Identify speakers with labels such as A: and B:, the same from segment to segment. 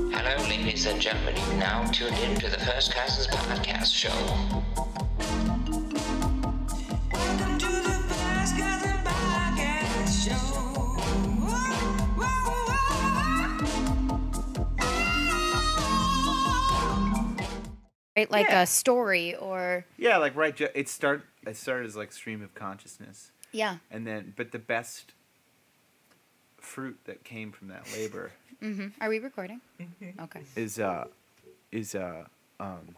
A: ladies and gentlemen, you now tuned in to the First Cousins Podcast Show.
B: Welcome to the First Cousin Podcast Show. Whoa, whoa, whoa.
C: right? Like
D: Yeah.
C: a story or
D: Yeah, like right. ju- It start. It started as like stream of consciousness,
C: yeah,
D: and then but the best fruit that came from that labor
C: hmm are we recording? Okay,
D: is uh is uh um,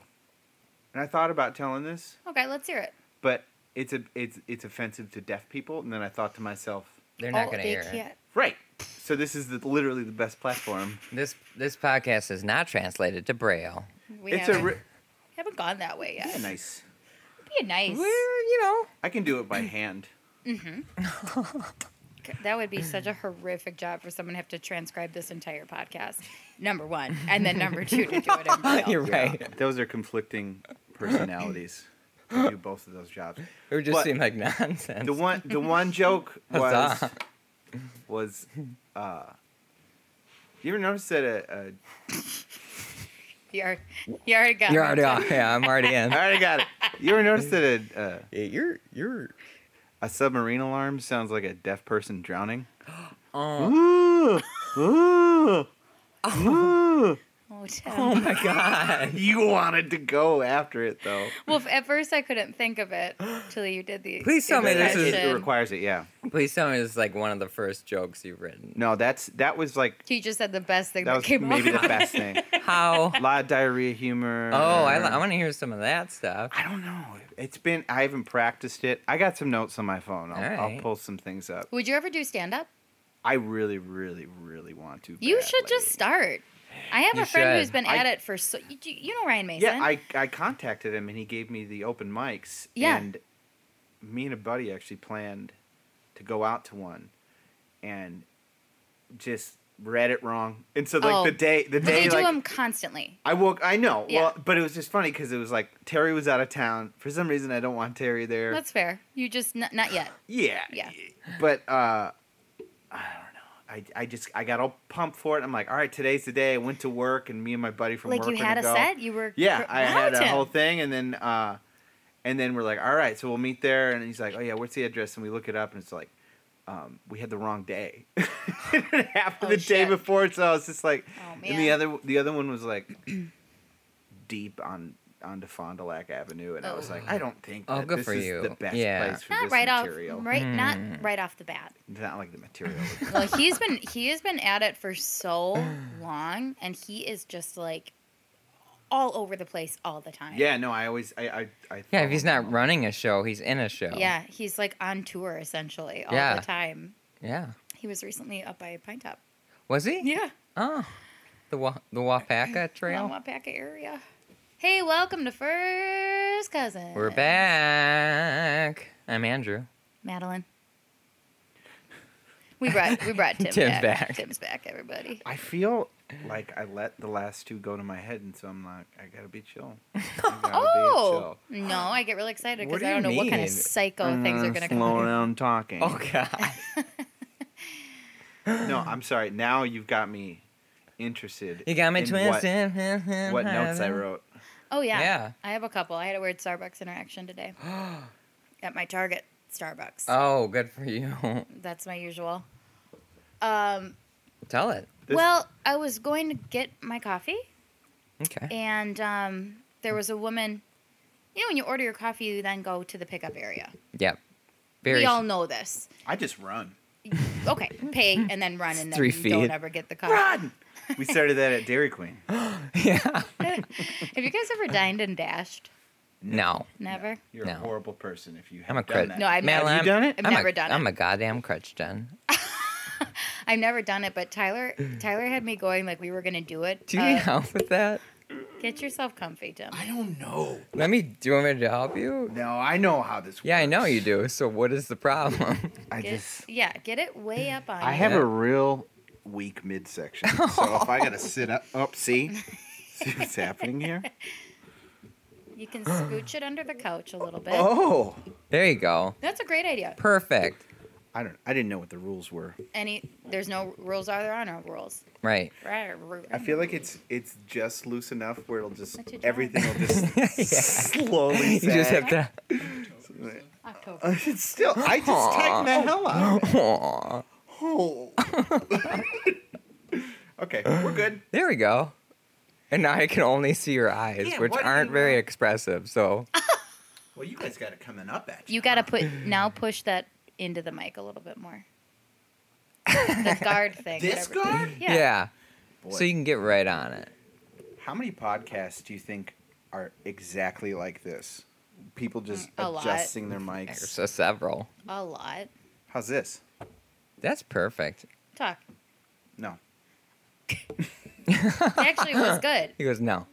D: and I thought about telling this,
C: okay, let's hear it.
D: but it's a it's it's offensive to deaf people, and then I thought to myself,
E: They're not
C: Oh,
E: going to
C: they
E: hear it.
C: can't-
D: right. So this is the, literally the best platform.
E: This this podcast is not translated to Braille.
C: We
D: it's a
C: haven't,
D: re-
C: haven't gone that way yet.
D: yeah, nice.
C: Be nice.
E: Well, you know,
D: I can do it by hand.
C: That would be such a horrific job for someone to have to transcribe this entire podcast. Number one, and then number two to do it in braille.
E: you're right.
D: Those are conflicting personalities. to do both of those jobs.
E: It would just
D: But-
E: seem like nonsense.
D: The one the one joke was
E: Huzzah.
D: was uh you ever notice that a, a
C: You're, you already got.
E: you're
C: me.
E: already off. Yeah, I'm already in.
D: I already got it. You ever notice that a, a
E: Yeah, You're you're.
D: a submarine alarm sounds like a deaf person drowning? um,
E: Oh.
D: Ooh, ooh, oooo.
C: Oh, damn.
E: my god.
D: You wanted to go after it though.
C: Well, at first I couldn't think of it till you did the.
E: Please tell me this is-
D: It, it
C: impression.
D: requires it, yeah.
E: Please tell me this is like one of the first jokes you've written.
D: No, that's that was like
C: You just said the best thing
D: that
C: that,
D: was
C: came
D: maybe
C: up.
D: the best thing.
E: How?
D: A lot of diarrhea humor.
E: Oh, I, li- I want to hear some of that stuff.
D: I don't know. It's been I haven't practiced it. I got some notes on my phone. I'll, I'll
E: Alright.
D: pull some things up.
C: Would you ever do stand up?
D: I really, really, really want to.
C: You should
D: badly.
C: just start. I have
E: You
C: a friend
E: should.
C: who's been
D: I-
C: at it for so. You, you know Ryan Mason.
D: Yeah, I, I contacted him and he gave me the open mics.
C: Yeah.
D: And me and a buddy actually planned to go out to one, and just read it wrong. And so like
C: Oh.
D: the day the
C: But
D: day
C: they do
D: like
C: them constantly.
D: I woke I know
C: Yeah.
D: well but it was just funny because it was like Terry was out of town for some reason I don't want Terry there.
C: That's fair. You just not, not yet.
D: Yeah.
C: Yeah.
D: But uh I don't know. I, I just I got all pumped for it. I'm like, all right, today's the day. I went to work, and me and my buddy from
C: like
D: work
C: you
D: were gonna
C: had a
D: go.
C: set. You were
D: Yeah,
C: cr-
D: I had a
C: mountain.
D: whole thing, and then uh, and then we're like, all right, so we'll meet there, and he's like, oh yeah, what's the address? And we look it up, and it's like, um, we had the wrong day. it happened
C: Oh,
D: the day
C: shit.
D: before, so I was just like,
C: Oh,
D: and the
C: man.
D: other the other one was like, deep on onto Fond du Lac Avenue, and I was
C: Oh.
D: like, I don't think
E: Oh,
D: that
E: good
D: this
E: for
D: is
E: you.
D: the best
E: Yeah.
D: place for
C: Not
D: this
C: right
D: material.
C: off. Right. Not
E: Hmm.
C: right off the bat.
D: It's Not like the material.
C: Well, he's been he has been at it for so long, and he is just like all over the place all the time.
D: yeah, no, I always I I, I
E: Yeah, if
D: follow
E: he's
D: him
E: not
D: on-
E: running a show, he's in a show.
C: Yeah. He's like on tour essentially all
E: Yeah.
C: the time.
E: Yeah.
C: He was recently up by Pine Top.
E: Was he?
C: Yeah.
E: Oh. The Wa- the Wapaka
C: Around
E: Trail.
C: Wapaka area. Hey, welcome to First Cousin.
E: We're back. I'm Andrew.
C: Madeline. We brought we brought Tim,
E: Tim
C: back.
E: back.
C: Tim's back, everybody.
D: I feel like I let the last two go to my head, and so I'm like, I gotta be chill. I gotta
C: Oh no, I get really excited because
E: What do
C: I don't know
E: you
C: what kind of
E: mean?
C: psycho
D: I'm
C: things are
D: gonna
C: gonna
D: Mm, slow
C: come.
D: down talking.
E: Oh God.
D: No, I'm sorry. Now you've got me interested.
E: You got me
D: in what-
E: twisted.
D: What, notes I wrote?
C: Oh yeah.
E: Yeah.
C: I have a couple. I had a weird Starbucks interaction today at my Target Starbucks.
E: Oh, good for you.
C: That's my usual. Um,
E: Tell it.
D: This-
C: well, I was going to get my coffee
E: Okay.
C: and um, there was a woman. You know, when you order your coffee, you then go to the pickup area.
E: Yep. Very.
C: we all know this.
D: I just run.
C: Okay, pay and then run and then
E: Three
C: don't
E: feet.
C: ever get the
E: Oh.
C: coffee.
D: Run. we started that at Dairy Queen.
E: yeah.
C: Have you guys ever dined and dashed?
E: No.
C: Never.
D: You're a
E: No.
D: horrible person if you have
E: I'm a
D: done
E: crud.
D: that.
C: No, I've
E: Man,
C: never-
E: I'm-
D: Have you done it?
C: I've
E: I'm
C: never
E: a,
C: done it.
E: I'm a goddamn crutch den.
C: I've never done it, but Tyler, Tyler had me going like we were gonna do it.
E: Do you
C: Uh,
E: need help with that?
C: Get yourself comfy, Tim.
D: I don't know.
E: Let me. Do you want me to help you?
D: No, I know how this works.
E: Yeah, I know you do. So what is the problem?
D: I
C: Get,
D: just.
C: yeah, get it way up on.
D: I
C: you.
D: have
E: Yeah.
D: a real weak midsection, so if I gotta sit up, up, see, see what's happening here.
C: You can scooch it under the couch a little bit.
D: Oh,
E: there you go.
C: That's a great idea.
E: Perfect.
D: I don't. I didn't know what the rules were.
C: Any there's no rules. Are there are no rules?
E: Right.
C: Right.
F: I feel like it's it's just loose enough where it'll just
C: Let you try.
F: everything will just slowly.
E: You just
F: sag.
E: have to.
C: October.
F: It's still. I just
E: Aw.
F: typed the hell out. of it.
E: Aw.
F: Oh. okay, we're good.
E: There we go. And now I can only see your eyes,
F: Yeah,
E: which
F: what do you
E: aren't very
F: know?
E: expressive. So
F: Well, you guys got it coming up at
C: You gotta put now push that into the mic a little bit more. The guard thing.
F: This
C: whatever.
F: guard?
C: Yeah.
E: yeah.
D: Boy.
E: So you can get right on it.
D: How many podcasts do you think are exactly like this?
F: People just
C: Mm, A lot.
F: adjusting their
E: There's
F: mics.
E: so several.
C: A lot.
D: How's this?
E: That's perfect.
C: Talk.
D: No.
C: It actually was good.
E: He goes, no.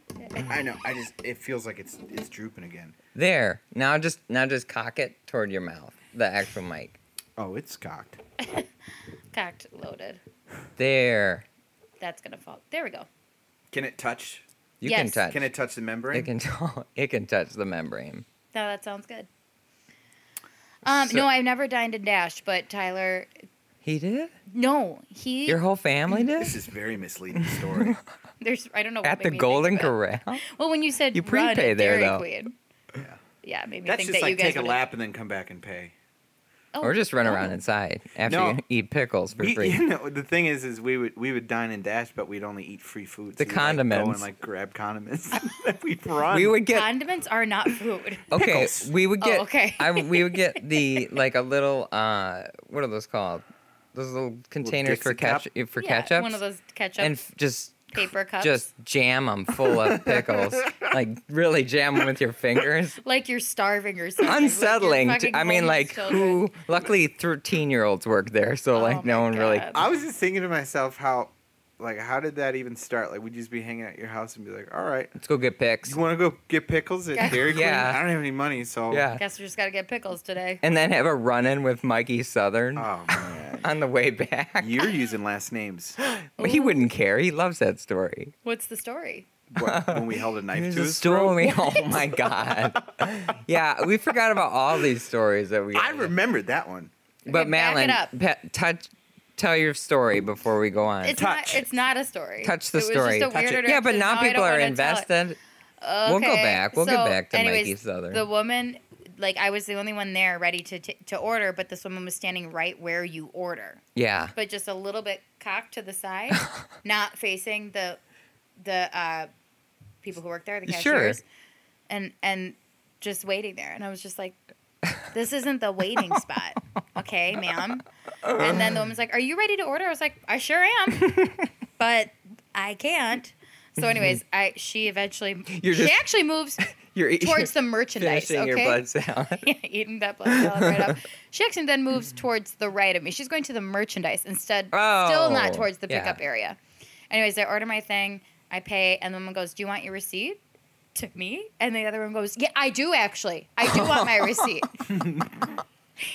D: I know. I just. It feels like it's it's drooping again.
E: There. Now just now just cock it toward your mouth. The actual mic.
D: Oh, it's cocked.
C: Cocked loaded.
E: There.
C: That's gonna fall. There we go.
D: Can it touch?
E: You
C: Yes.
E: can touch.
D: Can it touch the membrane?
E: It can t- it can touch the membrane.
C: Now that sounds good. Um,
E: So-
C: no, I've never dined and dashed, but Tyler,
E: He did?
C: no, he.
E: Your whole family did?
D: This is very misleading story.
C: there's, I don't know. What
E: At
C: made
E: the
C: me think
E: Golden
C: of that.
E: Corral?
C: Well, when you said
E: You
C: run at
E: prepay there,
C: Dairy
E: though.
C: Queen. Yeah, it made me
D: That's
C: think
D: just
C: that you
D: like
C: guys
D: take a
C: would've-
D: lap and then come back and pay.
C: Oh,
E: Or just run around inside after
D: No.
E: you eat pickles for
D: We,
E: free.
D: you know, the thing is, is we would we would dine and dash, but we'd only eat free food.
E: The
D: we'd, like, go
E: condiments.
D: and like grab condiments. that we'd run.
E: we would get
C: Condiments are not food.
E: Okay,
D: Pickles.
E: we would
C: Oh,
E: get.
C: okay.
E: I, we would get the like a little. uh What are those called? Those little containers for
D: Dixie cup?
E: ketchup for
C: Yeah,
E: ketchup
C: One of those ketchup
E: and f- just
C: paper cups.
E: just jam them full of pickles, like really jam them with your fingers.
C: like you're starving or something. like you're
E: Unsettling.
C: fucking
E: I mean,
C: homeless
E: like
C: children.
E: who? Luckily, thirteen-year-olds work there, so
C: Oh
E: like no
C: my
E: one really.
C: God.
D: I was just thinking to myself how, like, how did that even start? Like, we'd just be hanging out at your house and be like, "All right,
E: Let's go get pics.
D: you want to go get pickles at Dairy Queen?
E: Yeah.
D: I don't have any money, so
E: Yeah,
C: Guess we just gotta get pickles today.
E: and then have a run-in with Mikey Southern
D: Oh man,
E: on the way back.
D: you're using last names.
E: he wouldn't care. He loves that story.
C: What's the story?
D: What, when we held a knife
E: There's
D: to
E: a
D: his throat.
E: story. Oh my god. yeah, we forgot about all these stories that we.
D: I remembered that one.
E: But
C: Okay, back it
E: Madeline,
C: up.
E: pe- touch, tell your story before we go on.
C: It's not.
D: Touch.
C: It's not a story.
E: touch the
C: It was
E: story.
C: Just a
E: Touch
C: weird
E: it. Yeah, but
C: direction.
E: now
C: I don't
E: people are
C: wanna tell it.
E: invested. We'll go
C: Okay,
E: back. We'll
C: so
E: go back to
C: anyways,
E: Mikey Southern.
C: The woman, like I was the only one there ready to t- to order, but this woman was standing right where you order,
E: yeah.
C: but just a little bit cocked to the side, not facing the the uh, people who work there, the
E: Sure.
C: cashiers, and and just waiting there. And I was just like, "This isn't the waiting spot, okay, ma'am." And then the woman's like, "Are you ready to order?" I was like, "I sure am, but I can't." So, anyways, I she eventually
E: You're
C: she
E: just-
C: actually moves
E: You're eating-
C: towards the merchandise.
E: finishing
C: okay,
E: your blood salad.
C: yeah, eating that blood salad right up. She actually then moves towards the right of me. She's going to the merchandise instead, still
E: Oh,
C: not towards the pickup
E: yeah.
C: area. Anyways, I order my thing, I pay, and the woman goes, Do you want your receipt? To me? And the other one goes, Yeah, I do actually. I do want my receipt.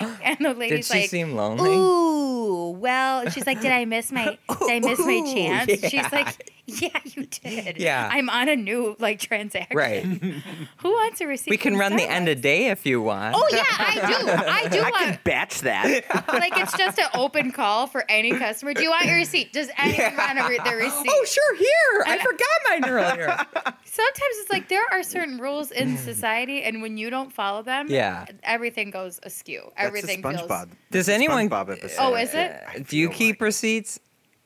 C: and the
E: Did
C: lady's
E: she
C: like,
E: seem lonely?
C: Ooh, well, she's like, did I miss my did I miss my
E: Ooh,
C: chance?
E: yeah.
C: She's like, yeah, you did.
E: Yeah.
C: I'm on a new like transaction.
E: Right.
C: Who wants a receipt?
E: we can
C: from
E: run the
C: Starbucks?
E: end of day if you want.
C: Oh yeah, I do. I do want.
D: batch that.
C: Like it's just an open call for any customer. Do you want your receipt? Does anyone want a re- their receipt?
E: Oh sure, here.
C: And-
E: I forgot mine earlier.
C: Sometimes it's like there are certain rules
D: Mm.
C: in society, and when you don't follow them,
E: Yeah.
C: everything goes askew. Everything
D: That's a
C: feels.
D: SpongeBob.
E: Does
D: that's a
E: anyone-
D: SpongeBob episode.
C: Oh, is it?
D: I
E: Do you
D: feel
E: keep
D: like-
E: receipts?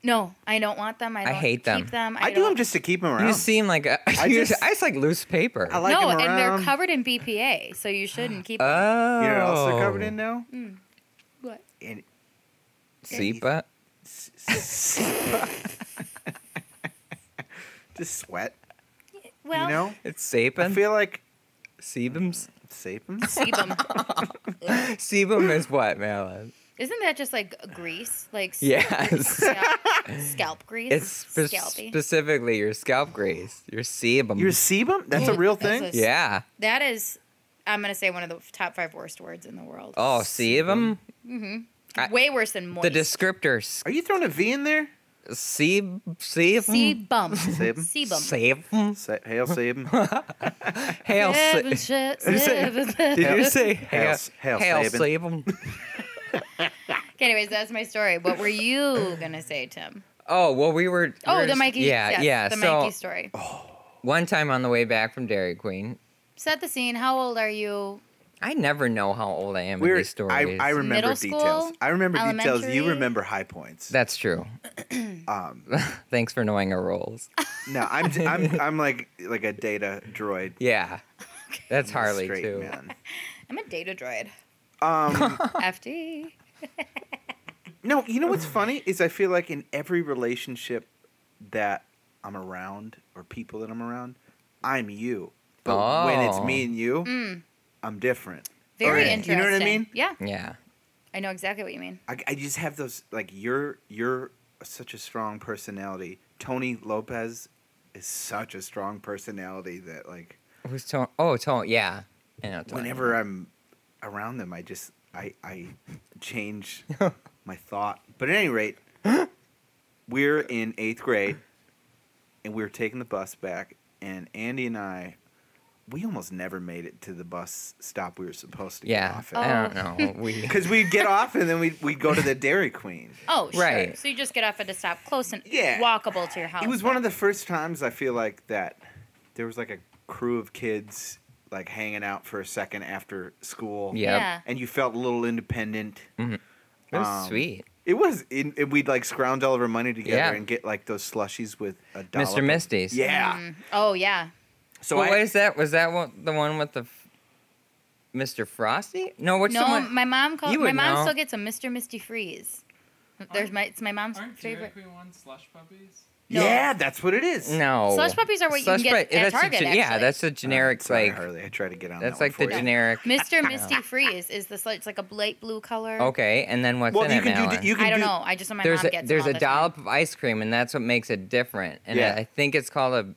C: No, I don't want them. I, don't
E: hate them.
C: keep them.
D: I do
C: don't-
D: them just to keep them around.
E: You seem like a,
D: I
E: I you
D: just-
E: I just like loose paper.
D: I like
C: no,
D: 'em
C: and
D: around. Uh,
C: they're covered in BPA, so you shouldn't keep them.
E: oh,
D: You know, what else they're covered in now.
C: Hmm. What?
D: And
E: SEPA.
D: just sweat.
C: Well,
D: you know,
E: It's
D: I
E: Sapin.
D: feel like
E: Sebum's.
D: Sapins.
C: sebum.
E: Sebum is what, Madeline?
C: Isn't that just like grease? Like s-
E: Yes.
C: scalp, scalp grease.
E: It's spe-
C: Scalpy.
E: specifically your scalp grease, your sebum.
D: You're a sebum? That's a
C: Yeah,
D: real
C: that's
D: thing?
C: a-
E: yeah.
C: That is, I'm gonna say one of the top five worst words in the world.
E: Oh, sebum. I-
C: way worse than moist.
E: The descriptor s-
D: Are you throwing a V in there?
E: seb
C: sebum.
E: sebum.
D: Sebum.
C: Sebum.
E: Sebum.
D: Sa- Hail sebum.
E: Hail.
C: Sebum,
E: Se-
C: shit,
E: say-
C: sebum.
E: did you say hail?
D: Hail- hail
E: Hail
D: Sabin.
E: sebum.
C: Okay, anyways, that's my story. What were you gonna say, Tim?
E: Oh well, we were. we
C: Oh,
E: were
C: the
E: s-
C: Mikey.
E: Yeah,
C: yes,
E: yeah.
C: The
E: so
C: Mikey story.
D: Oh.
E: one time on the way back from Dairy Queen,
C: Set the scene. How old are you?
E: I never know how old I am in
D: We're,
E: these stories.
D: I, I remember
C: Middle
D: details.
C: school,
D: I remember details. You
C: elementary.
D: remember high points.
E: That's true.
D: um,
E: Thanks for knowing our roles.
D: no, I'm, I'm I'm like like a data droid.
E: Yeah, that's Harley
D: straight
E: too.
D: Man.
C: I'm a data droid.
D: Um,
C: FD.
D: Oh, no, you know what's funny is I feel like in every relationship that I'm around or people that I'm around, I'm you. But when it's
E: Oh.
D: me and you,
C: Mm,
D: I'm different.
C: very
E: Okay.
C: interesting.
D: You know what I mean?
C: Yeah,
E: Yeah,
C: I know exactly what you mean.
D: I, I just have those like you're you're such a strong personality. Tony Lopez is such a strong personality that like
E: who's Tone? Oh, Tone. Yeah, I know Tone.
D: whenever I'm around them, I just I I change my thought. But at any rate, we're in eighth grade, and we were taking the bus back, and Andy and I, we almost never made it to the bus stop we were supposed to get
E: Yeah,
D: off at.
E: I don't
C: Oh.
E: know. We
D: Because we'd get off and then we'd, we'd go to the Dairy Queen.
C: Oh, sure.
E: Right.
C: So you just get off at a stop close and
D: Yeah.
C: walkable to your house.
D: It was one of the first times I feel like that there was like a crew of kids like hanging out for a second after school.
E: Yep.
C: Yeah.
D: and you felt a little independent.
E: it Mm-hmm. was
D: Um,
E: sweet.
D: It was, in, and we'd like scrounge all of our money together
E: Yeah.
D: and get like those slushies with a dollar.
E: Mr. Misty's.
D: Yeah.
C: Mm. Oh yeah.
D: So
E: But
D: I,
E: what is that? Was that one, the one with the f- Mr. Frosty? No, what's
C: no,
E: the one?
C: my mom called.
E: You
C: My
E: would
C: mom
E: know.
C: still gets a Mr. Misty Freeze. There's my it's my mom's
G: Aren't Dairy
C: favorite.
G: Queen ones slush puppies?
C: No.
D: yeah, that's what it is.
E: no.
C: Slush puppies are what you
E: Slush
C: can get
E: pu-
C: at
E: that's a
C: Target,
E: gen- Yeah,
C: actually.
E: that's a
D: Uh,
E: generic
D: sorry,
E: like.
D: Harley. I tried to get on.
E: That's
D: that
E: like the
D: one for you.
E: generic.
C: Mr. Misty Freeze is the slight, it's like a light blue color.
E: Okay, and then what's
D: Well,
E: in
D: you
E: it,
D: can, do,
E: Madeline?
D: d- you can
C: I don't
D: do-
C: know. I just know my
E: there's
C: mom
E: a
C: gets
E: there's
C: them
E: a
C: all the time.
E: dollop of ice cream, and that's what makes it different. And
D: Yeah.
E: I, I think it's called a.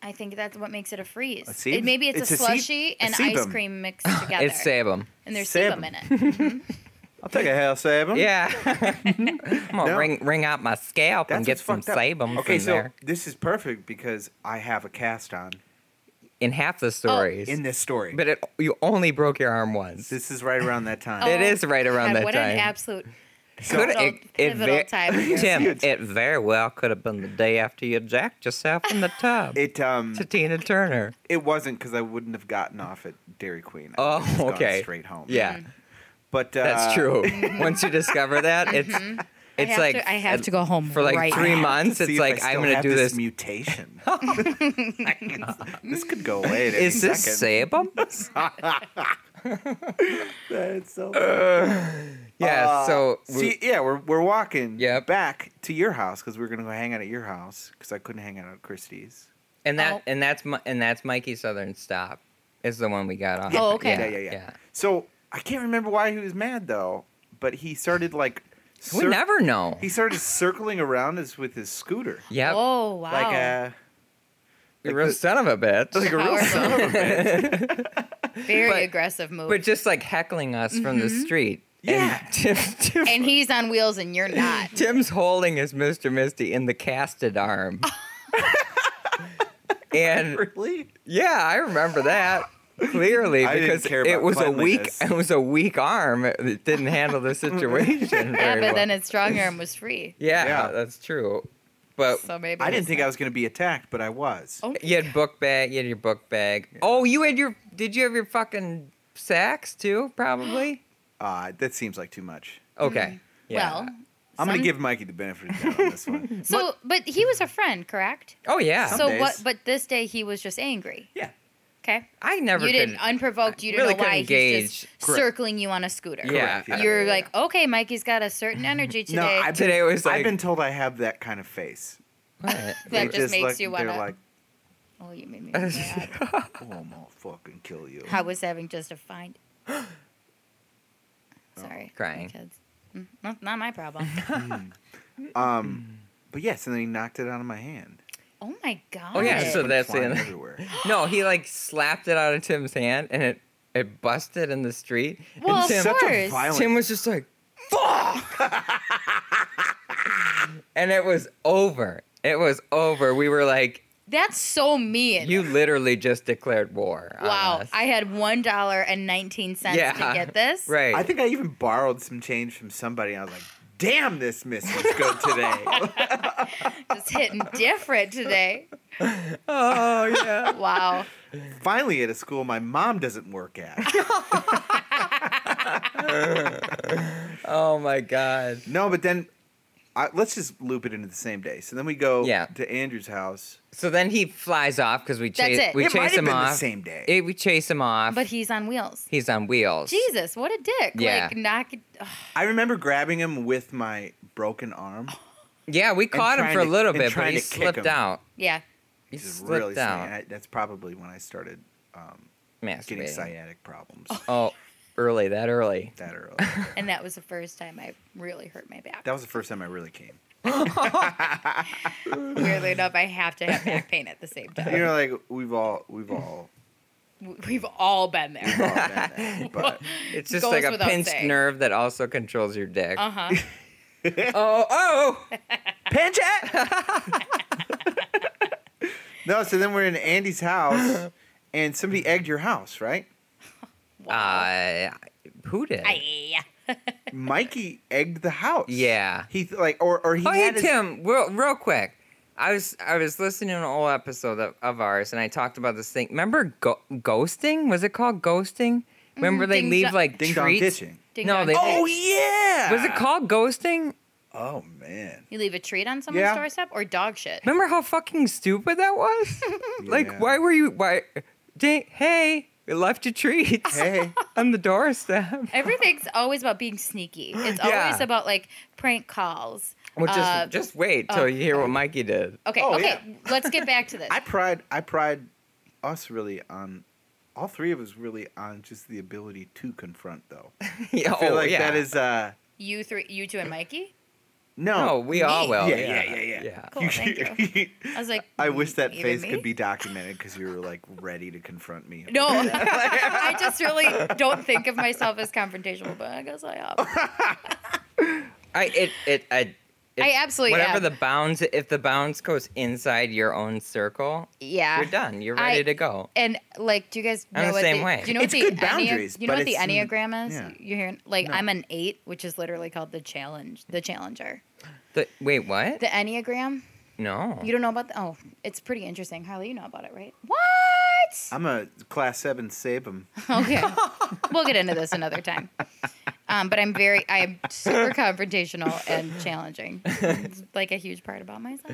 C: I think that's what makes it a freeze.
D: A
C: it,
D: sieve?
C: maybe it's,
D: It's
C: a
D: a sieve-
C: slushy
D: a
C: and ice
D: sebum.
C: cream mixed together.
E: It's Sabum.
C: and there's
D: Sebum.
C: sebum in it.
D: I'll take a hell seven.
E: Yeah. I'm gonna
D: No.
E: ring ring out my scalp
D: That's
E: and get
D: what's
E: some
D: fucked up.
E: Sabum
D: Okay,
E: from
D: so
E: there.
D: this is perfect because I have a cast on
E: In half
C: Oh.
E: the stories,
D: in this story.
E: but it, you only broke your arm once.
D: this is right around that time.
C: Oh,
E: it is right around
C: God,
E: that
C: what
E: time.
C: an absolute
E: Could-
C: pivotal, pivotal
E: ver-
C: time. of your-
E: Tim, it very well could have been the day after you jacked yourself in the tub
D: It um
E: to Tina Turner.
D: it wasn't because I wouldn't have gotten off at Dairy Queen. I
E: Oh,
D: would've just gone
E: okay.
D: straight home.
E: Yeah,
C: Mm-hmm.
D: but uh,
E: that's true. Once you discover that, it's
C: Mm-hmm. I
E: it's
C: have
E: like
C: to, I have to go home
E: for like
C: right
E: three
C: now.
E: months.
D: see
E: It's
D: if I
E: like I'm
D: still
E: gonna
D: have
E: do this. Oh
D: mutation. this could go away. At any
E: Is this
D: second.
E: Sabum?
D: That's so-
E: yeah.
D: Uh,
E: so we,
D: see, yeah, we're we're walking
E: Yep.
D: back to your house because we were gonna go hang out at your house because I couldn't hang out at Christie's.
E: and that
C: Oh.
E: and that's Mi- and that's Mikey Southern stop is the one we got off.
C: Oh, okay.
D: Yeah, yeah, yeah. So I can't remember why he was mad though, but he started like
E: We
D: cir-
E: never know.
D: He started circling around us with his scooter.
E: Yep.
C: Oh wow.
D: Like a
E: You're a real son of a bitch.
D: like a real
C: Powerful.
D: son of a bitch.
C: Very
E: But-
C: aggressive move.
E: but just like heckling us from the street. And
D: Yeah.
E: Tim, Tim,
C: Mm-hmm. and he's on wheels and you're not.
E: Tim's holding his Mr. Misty in the casted arm. and
D: Really?
E: yeah, I remember that clearly
D: I didn't
E: because
D: care
E: it
D: about
E: was a weak
D: cleanliness.
E: it was a weak arm that didn't handle the
C: Yeah,
E: situation very
C: but
E: well.
C: then its strong arm was free.
E: yeah,
D: Yeah.
E: that's true. But
C: So maybe
D: I
C: it's
D: didn't think
C: not-
D: I was going to be attacked, but I was.
C: Oh.
E: you had book bag, you had your book bag. Oh, you had your did you have your fucking sacks too, probably?
D: Uh, that seems like too much.
E: Okay. Yeah.
C: Mm-hmm. Well,
D: I'm going
C: Some-
D: to give Mikey the benefit of the doubt on this one.
C: so but he was a friend, correct?
E: Oh yeah.
D: Some
C: so
D: days.
C: what? But this day he was just angry.
D: Yeah.
C: Okay.
E: I never
C: you didn't
E: could-
C: unprovoked. You didn't
E: really
C: know why
E: couldn't
C: he's
E: gauge.
C: just
D: Correct.
C: circling you on a scooter.
E: Yeah.
D: Correct, yeah.
C: You're like, okay, Mikey's got a certain energy today.
D: No, I've been,
E: Today was like-
D: I've been told I have that kind of face.
E: What?
C: that
D: It
C: just, makes
D: like,
C: you
D: they're
C: wanna.
D: like,
C: oh, you made me. mad.
D: oh, I'm gonna fucking kill you.
C: I was having just a find. Sorry,
E: Crying.
C: my Kids. Mm, Not, not my problem.
D: Um, but yes, and then he knocked it out of my hand.
C: oh my god.
E: Oh, yeah,
D: It just
E: so
D: went
E: that's
D: flying
E: it.
D: everywhere.
E: No, he like slapped it out of Tim's hand and it it busted in the street.
C: Well,
E: and Tim,
C: of
D: Such a
C: course.
D: violent.
E: Tim was just like, "Fuck!" and it was over. It was over. We were like,
C: That's so mean.
E: You literally just declared war. on
C: wow.
E: us.
C: I had one dollar and nineteen cents to
E: Yeah,
C: get this.
E: Right.
D: I think I even borrowed some change from somebody. I was like, damn, this miss was good today.
C: Just hitting different today.
E: oh yeah.
C: Wow.
D: Finally, at a school my mom doesn't work at.
E: Oh my god.
D: No, but then I, let's just loop it into the same day. So then we go
E: Yeah.
D: to Andrew's house.
E: So then he flies off because we
C: That's
E: chase
C: it.
E: we
D: it might
E: chase
D: have
E: him
D: been
E: off.
D: the same day.
E: Eh, we chase him off.
C: But he's on wheels.
E: he's on wheels.
C: Jesus, what a dick.
E: Yeah.
C: Like knock it ugh.
D: I remember grabbing him with my broken arm.
E: Oh, Yeah, we caught him
D: trying
E: for a
D: to-
E: little
D: and
E: bit, but
D: trying
E: he
D: to kick him.
E: slipped out.
C: Yeah.
E: He
D: Which is
E: slipped
D: really
E: out.
D: sickening. I, that's probably when I started um, getting
E: Masturbating.
D: sciatic problems
E: Oh, early that early.
D: that early.
C: And that was the first time I really hurt my back.
D: That was the first time I really came.
C: Weirdly enough, I have to have back pain at the same time.
D: You know, like we've all we've all,
C: W- We've all been
D: all
C: there.
D: been there, but
E: It's just
C: Goes
E: like a
C: without
E: pinched
C: saying.
E: nerve that also controls your dick.
C: Uh huh.
E: Oh, oh!
D: pinch it. no, so then we're in Andy's house, and somebody egged your house, right?
E: Uh, who did?
C: Yeah.
D: Mikey egged the house.
E: Yeah.
D: He th- like or or he
E: oh, hey
D: had his-
E: Tim, real, real quick. I was I was listening to an old episode of, of ours, and I talked about this thing. Remember go- ghosting? Was it called ghosting? Remember they
C: Mm, ding
E: leave
C: dong-
E: like
D: ding dong Ah.
E: treats?
D: ditching.
C: Ding
E: No,
C: dong.
E: they-
D: Oh yeah.
E: Was it called ghosting?
D: Oh man.
C: You leave a treat on someone's
D: Yeah.
C: doorstep or dog shit.
E: Remember how fucking stupid that was?
D: Yeah.
E: Like, why were you? Why? Dang, hey, we left your treats
D: Hey.
E: on the doorstep.
C: Everything's always about being sneaky. It's
E: Yeah.
C: always about like prank calls.
E: Well, just
C: Uh,
E: just wait till
C: oh,
E: you hear what Mikey did.
C: Okay,
D: Oh,
C: okay. Let's get back to this.
D: I pride I pride us really on all three of us really on just the ability to confront though.
E: Yeah,
D: I feel
E: oh,
D: like
E: yeah.
D: that is uh
C: you three, you two, and Mikey.
E: No,
D: no.
E: we all will.
D: oh, Yeah, yeah, yeah, yeah.
C: Cool, thank you. I was like,
D: I wish that
C: even
D: face
C: me?
D: could be documented because you were like ready to confront me.
C: No, I just really don't think of myself as confrontational, but I guess I am.
E: I it it I.
C: I
E: it's-
C: absolutely
E: whatever
C: am.
E: the bounds. If the bounds goes inside your own circle,
C: Yeah.
E: you're done. You're
C: I-
E: ready to go.
C: And like, do you guys know
E: I'm the
C: what
E: same
C: the,
E: way.
C: Do you know
D: It's
C: what the
D: good
C: Ennea-
D: boundaries,
C: you know
D: but
C: what the
D: it's n-
C: enneagram is?
D: yeah.
C: You're hearing like
D: No.
C: I'm an eight, which is literally called the challenge, the challenger.
E: The, wait, what?
C: The enneagram.
E: no.
C: You don't know about the oh, it's pretty interesting. Harley, you know about it, right? What?
D: I'm a class seven Sabum.
C: Okay. we'll get into this another time. Um, but I'm very, I'm super confrontational and challenging. It's like a huge part about myself.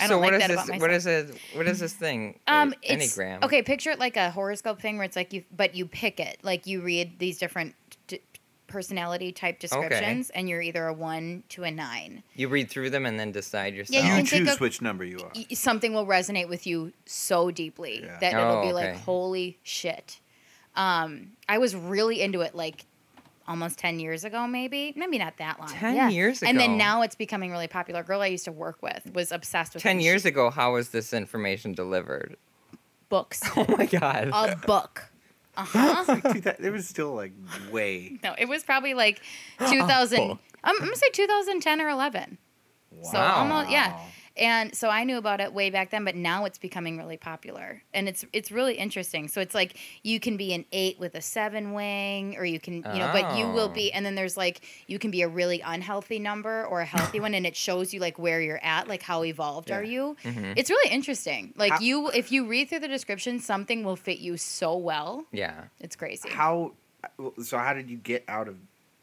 C: I don't
E: so
C: like
E: what is
C: that
E: this?
C: about myself.
E: What is it? What is this thing?
C: Um,
E: Wait,
C: it's
E: Enneagram.
C: okay. Picture it like a horoscope thing where it's like you, but you pick it. Like you read these different d- personality type descriptions, and you're either a one to a nine.
E: You read through them and then decide yourself.
C: Yeah, you
D: You
C: can take
D: choose
C: a-
D: which number you are.
C: Y- Something will resonate with you so deeply
D: Yeah.
C: that it'll
E: Oh,
C: be like,
E: okay.
C: holy shit. Um, I was really into it like almost 10 years ago, maybe. Maybe not that long.
E: 10
C: Yeah.
E: years
C: And then
E: ago.
C: now it's becoming really popular. A girl I used to work with was obsessed with
E: Ten
C: it.
E: years
C: She-
E: ago, how was this information delivered?
C: books.
E: Oh my god.
C: a book. Uh huh.
D: Dude, that, it was still like way.
C: No, it was probably like
E: Oh.
C: 2000. I'm, I'm gonna say 2010 or 11. Wow. So
E: Wow.
C: almost yeah. And so I knew about it way back then, but now it's becoming really popular, and it's it's really interesting. So it's like you can be an eight with a seven wing, or you can you know, but you will
E: Oh.
C: be. And then there's like you can be a really unhealthy number or a healthy one, and it shows you like where you're at, like how evolved are you.
E: Mm-hmm.
C: It's really interesting. Like
D: How-
C: you, if you read through the description, something will fit you so well.
E: yeah.
C: It's crazy.
D: How? So how did you get out of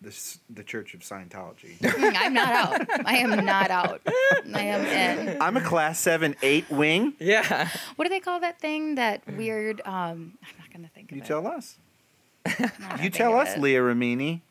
D: this the Church of Scientology?
C: Mm, I'm not out. I am not out. I am in.
D: I'm a class seven eight wing.
E: Yeah.
C: What do they call that thing? That weird. Um, I'm not gonna think of
D: You
C: it.
D: tell us.
C: I'm not gonna
D: You
C: think
D: tell
C: of
D: us,
C: it.
D: Leah Ramini.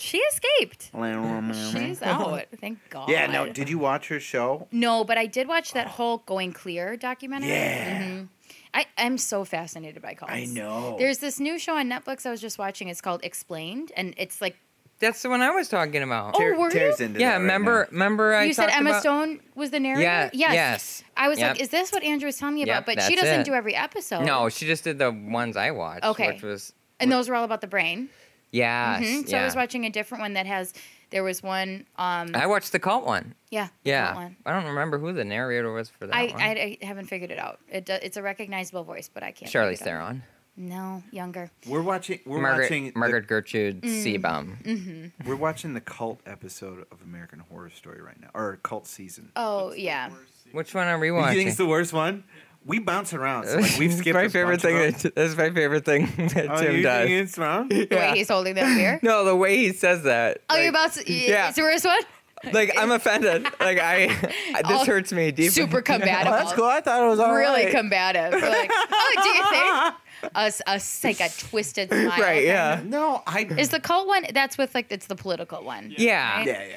C: She escaped.
D: Leah Ramini.
C: She's out. Thank God.
D: Yeah, no. Did you watch her show?
C: No, but I did watch that whole Going Clear documentary.
D: Yeah.
C: Mhm. I, I'm so fascinated by cults.
D: I know.
C: There's this new show on Netflix I was just watching. It's called Explained, and it's like,
E: That's the one I was talking about.
C: oh, were you?
D: Tears into
E: yeah,
D: that right
E: remember remember I
C: you said
E: talked
C: Emma
E: about-
C: Stone was the narrator.
E: Yeah,
C: Yes.
E: yes.
C: I was
E: Yep.
C: like, is this what Andrew was telling me
E: Yep,
C: about? But she
E: that's
C: doesn't
E: it.
C: do every episode.
E: No, she just did the ones I watched.
C: Okay.
E: Which was
C: And those were all about the brain.
E: yes,
C: Mhm. So
E: yeah.
C: I was watching a different one that has There was one. Um,
E: I watched the cult one.
C: yeah.
E: Yeah,
C: that one.
E: I don't remember who the narrator was for that
C: I,
E: one.
C: I, I haven't figured it out. It do, it's a recognizable voice, but I can't. figure
E: Charlize
C: it out.
E: Theron,
C: No, younger.
D: We're watching. We're watching.
E: Margaret,
D: the-
E: Margaret Gertrude
C: Mm.
E: Seabaum.
D: we're watching the cult episode of American Horror Story right now, or cult season.
C: Oh yeah.
E: Which one are we
D: you think
E: watching?
D: it's the worst one? We bounce around. So like, we've
E: It's
D: skipped
E: my
D: a bunch
E: favorite thing.
D: Of them.
E: That, that's my favorite thing that
D: Oh,
E: Tim
D: you
E: does.
D: think it's wrong?
C: The way he's holding that beer.
E: No, the way he says that.
C: Oh, you're
E: like-
C: about to.
E: yeah.
C: Yeah. It's the worst one.
E: Like I'm offended. like I, I- this
C: All
E: hurts me deep.
C: Super
E: Oh,
C: combative.
E: that's cool. I thought it was all
C: really
E: right.
C: combative. We're like, oh, do you think? Us, us, like a twisted smile.
E: Right? Yeah.
D: No, I.
C: Is the cult one? That's with like it's the political one.
E: Yeah.
C: Right?
D: yeah, yeah, yeah.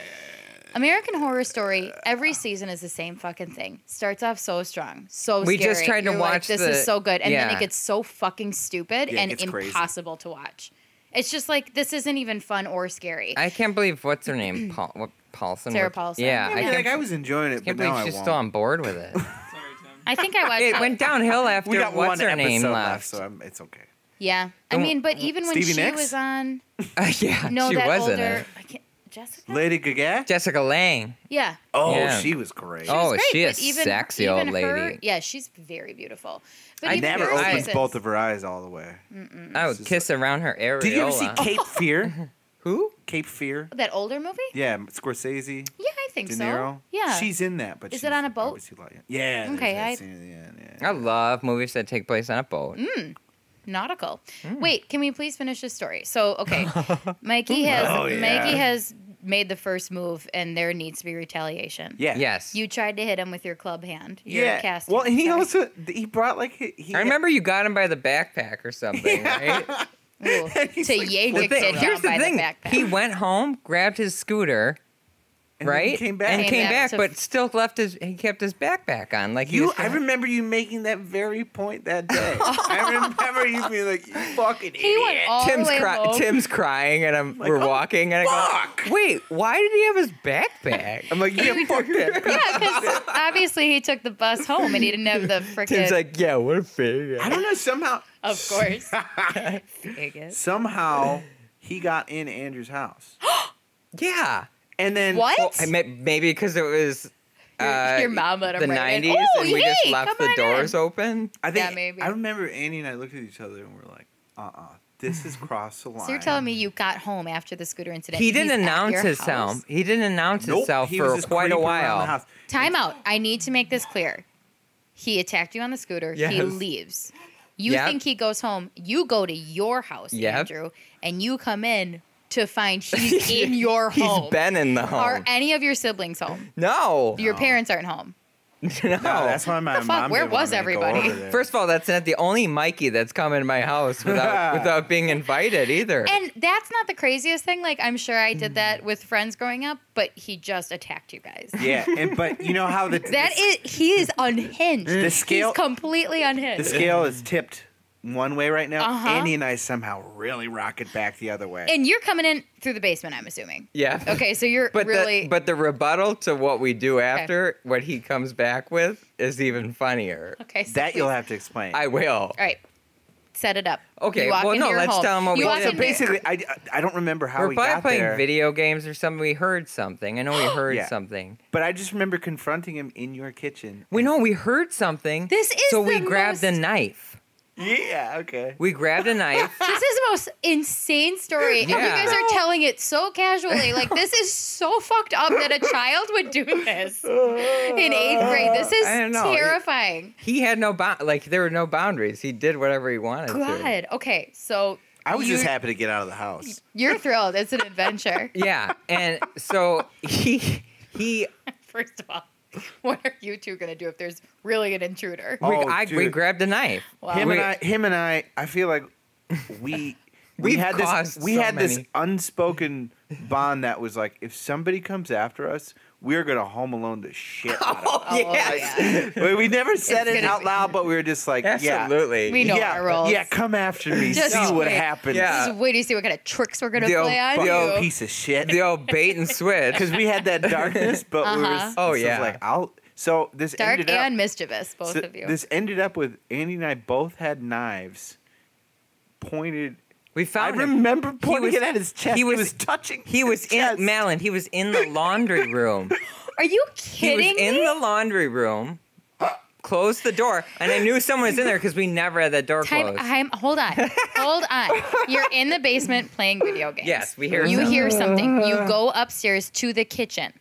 C: American Horror Story. Every season is the same fucking thing. Starts off so strong, so.
E: We just
C: scary.
E: tried to
C: You're like,
E: watch
C: this
E: the-
C: is so good, and then
E: yeah.
C: it gets so fucking stupid
D: Yeah, it
C: and
D: gets crazy.
C: impossible to watch. It's just like this isn't even fun or scary.
E: I can't believe what's her name, Paul, what, Paulson.
C: Sarah
E: What-
C: Paulson.
E: Yeah,
D: I,
E: I
D: mean,
E: can't,
D: like I was enjoying it,
E: can't
D: but now
E: believe
D: I
E: she's
D: won't.
E: still on board with it.
G: Sorry, Tim.
C: I think I watched.
E: it went downhill after
D: we got one
E: what's her
D: episode
E: name
D: left,
E: left.
D: so I'm, it's okay.
C: Yeah, I
E: Don't-
C: mean, but even when
D: Stevie
C: she
D: Nicks?
C: was on,
E: yeah,
C: no,
E: she
C: that
E: was
C: older.
E: in it.
C: I can't, Jessica.
D: Lady Gaga.
E: Jessica Lang.
C: yeah.
D: Oh,
E: Yeah.
D: she was great.
E: Oh,
C: was
E: she
C: but
E: a sexy old
C: her-
E: lady.
C: yeah, she's very beautiful. But
E: I
C: even
D: never
C: her
E: I-
D: opens
C: seasons-
D: both of her eyes all the way.
E: I would kiss around her areola.
D: Did you ever see Cape Fear?
E: Who?
D: Cape Fear.
C: that older movie.
D: Yeah, Scorsese,
C: Yeah, I think
D: De
C: so.
D: Niro.
C: Yeah,
D: she's in that, but
C: Is it
D: she's
C: on a boat?
D: obviously not yet. Yeah. there's
C: Okay,
D: that
C: I-
D: scene at the end, yeah.
E: I love movies that take place on a boat.
C: Mm. nautical.
E: Hmm.
C: Wait, can we please finish this story? So, okay, Mikey has
D: Oh, yeah.
C: Mikey has made the first move, and there needs to be retaliation.
D: Yeah.
E: Yes.
C: you tried to hit him with your club hand. Your
D: Yeah.
C: cast
D: well,
C: hand,
D: he
C: sorry.
D: also he brought like he. he-
E: I remember you got him by the backpack or something, right?
C: Ooh,
D: he's
C: to
D: like
C: yank
E: The
C: a
E: thing-
C: kid
E: here's
C: down
E: the
C: by
E: thing.
C: the backpack.
E: He went home, grabbed his scooter,
D: and then he
E: right?
D: Came back.
E: And
C: Came
E: came
C: back
E: back,
C: to-
E: but still left his he kept his backpack on. Like he
D: you,
E: was
D: I
E: kinda-
D: remember you making that very point that day. I remember you being like, "You fucking
C: He
D: idiot."
C: went all
E: Tim's
C: the way
E: cry-
C: home.
E: Tim's crying and I'm we're
D: oh,
E: walking and I go, Wait, why did he have his backpack?
D: I'm like, "Yeah, fuck that."
C: Yeah, because obviously he took the bus home and he didn't have the
E: Tim's
C: frickin'
E: like, Yeah, what a failure.
D: I don't know. Somehow,
C: Of course. Vegas.
D: somehow, he got in Andrew's house,
E: Yeah.
D: and then
C: What?
E: Well, I may- maybe because it was uh,
C: your mom let him
E: the
C: right in.
E: 90s
C: Oh,
E: and we just
C: yay, come
E: left the
C: on
E: doors
C: in.
E: open.
D: I think
C: Yeah, maybe.
D: I remember Annie and I looked at each other and we're like, "Uh, uh this is cross the line."
C: So you're telling me you got home after the scooter incident?
E: He didn't
C: He's at
E: announce
C: your
E: himself.
C: house?
E: He didn't announce
D: Nope,
E: himself
D: he was
E: for
D: just
E: quite a
D: creeping around the
E: while.
D: house.
C: Time out. I need to make this clear. He attacked you on the scooter. He
E: Yes.
C: leaves. You
E: Yep.
C: think he goes home. You go to your house,
E: Yep.
C: Andrew, and you come in to find he's in your home.
E: He's been in the
C: Are
E: home.
C: any of your siblings home?
E: no.
C: Your parents aren't home.
E: no.
D: No, that's why my
C: The fuck,
D: mom.
C: where
D: didn't want
C: was
D: me to go
C: everybody?
D: over there.
E: First of all, that's not the only Mikey that's come in my house without without being invited either.
C: And that's not the craziest thing. Like, I'm sure I did that with friends growing up, but he just attacked you guys.
D: yeah, and but you know how the
C: That is, he is unhinged.
D: The scale-
C: He's completely
D: the
C: unhinged.
D: scale is tipped one way right now.
C: Uh-huh.
D: Andy and I somehow really rock it back the other way.
C: and you're coming in through the basement, I'm assuming.
E: yeah.
C: Okay, so you're
E: But
C: really.
E: the, but the rebuttal to what we do after what he comes back with is even funnier.
C: okay, so
D: that
C: please-
D: you'll have to explain.
E: I will.
C: All right, set it up.
E: Okay,
C: You walk
E: well,
C: into
E: no,
C: your
E: let's
C: home.
E: tell 'em what
C: you
E: we
C: walk
E: did.
C: into-
D: so basically, I, I don't remember how
E: We're
D: we
E: probably
D: got
E: playing
D: there,
E: video games or something. We heard something. I know we heard
D: Yeah.
E: something.
D: but I just remember confronting him in your kitchen.
E: We know we heard something.
C: This is
E: so we
C: the
E: grabbed a
C: most-
E: knife.
D: Yeah. Okay.
E: We grabbed a knife.
C: This is the most insane story, and
E: Yeah.
C: you guys are telling it so casually. Like this is so fucked up that a child would do this in eighth grade. This is
E: I don't know.
C: terrifying.
E: he had no bo- like there were no boundaries. He did whatever he wanted to.
C: God. Okay, so
D: I was just
C: you-
D: happy to get out of the house.
C: You're thrilled. It's an adventure.
E: Yeah, and so he he
C: First of all, what are you two gonna do if there's really an intruder?
E: we,
D: Oh,
E: I, we
D: dude.
E: grabbed a knife.
C: Wow.
D: Him
E: we,
D: and I, him and I, I feel like we we
E: We've
D: had this
E: caused
D: we
E: so
D: had this
E: many.
D: unspoken bond that was like if somebody comes after us, we're gonna home alone the shit out of them.
C: Oh, yeah.
D: We- we never said
C: It's
D: it
C: gonna
D: out
C: be-
D: loud, but we were just like, yeah,
E: Absolutely.
C: We know
D: yeah,
C: our roles.
D: yeah, come after me,
C: Just
D: see what
C: wait.
D: happens.
E: Yeah.
C: Just wait to see what kind of tricks we're gonna
E: The old
C: play on
E: fucking
C: you.
D: Fucking piece of shit.
E: the old bait and switch.
D: Because we had that darkness, but we were.
C: Uh-huh.
E: Oh,
D: this was
E: yeah.
D: like I'll. So this
C: Dark
D: ended up.
C: and mischievous, both
D: So
C: of you.
D: This ended up with Andy and I both had knives pointed
E: We
D: I
E: found him.
D: remember
E: He
D: pointing
E: was-
D: it at his chest.
E: he
D: He was,
E: was-
D: touching.
E: He was
D: his chest.
E: in Malin. He was in the laundry room.
C: Are you
E: he was
C: kidding
E: in
C: me?
E: the laundry room. Closed the door, and I knew someone was in there because we never had that door
C: Time,
E: closed.
C: I'm, hold on, hold on. You're in the basement playing video games.
E: Yes, we hear
C: You
E: sound.
C: hear something. You go upstairs to the kitchen.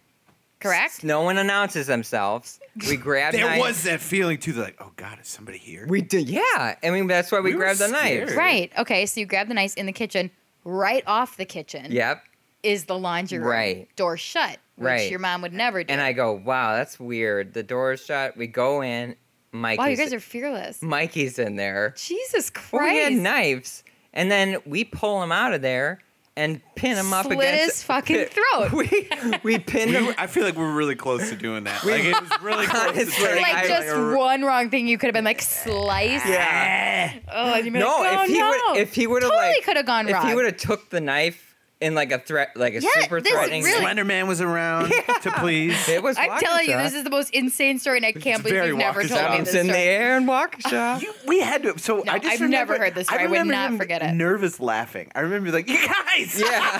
C: Correct.
E: No one announces themselves. We grabbed.
D: There
E: knives.
D: was that feeling too. Like, oh god, is somebody here?
E: We did. Yeah, I mean that's why we,
D: We were
E: grabbed the knife.
D: scared.
C: Right. Okay. So you grab the knife in the kitchen. Right off the kitchen
E: Yep.
C: is the laundry room.
E: Right.
C: Door shut, which
E: Right.
C: your mom would never do.
E: And I go, wow, that's weird. The door's shut. We go in. Mikey's,
C: wow, you guys are fearless.
E: Mikey's in there.
C: Jesus
E: Well, Mm. We had
C: Christ.
E: knives, and then we pull him out of there and pin him up
C: Slit
E: against
C: his fucking throat.
E: We we pinned
D: We
E: him.
D: were- I feel like we were really close to doing that. Like it was really close.
E: Honestly,
D: to turning
C: like
E: I-
C: just one wrong thing, you could have been like sliced.
D: eh,
E: Yeah.
C: Oh, and you'd be
E: No,
C: like, oh,
E: if he
C: no.
E: would, if he would have
C: totally
E: like,
C: could have gone
E: if
C: wrong.
E: he would have took the knife in like a threat, like a
C: Yeah,
E: super
C: this
E: threatening.
C: really-
D: Slender Man was around to please.
E: It was.
C: I'm telling you,
E: Waukesha.
C: this is the most insane story, and I can't
D: It's
C: believe
D: very
C: you've never
D: Waukesha.
C: told me
E: It's
C: this
E: in the
C: story.
E: air in Waukesha.
D: You- we had to. So
C: No,
D: I just
C: I've never
D: remember-
C: heard this story. I would
D: remember
C: not
D: him
C: forget it.
D: Nervous laughing. I remember like, you guys.
C: Oh
E: Yeah.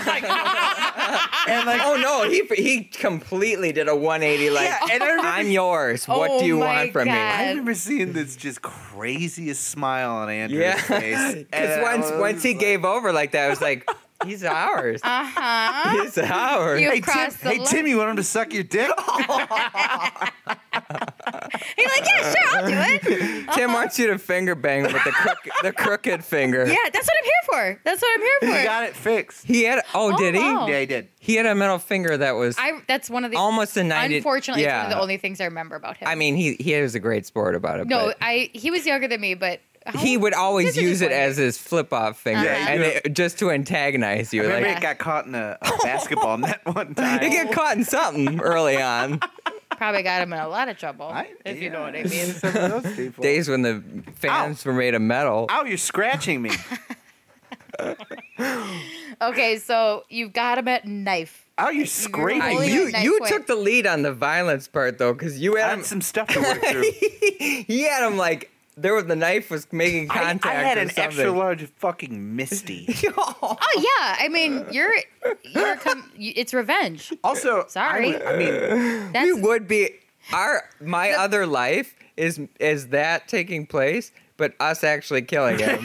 D: And like,
E: oh no, he he completely did a 180. Like
D: Yeah, and I remember-
E: I'm yours. What
C: Oh
E: do you
C: my
E: want from
C: God.
E: me?
D: I remember seeing this just craziest smile on Andrew's
E: Yeah,
D: face.
E: because once once he gave over like that, I was like, he's ours.
C: Uh huh.
E: He's ours.
C: You-
D: Hey, Tim,
C: across the
D: hey
C: line.
D: Tim, you want him to suck your dick?
C: He's like, yeah, sure, I'll do it.
E: Tim wants you to finger bang with the crook, the crooked finger.
C: Yeah, that's what I'm here for. That's what I'm here for.
D: he got it fixed.
E: He had. Oh,
C: Oh,
E: did he?
C: wow.
D: Yeah, he did.
E: He had a middle finger that was
C: I that's one of the
E: almost a 90.
C: unfortunately
E: yeah.
C: it's one of the only things I remember about him.
E: I mean, he he was a great sport about it.
C: no,
E: but
C: I he was younger than me, but how-
E: he would always
C: This is Uh-huh.
E: use it
C: disappointing.
E: as his flip off finger,
C: Yeah,
E: and it, just to antagonize you.
D: I
E: Like
D: remember it got caught in a, a basketball net one time.
E: you get caught in something early on.
C: probably got him in a lot of trouble.
D: I-
C: if you know what I
D: yeah.
C: mean.
D: Some of those people.
E: Days when the fans were made of metal.
D: Ow, you're scratching me.
C: Okay, so you've got him at knife.
D: Ow, you're
E: I-
D: scraping
C: Only
E: you
C: on knife
E: you
C: point.
E: took the lead on the violence part though, because you
D: I
E: had him.
D: had some stuff to work through.
E: he had him like there was the knife was making
D: I,
E: contact
D: I had
E: or
D: an
E: something.
D: extra large fucking Misty.
C: Oh yeah, I mean you're you're com- you, it's revenge.
D: Also,
C: Sorry.
D: I, would- I mean,
C: That's
E: we would be our my other life is is that taking place, but us actually killing him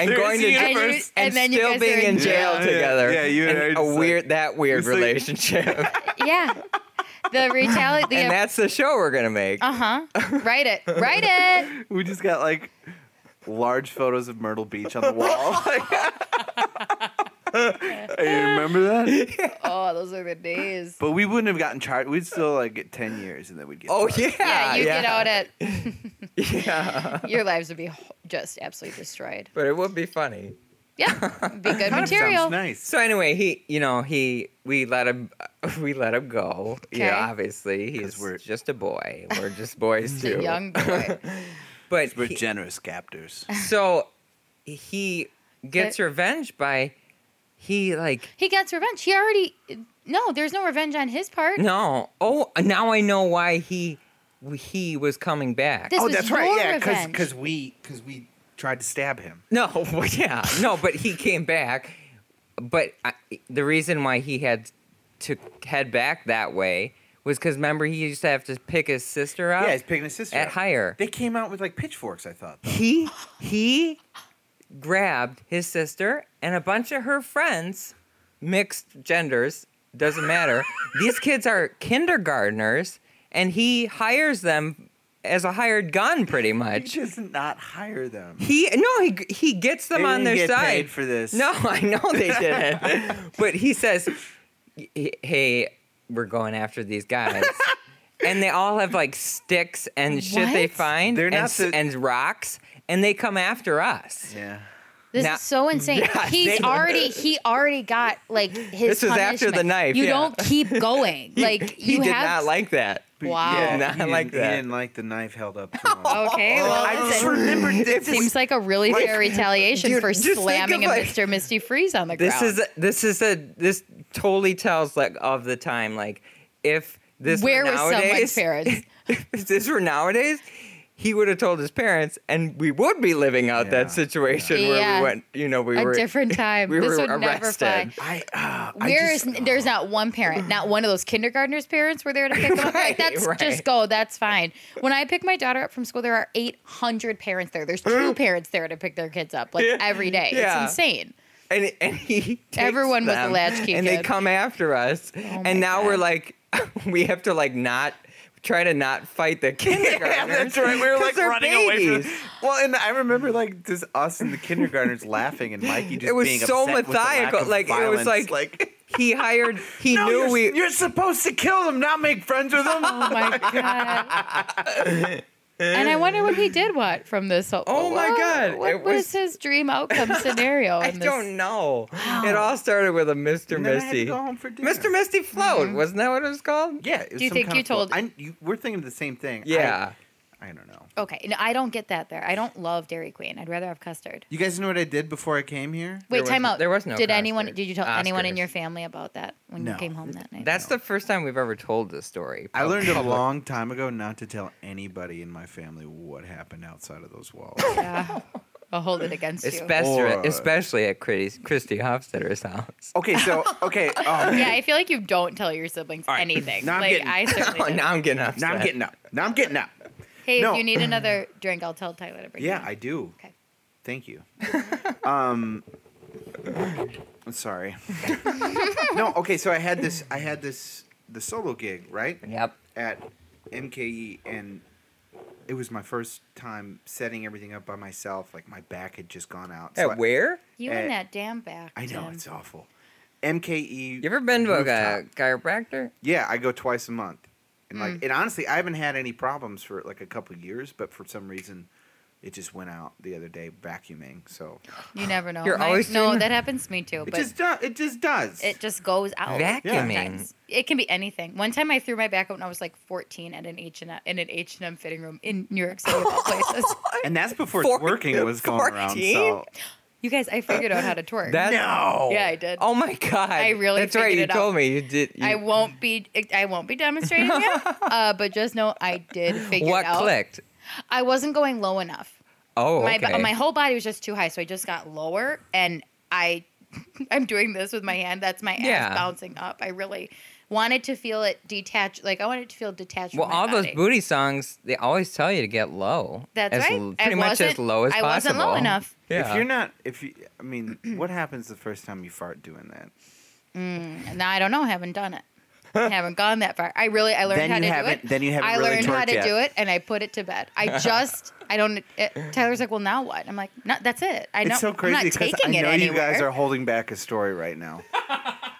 E: and
D: There's
E: going
D: the
E: to jail
C: and, you-
D: universe.
E: and,
C: and then you
E: still
C: guys are
E: being in
C: in
E: jail
D: Yeah, yeah,
E: together.
D: yeah, you and I
E: and
D: just
E: a
D: like-
E: weird that weird
D: it's like-
E: relationship,
C: Yeah. The retaliate the
E: and that's the show we're gonna make.
C: uh huh. Write it. Write it.
D: we just got like large photos of Myrtle Beach on the wall. hey, you remember that?
C: Oh, those are the days.
D: But we wouldn't have gotten charged. We'd still like get ten years, and then we'd get.
E: oh
D: charged.
C: Yeah,
E: yeah,
C: you
E: yeah.
C: get out at
E: Yeah,
C: your lives would be h- just absolutely destroyed.
E: but it would be funny.
C: Yeah, be good
D: Kind of
C: material.
D: Sounds nice.
E: So anyway, he, you know, he, we let him, we let him go.
C: Okay.
E: Yeah, obviously, he's
D: 'Cause we're-
E: just a boy. We're just boys
C: He's a
E: too.
C: young boy.
E: but
D: We're
E: he-
D: generous captors.
E: so he gets
C: But-
E: revenge by he like
C: He gets revenge. He already no. There's no revenge on his part.
E: no oh now I know why he he was coming back.
C: This-
D: oh,
C: was
D: that's right.
C: your
D: Yeah, because
C: revenge.
D: because we because we tried to stab him.
E: no, well, yeah, no, but he came back. But I, the reason why he had to head back that way was because remember he used to have to pick his sister up.
D: Yeah, he's picking his sister
E: at
D: up.
E: higher.
D: They came out with like pitchforks. I thought. though.
E: he he grabbed his sister and a bunch of her friends mixed genders doesn't matter these kids are kindergartners and he hires them as a hired gun pretty
D: He
E: much
D: does not hire them.
E: he no he he gets them
D: They
E: on
D: didn't
E: their
D: get
E: side
D: paid for this.
E: no i know they didn't but he says hey we're going after these guys and they all have like sticks and shit they
C: What?
E: find
D: They're
E: and,
D: not
E: s-
D: the-
E: and rocks and they come after us
D: Yeah.
C: This
E: Now-
C: is so insane.
E: Yeah,
C: He's
E: they-
C: already he already got like his.
E: This was after the
C: punishment.
E: knife,
C: You
E: yeah.
C: don't keep going. like
E: he
C: you
E: did
C: have.
E: not like that.
C: Wow. Oh,
D: Yeah,
E: Not
D: he didn't-
E: like that.
D: He didn't like the knife held up to him.
C: okay. Well,
D: I just
C: it
D: remembered this.
C: seems like a really fair retaliation
E: Dude,
C: for
E: just think
C: slamming a
E: of, like-
C: Mr. Misty Freeze on the
E: This
C: ground.
E: is a, this is a this totally tells like of the time. Like if this
C: Where
E: were
C: was someone's
E: nowadays,
C: parents?
E: if this were nowadays, he would have told his parents, and we would be living out
D: Yeah.
E: that situation where
C: Yeah.
E: we went. You know, we
C: a
E: were
C: different time.
E: we
C: this
E: were
C: would never fly.
E: arrested.
D: I, uh, I
C: Where is
D: just-
C: there's not one parent, not one of those kindergartners' parents were there to pick them up. Like,
E: Right,
C: that's
E: right.
C: just go. That's fine. When I pick my daughter up from school, there are 800 parents there. There's two parents there to pick their kids up like
E: Yeah.
C: every day.
E: Yeah.
C: It's insane.
E: and and he takes
C: Everyone was a
E: them,
C: latchkey
E: and they
C: kid.
E: come after us,
D: Oh
C: my
E: and now we're like, we have to like not try to not fight the kindergartners.
D: Yeah, that's right. We were
E: 'cause
D: like
E: they're
D: running away from.
E: babies.
D: Well, and I remember like just us and the kindergartners laughing, and Mikey just
E: It was
D: being
E: so
D: upset with the lack
E: maniacal,
D: of
E: like, it was
D: violence.
E: like- He hired. He
D: no,
E: knew
D: you're,
E: we.
D: you're supposed to kill them, not make friends with them.
C: Oh my god. and I wonder what he did want from this. Whole,
E: Oh my
C: What-
E: God,
C: What
E: it
C: was,
E: was-
C: his dream outcome scenario?
E: I
C: in this?
E: don't know. It all started with a Mr.
D: And then I had to
E: Misty.
D: go home for dinner.
E: Mr. Misty float,
C: Uh-huh.
E: wasn't that what it was called?
D: Yeah. it was
C: Do you
D: some
C: think
D: kind
C: you
D: of float.
C: told-
D: I, you, we're thinking of the same thing. I-
E: Yeah.
D: I, don't know.
C: Okay, no, I don't get that there. I don't love Dairy Queen. I'd rather have custard.
D: You guys know what I did before I came here?
C: Wait,
E: was-
C: time out.
E: there was no
C: Did anyone?
E: custard.
C: Did you tell anyone in
E: Oscars.
C: your family about that when
D: No.
C: you came home that night?
E: That's the first time we've ever told this story.
D: I learned a
E: Public.
D: long time ago not to tell anybody in my family what happened outside of those walls.
C: Yeah. I'll hold it against you.
E: especially
D: Or-
E: especially at Christy, Christy Hofstetter's house.
D: okay, so okay, oh,
C: Yeah, I feel like you don't tell your siblings anything.
D: Now I'm
C: like
D: getting-
C: I certainly.
E: Oh,
C: don't.
E: now I'm getting upset.
D: now I'm getting up. Now I'm getting up.
C: Hey,
D: No.
C: if you need another drink, I'll tell Tyler to bring.
D: Yeah,
C: one.
D: I do.
C: Okay.
D: Thank you. um, sorry. no, okay. So I had this. I had this the solo gig right
E: Yep.
D: at MKE, and it was my first time setting everything up by myself. Like my back had just gone out. so I-
E: At where?
C: You
D: Eh,
C: and that damn back.
D: I know
C: Tim.
D: it's awful. MKE.
E: You ever been to a chi-
D: rooftop.
E: chiropractor?
D: Yeah, I go twice a month. And like and honestly, I haven't had any problems for like a couple years, but for some reason it just went out the other day vacuuming. So
C: You never know.
E: You're
C: My-
E: always
C: no,
E: doing-
C: that happens to me too.
D: it
C: But
D: just does it just does.
C: it just goes out.
E: Vacuuming.
C: sometimes. It can be anything. One time I threw my back out when I was like 14 at an H and in an H and M fitting room in New York City of all places.
D: and that's before
E: Four-
D: twerking was going around. So
E: 14?
C: You guys, I figured out how to twerk.
E: That
D: no.
C: yeah, I did.
E: Oh my god.
C: I really
E: That's right.
C: figured
E: You
C: it
E: told
C: out.
E: me you did. You,
C: I won't be I won't be demonstrating it. Uh, but just know I did figure
E: what
C: it out.
E: clicked?
C: I wasn't going low enough.
E: Oh,
C: My
E: okay.
C: ba- my whole body was just too high, so I just got lower and I I'm doing this with my hand. That's my ass
E: Yeah.
C: bouncing up. I really wanted to feel it detached. Like I wanted to feel detached.
E: well,
C: from my
E: all those
C: body.
E: booty songs, they always tell you to get low.
C: That's
E: as
C: right.
E: l-
C: I
E: Pretty much as
C: wasn't-
E: low as
C: I
E: possible.
C: wasn't low enough.
E: Yeah.
D: If you're not if you I mean, what happens the first time you fart doing that?
C: Now I don't know. Haven't done it. haven't gone that far. I really I learned
D: Then
C: how
D: you
C: to do
D: haven't-
C: it.
D: then you haven't
C: I
D: really
C: learned how
D: twerked
C: to
D: yet.
C: do it, and I put it to bed. I just I don't. It, Tyler's like, well, now what? I'm like, no, that's it. I know.
D: It's so
C: I'm
D: crazy
C: not
D: because
C: taking
D: I
C: it
D: know you
C: anywhere.
D: guys are holding back a story right now.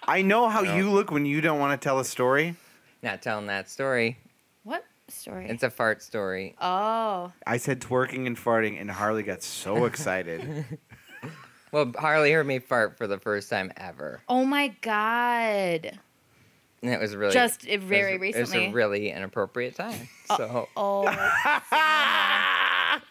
D: I know how you look when you don't want to tell a story.
E: not telling that story.
C: what story?
E: It's a fart story.
C: oh,
D: I said twerking and farting, and Harley got so excited.
E: Well, Harley heard me fart for the first time ever.
C: oh my god.
E: And it was really
C: Just uh,
E: it was-
C: very
E: It was
C: recently.
E: a really inappropriate time. So
C: Oh.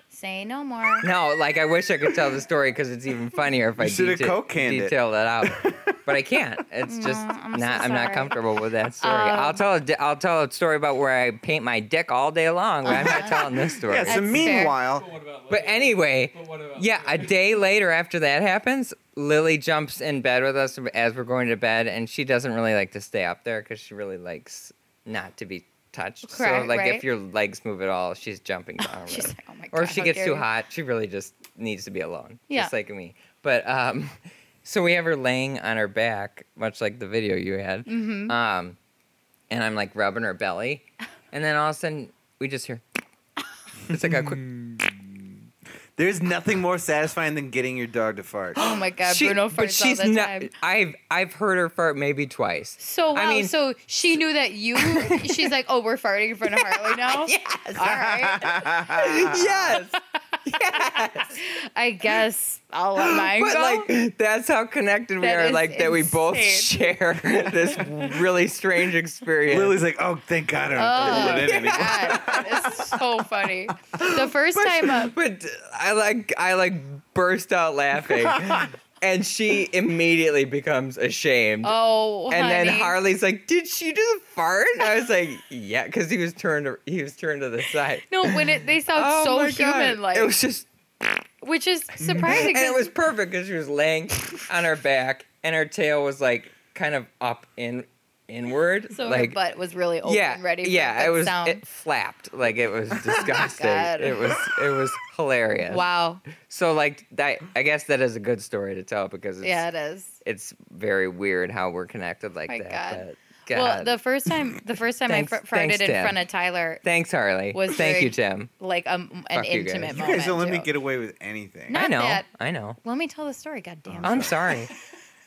C: say no more.
E: no, like I wish I could tell the story because it's even funnier if I
D: shoulda
E: deta-
D: coke canned it.
E: detail that out. But I can't. It's just
C: I'm so
E: not. I'm not
C: sorry.
E: comfortable with that story.
C: Um,
E: I'll tell. A di- I'll tell a story about where I paint my dick all day long. But I'm not telling this story.
D: yeah, so
C: That's fair.
D: meanwhile,
G: But what about
E: But
G: Lily?
E: anyway,
G: But what about
E: yeah, a
G: Lily?
E: day later after that happens, Lily jumps in bed with us as we're going to bed, and she doesn't really like to stay up there because she really likes not to be touched. so,
C: Correct,
E: like,
C: right.
E: if your legs move at all, she's jumping down. or
C: She's
E: whatever.
C: like, oh my god.
E: or if she
C: how
E: gets
C: dare
E: too
C: you.
E: hot, she really just needs to be alone,
C: Yeah.
E: just like me. But um, so we have her laying on her back, much like the video you had.
C: Mm-hmm.
E: Um, and I'm like rubbing her belly, and then all of a sudden we just hear. It's like a quick.
D: there's nothing more satisfying than getting your dog to fart.
C: Oh my god,
E: She-
C: Bruno farts all the time.
E: I've I've heard her fart maybe twice.
C: So wow,
E: I mean-
C: so she knew that you. She's like, oh, we're farting in front of Harley now. yes. All right.
E: yes,
C: I guess I'll let mine
E: but
C: go.
E: like that's how connected we
C: That
E: are.
C: is
E: Like that we both
C: insane.
E: share this really strange experience.
D: Lily's like, oh, thank God I don't have to
C: oh,
D: live in anymore.
C: God, it's so funny. The first time uh, up,
E: but I like I like burst out laughing and she immediately becomes ashamed.
C: Oh,
E: and then
C: honey.
E: Harley's like, "Did she just fart?" And I was like, "Yeah," because he was turned to, he was turned to the side.
C: No, when it they sound
E: oh
C: so
E: my God.
C: human like,
E: it was just,
C: which is surprising.
E: and it
C: 'cause-
E: was perfect because she was laying on her back and her tail was like kind of up in inward,
C: so
E: like
C: her butt was really open,
E: yeah,
C: ready. For
E: yeah.
C: that
E: it was
C: sound. Oh
E: it flapped like it was disgusting.
C: God.
E: it was it was hilarious.
C: wow.
E: So like that, I guess that is a good story to tell because it's,
C: Yeah, it is.
E: it's very weird how we're connected like
C: My
E: that.
C: God.
E: but
C: Well,
E: God.
C: the first time, the first time I
E: Thanks-
C: fr- farted
E: thanks,
C: in
E: Tim.
C: front of Tyler,
E: Thanks, Harley.
C: was
E: Thank
C: very-
E: you, Tim.
C: like um, an
E: Fuck you guys.
C: intimate
E: You
F: You
C: moment.
F: guys don't let me
C: too.
F: get away with anything.
C: Not
E: I know.
C: that-
E: I know.
C: Let me tell the story. God damn.
E: I'm sorry.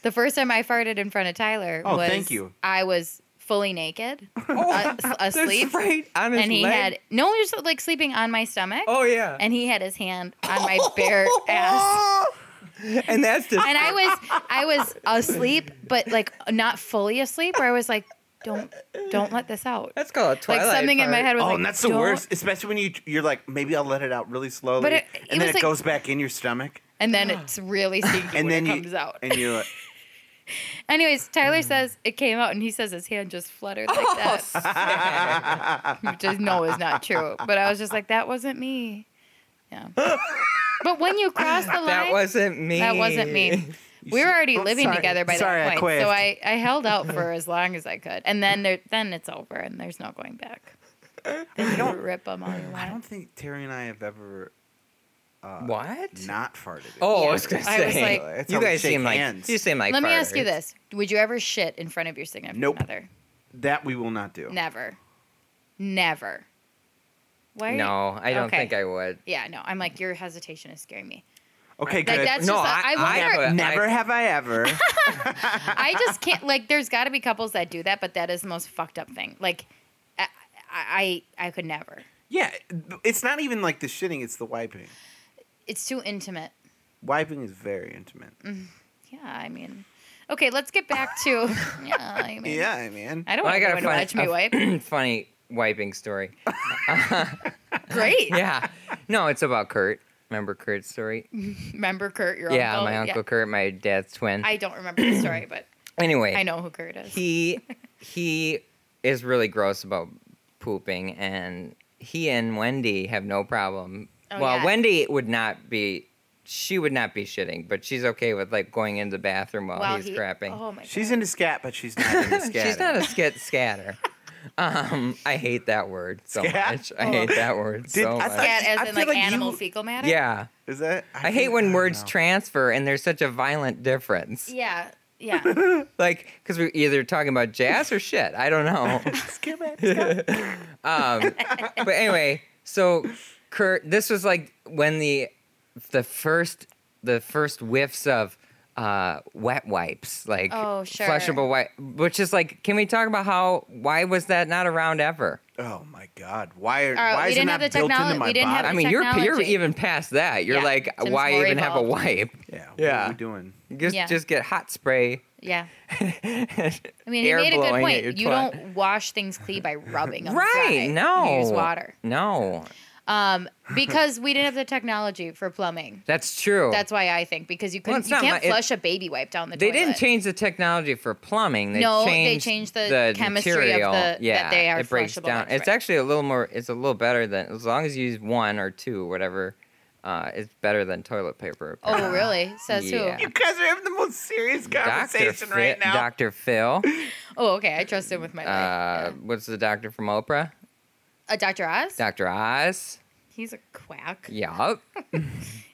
C: The first time I farted in front of Tyler
F: Oh,
C: was
F: thank you.
C: I was fully naked,
E: Oh,
C: a-
E: That's
C: asleep,
E: right on his
C: and he
E: leg.
C: had no, he was like sleeping on my stomach,
E: Oh yeah.
C: and he had his hand on my bare ass.
E: And that's just.
C: And I was I was asleep, but like not fully asleep, where I was like, don't don't let this out.
E: that's called a
C: Like
E: twilight.
C: something in my
E: fart.
C: head was
F: Oh,
C: like,
F: and that's the
C: "Don't-"
F: worst, especially when you you're like, maybe I'll let it out really slowly,
C: But it- it
F: and then
C: was
F: it
C: like-
F: goes back in your stomach,
C: And then it's really stinky
F: and
C: when
F: then
C: it
F: you
C: comes out.
F: and Mm. you're like,
C: Anyways, Tyler says it came out, and he says his hand just fluttered like that. which I know is not true. But I was just like, that wasn't me. Yeah. But when you cross the line,
E: That wasn't me.
C: that wasn't me. We were already living
F: sorry-
C: together by
F: sorry, I
C: that
F: quaffed.
C: point, so I, I held out for as long as I could, and then there then it's over, and there's no going back. Then you rip them all you
F: I don't
C: want.
F: think Terry and I have ever uh,
E: What?
F: not farted. it.
E: Oh,
C: Yeah.
E: I was gonna
C: I was
E: say.
C: like-
F: That's
E: you
F: how we
E: guys
F: shake
E: seem like
F: hands.
E: you seem like.
C: Let me ask you
E: farters.
C: this: Would you ever shit in front of your significant
F: Nope.
C: other?
F: that we will not do.
C: Never, never. Why? are you-
E: No, I don't
C: Okay.
E: think I would.
C: Yeah, no. I'm like your hesitation is scaring me.
F: Okay,
C: Like
F: good.
C: that's
E: No,
C: just I,
E: I- I
C: wonder.
E: have a-
F: Never
E: I-
F: have I ever.
C: I just can't. Like, there's got to be couples that do that, but that is the most fucked up thing. Like, I, I, I could never.
F: yeah, it's not even like the shitting; it's the wiping.
C: It's too intimate.
F: Wiping is very intimate.
C: Mm-hmm. Yeah, I mean, okay, let's get back to. Yeah, I mean,
F: Yeah, man.
C: I don't
E: Well, I
C: want anyone
E: got a
C: to
E: funny,
C: watch me
E: a
C: wipe.
E: funny wiping story.
C: Great.
E: Yeah. No, it's about Kurt. Remember Kurt's story?
C: Remember Kurt, your
E: yeah,
C: uncle?
E: my uncle Kurt, my dad's twin.
C: I don't remember the story, but
E: anyway,
C: I know who Kurt is.
E: he he is really gross about pooping, and he and Wendy have no problem.
C: Oh,
E: well,
C: yeah.
E: Wendy would not be. She would not be shitting, but she's okay with like going in the bathroom while,
C: While
E: he's
C: he-
E: crapping.
C: Oh my god.
F: She's into scat, but she's not into scat.
E: She's not a skit scatter. Um, I hate that word so
F: Scat? oh.
E: much. I hate that word
F: I
E: so much.
F: thought-
C: Scat as
F: I
C: in
F: feel
C: like,
F: like
C: animal
F: you-
C: fecal matter.
E: yeah,
F: Is that?
E: I hate
F: think- I
E: when
F: don't
E: words
F: know.
E: transfer and there's such a violent difference.
C: Yeah. Yeah.
E: Like, because we're either talking about jazz or shit. I don't know.
F: Scat, scat.
E: Um, but anyway, so Kurt, this was like when the the first the first whiffs of uh, wet wipes, like
C: Oh, sure.
E: flushable wipe, which is like, can we talk about how why was that not around ever?
F: Oh my God!
E: Uh,
F: Why? Are,
C: right,
F: why
C: we
F: is
C: didn't
F: it
C: have
F: not
C: the
F: built
C: technolo-
F: into my
C: we didn't have
F: body?
E: I
C: the
E: mean, you're you're
C: technology.
E: even past that. You're
C: Yeah,
E: like,
C: Tim's
E: why
C: more
E: even have a
C: evolved.
E: wipe?
F: yeah. What
E: Yeah.
F: are we doing?
E: Just
C: Yeah.
E: just get hot spray.
C: Yeah. I mean, he
E: Air
C: made a good
E: blowing at your
C: point. You
E: twat.
C: don't wash things clean by rubbing them.
E: Right?
C: dry.
E: No.
C: You use water.
E: No,
C: Um, because we didn't have the technology for plumbing.
E: that's true.
C: That's why I think because you couldn't,
E: Well, it's
C: you
E: not
C: can't
E: my- it-
C: flush a baby wipe down the
E: They
C: toilet.
E: didn't change the technology for plumbing. They
C: No, they
E: changed
C: changed the chemistry of
E: material.
C: the- that
E: yeah,
C: they are
E: it breaks
C: flushable
E: down. It's
C: extra.
E: actually a little more. It's a little better than as long as you use one or two, whatever. Uh, it's better than toilet paper.
C: Oh,
E: apparently.
C: really? Says
E: Yeah.
C: who?
F: You guys are having the most serious
E: Dr.
F: conversation
E: Phil,
F: right now.
E: Dr. Phil.
C: Oh, okay. I trust him with my
E: Uh,
C: life. yeah.
E: What's the doctor from Oprah?
C: Uh, Dr. Oz?
E: Dr. Oz.
C: He's a quack.
E: Yup.
C: All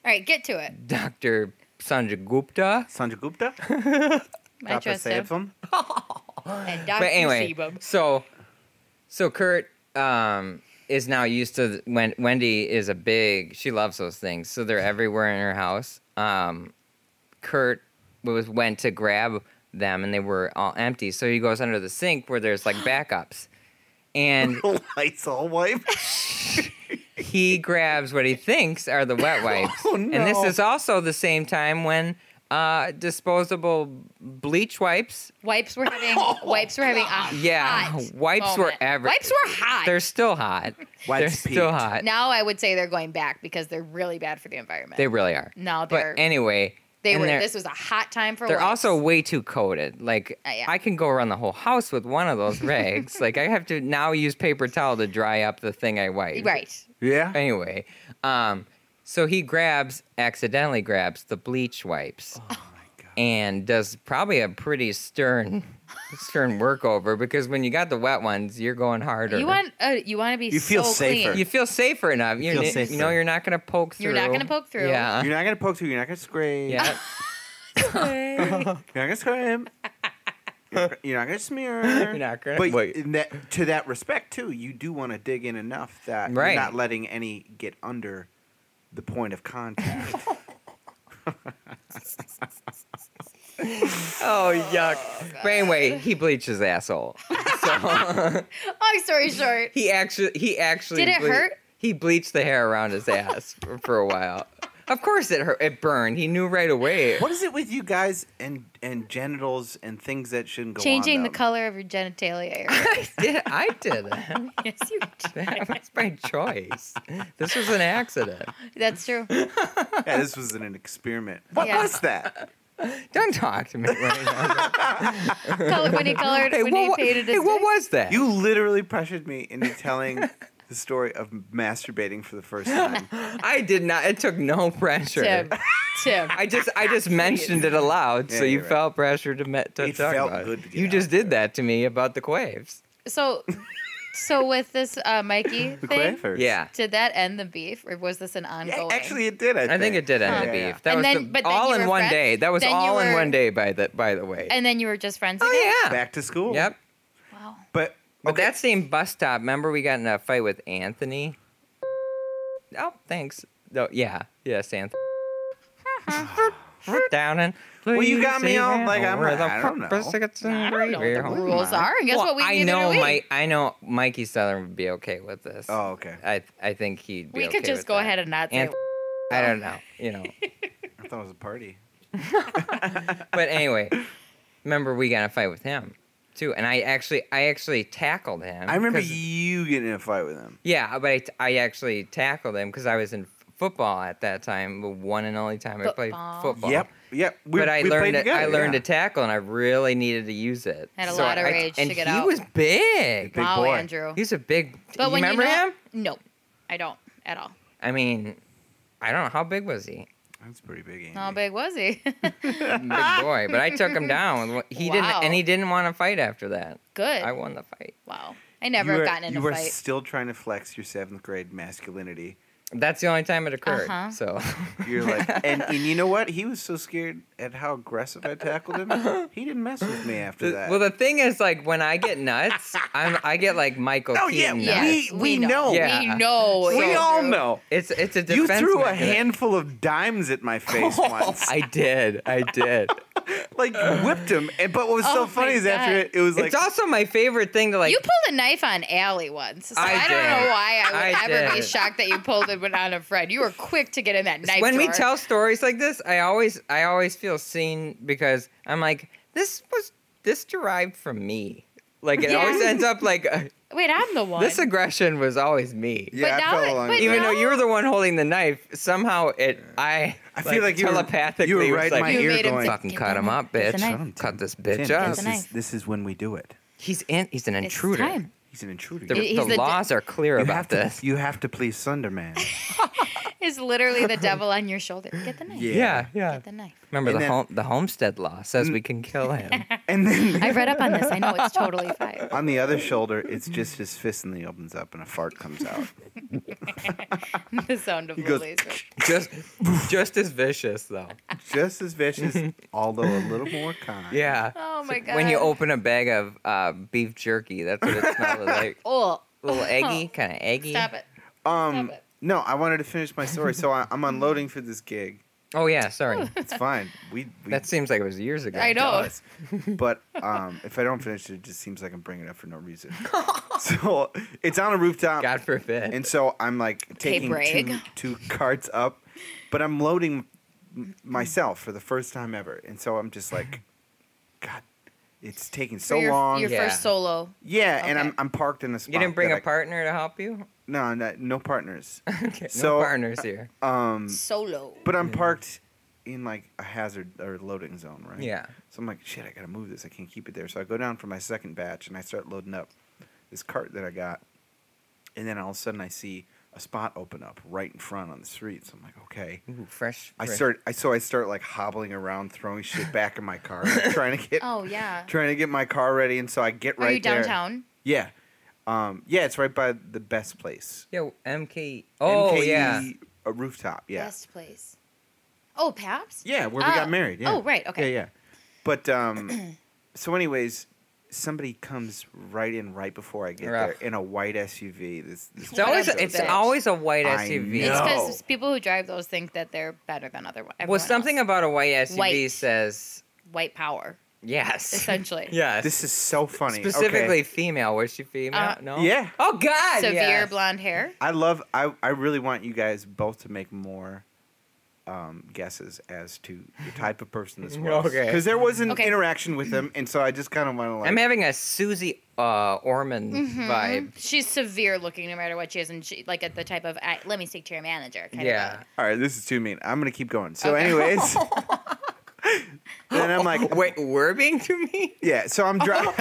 C: right, get to it.
E: Dr. Sanjay Gupta.
F: Sanjay Gupta,
C: I
F: Dr.
C: trust him.
F: Saipem.
C: And Dr.
E: but anyway,
C: Sebum.
E: so so Kurt um, is now used to th- when Wendy is a big. She loves those things, so they're everywhere in her house. Um, Kurt was went to grab them, and they were all empty. So he goes under the sink where there's like backups, and
F: Lysol wipe.
E: he grabs what he thinks are the wet wipes. And this
F: Oh, no.
E: is also the same time when uh, disposable bleach wipes
C: Wipes were having
D: Oh,
C: wipes were having a
E: Yeah,
C: hot
E: wipes were
C: moment.
E: ever-
C: Wipes were hot.
E: They're still hot. they're
F: Wipes
E: still
F: peaked.
E: hot.
C: now I would say they're going back because they're really bad for the environment.
E: they really are.
C: No,
E: but
C: they're-
E: anyway,
C: They
E: And
C: were.
E: they're-
C: This was a hot time for.
E: They're
C: wax.
E: also way too coated. Like
C: Uh, yeah.
E: I can go around the whole house with one of those rags. like I have to now use paper towel to dry up the thing I wiped.
C: right.
H: Yeah.
E: Anyway, um, so he grabs, accidentally grabs the bleach wipes,
D: Oh,
E: and does probably a pretty stern, stern workover because when you got the wet ones, you're going harder.
C: You want. Uh, you want to be.
D: You feel
C: so
D: safer.
C: Clean.
E: You feel safer enough. You,
D: feel
E: kn-
D: safer.
E: you know you're not gonna poke through.
C: You're not gonna poke through.
E: Yeah.
D: You're not gonna poke through. You're not gonna scrape.
E: Yeah.
D: You're not gonna scrape. You're not- You're not gonna smear.
E: You're not gonna-
D: But
E: wait.
D: in that, to that respect too, you do want to dig in enough that
E: Right.
D: you're not letting any get under the point of contact.
E: oh yuck. but anyway, he bleached his asshole. So
C: Long story short,
E: he actually he actually
C: Did it hurt?
E: He bleached the hair around his ass for, for a while. Of course it hurt. It burned. He knew right away.
D: what is it with you guys and and genitals and things that shouldn't go on
C: changing the
D: them?
C: color of your genitalia. area.
E: I did. I did it.
C: yes, you.
E: That was my choice. This was an accident.
C: That's true.
D: Yeah, this was an, an experiment. What
C: Yeah.
D: was that?
E: Don't talk to me right now.
C: Color when he colored
E: Hey,
C: when
E: what,
C: he
E: wa-
C: painted his.
E: hey, what
C: dick.
E: was that?
D: You literally pressured me into telling the story of masturbating for the first time.
E: I did not. It took no pressure.
C: Tim? Tim.
E: I just I just mentioned it aloud,
D: Yeah,
E: so you
D: you're right.
E: felt pressure to, me- to
D: It
E: talk
D: felt
E: about
D: good to
E: it.
D: get
E: You
D: out
E: just
D: there.
E: did that to me about the Quaves.
C: So, so with this uh, Mikey
D: The
C: thing,
D: Quavers.
E: Yeah.
C: did that end the beef, or was this an
D: Yeah,
C: ongoing?
D: Actually, it did. I,
E: I think it did end
C: Huh.
E: the
D: Yeah, yeah.
E: beef. That
C: And
E: was
C: then-
E: the,
C: but then
E: all
C: you
E: in
C: were
E: one
C: friends?
E: day. That was
C: Then you
E: all in
C: were-
E: one day. By the by the way.
C: and then you were just friends again.
E: oh yeah.
D: Back to school.
E: Yep.
C: Wow.
D: But
E: But
D: okay,
E: that same bus stop. Remember we got in a fight with Anthony. Oh, thanks. No, yeah, yes, Anthony. Down and well,
D: you got me all like, I'm- I don't know.
C: I don't know what the rules are, and guess
E: Oh
C: what?
E: Well,
C: We
E: I
C: neither
E: know
C: do we.
E: Mike. I know Mikey Southern would be okay with this.
D: Oh, okay.
E: I I think he'd. Be
C: we could
E: okay
C: just
E: with
C: go
E: that.
C: ahead and not say.
E: And I don't know, you know.
D: I thought it was a party.
E: But anyway, remember we got in a fight with him too, and I actually I actually tackled him.
D: I remember
E: 'cause-
D: you getting in a fight with him.
E: Yeah, but I, t- I actually tackled him because I was in f- football at that time, the one and only time I
C: Football.
E: played football.
D: Yep. Yep. We,
E: but I
D: we played
E: learned to, I
D: together,
E: learned
D: yeah.
E: to tackle, and I really needed to use it.
C: Had a lot of
E: I-
C: rage
E: and
C: to get
E: he
C: out.
E: was big.
D: Big
C: wow,
D: boy.
C: Andrew.
E: He was a big.
C: but
E: you
C: when
E: remember
C: you know,
E: him?
C: No, I don't at all.
E: I mean, I don't know how big was he.
D: That's pretty big. Andy.
C: How big was he?
E: Big boy, but I took him down. with- He
C: Wow.
E: didn't, and he didn't want to fight after that.
C: Good.
E: I won the fight.
C: wow. I never
D: you
C: have
D: are,
C: gotten in
D: you
C: a
D: are
C: fight.
D: still trying to flex your seventh grade masculinity.
E: That's the only time it occurred.
C: Uh-huh.
E: So
D: You're like, and, and you know what? He was so scared at how aggressive I tackled him. He didn't mess with me after
E: The-
D: that.
E: Well, the thing is, like when I get nuts, I'm I get like Michael
D: Oh, yeah,
E: Keaton
D: yeah.
E: nuts.
D: we- we know.
E: Yeah.
C: We know.
D: we
C: Andrew.
D: all know.
E: It's it's a
D: You
E: defense.
D: threw a
E: mechanism.
D: handful of dimes at my face once.
E: I did. I did.
D: like whipped him. And, but what was
C: Oh,
D: so funny
C: my
D: is after
C: God.
D: it, it was like
E: it's also my favorite thing to like.
C: you pulled a knife on Allie once. So I,
E: I
C: don't
E: did.
C: know why I
E: I
C: would ever be
E: did.
C: shocked that you pulled it when on a friend. You were quick to get in that knife.
E: when we
C: drawer.
E: tell stories like this, I always I always feel seen because I'm like this was this derived from me. Like it
C: Yeah.
E: always ends up like uh,
C: Wait, I'm the one.
E: this aggression was always me.
D: Yeah, I
C: now
D: felt
C: it-
D: along
C: but
D: with
E: Even
C: now-
E: though you were the one holding the knife, somehow it I
D: I feel like you were-
E: telepathically
D: you were
E: was
D: right in
E: like,
D: my
C: You
D: ear
C: made him
D: going,
C: say,
E: fucking
C: Get
E: cut
C: the
E: him
C: knife.
E: up,
C: Get
E: bitch.
C: the knife.
E: Cut this bitch
D: Tim,
E: up.
C: the
D: This is,
C: knife.
D: this is when we do it.
E: He's in. He's an
C: It's
E: intruder.
C: time.
D: He's an intruder.
E: The,
C: He- he's
E: the
C: the de-
E: laws are clear
D: you
E: about
D: have to,
E: this.
D: You have to please Sunderman.
C: Is literally the devil on your shoulder. Get the knife.
E: yeah, yeah.
C: Get the knife.
E: Remember
D: And
E: the
D: then- Mm.
E: home, the Homestead Law says we can kill him.
D: and then
C: I read up on this. I know it's totally fine.
D: on the other shoulder, it's just his fist, and he opens up, and a fart comes out.
C: the sound of
D: He
C: the
D: goes,
C: laser.
E: just, just as vicious though.
D: just as vicious, although a little more kind.
E: Yeah.
C: Oh my god.
E: When you open a bag of uh, beef jerky, that's what it smells like.
C: Oh,
E: little eggy, kind of eggy.
C: stop it.
D: Um.
C: Stop it.
D: No, I wanted to finish my story, so I, I'm unloading for this gig.
E: Oh yeah, sorry.
D: It's fine. We. we
E: that seems like it was years ago.
C: I know.
D: us. But um, if I don't finish it, it just seems like I'm bringing it up for no reason. so it's on a rooftop.
E: God forbid.
D: And so I'm like taking
C: brag.
D: two, two carts up, but I'm loading m- myself for the first time ever. And so I'm just like, God, it's taking so
C: For your,
D: long.
C: Your
D: yeah,
E: Yeah.
C: first solo.
D: and I'm,
C: Okay.
D: I'm parked in a spot.
E: you didn't bring
D: that
E: a
D: I-
E: partner to help you?
D: No, no, no partners.
E: Okay,
D: So-
E: no partners here.
D: Um,
C: Solo.
D: but I'm parked in like a hazard or loading zone, right?
E: Yeah.
D: So I'm like, shit, I gotta move this. I can't keep it there. So I go down for my second batch and I start loading up this cart that I got. And then all of a sudden I see a spot open up right in front on the street. So I'm like, okay.
E: Ooh, fresh.
D: I
E: fresh.
D: start I so I start like hobbling around, throwing shit back in my car, trying to get
C: Oh yeah.
D: trying to get my car ready. And so I get right
C: Are you
D: there.
C: downtown?
D: Yeah. Um, yeah, it's right by the best place.
E: Yo, MK. Oh
D: MKE
E: yeah.
D: a uh, rooftop. Yeah.
C: Best place. Oh, Paps.
D: Yeah, where we
C: Ah.
D: got married. Yeah.
C: Oh, right, okay.
D: Yeah, yeah. But um, so anyways, somebody comes right in right before I get
E: Rough.
D: there in a white SUV. This, this
E: It's always
C: What a
E: it's
C: bitch.
E: always a white
D: I
E: SUV.
C: It's
D: know. No.
C: because people who drive those think that they're better than other.
E: Well,
C: everyone
E: something
C: else.
E: about a white SUV
C: White.
E: says
C: white power,
E: yes.
C: essentially.
E: yes.
D: this is so funny. Okay.
E: Specifically female. Was she female?
C: Uh,
E: no.
D: yeah.
E: Oh God.
C: Severe
E: yes.
C: blonde hair.
D: I love. I I really want you guys both to make more. Um, guesses as to the type of person this was.
E: Okay.
D: Because there was an
C: Okay.
D: interaction with him, and so I just kind of want to like.
E: I'm having a Susie uh, Orman
C: Mm-hmm.
E: vibe.
C: She's severe looking, no matter what she is, and she like at the type of I, let me speak to your manager. Kind
E: Yeah.
C: Of vibe.
D: All right, this is too mean. I'm gonna keep going. So,
C: Okay.
D: anyways, then I'm like,
E: Wait, we're being to me?
D: yeah. So I'm driving.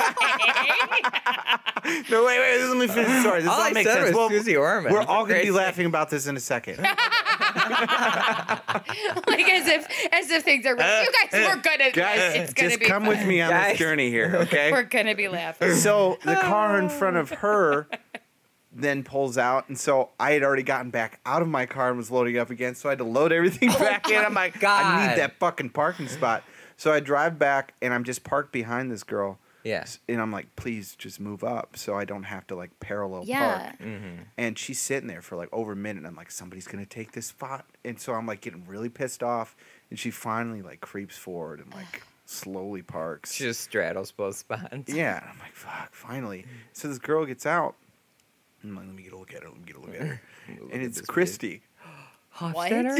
D: no, wait, wait. Let me finish the story. This
E: All
D: all
E: I
D: makes sense.
E: said was
D: Well,
E: Susie Orman.
D: We're all gonna
E: Crazy.
D: be laughing about this in a second.
C: like as if as if things are. Really, you guys, we're gonna
D: Uh, Guys,
C: It's gonna
D: just
C: be
D: come
C: fun.
D: with me on
E: Guys.
D: this journey here, okay?
C: We're gonna be laughing.
D: so the car in front of her then pulls out, and so I had already gotten back out of my car and was loading up again, so I had to load everything back in. I'm like, I
E: Oh God.
D: need that fucking parking spot. So I drive back, and I'm just parked behind this girl.
E: Yeah.
D: And I'm like, please just move up so I don't have to like parallel
C: Yeah.
D: park. And she's sitting there for like over a minute. And I'm like, somebody's going to take this spot. And so I'm like getting really pissed off. And she finally like creeps forward and like slowly parks.
E: She just straddles both spots.
D: yeah. And I'm like, fuck, finally. So this girl gets out. I'm like, let me get a look at her. Let me get a look at her.
E: look at
D: and it's
E: this bitch.
D: Christy.
E: Hofstadter?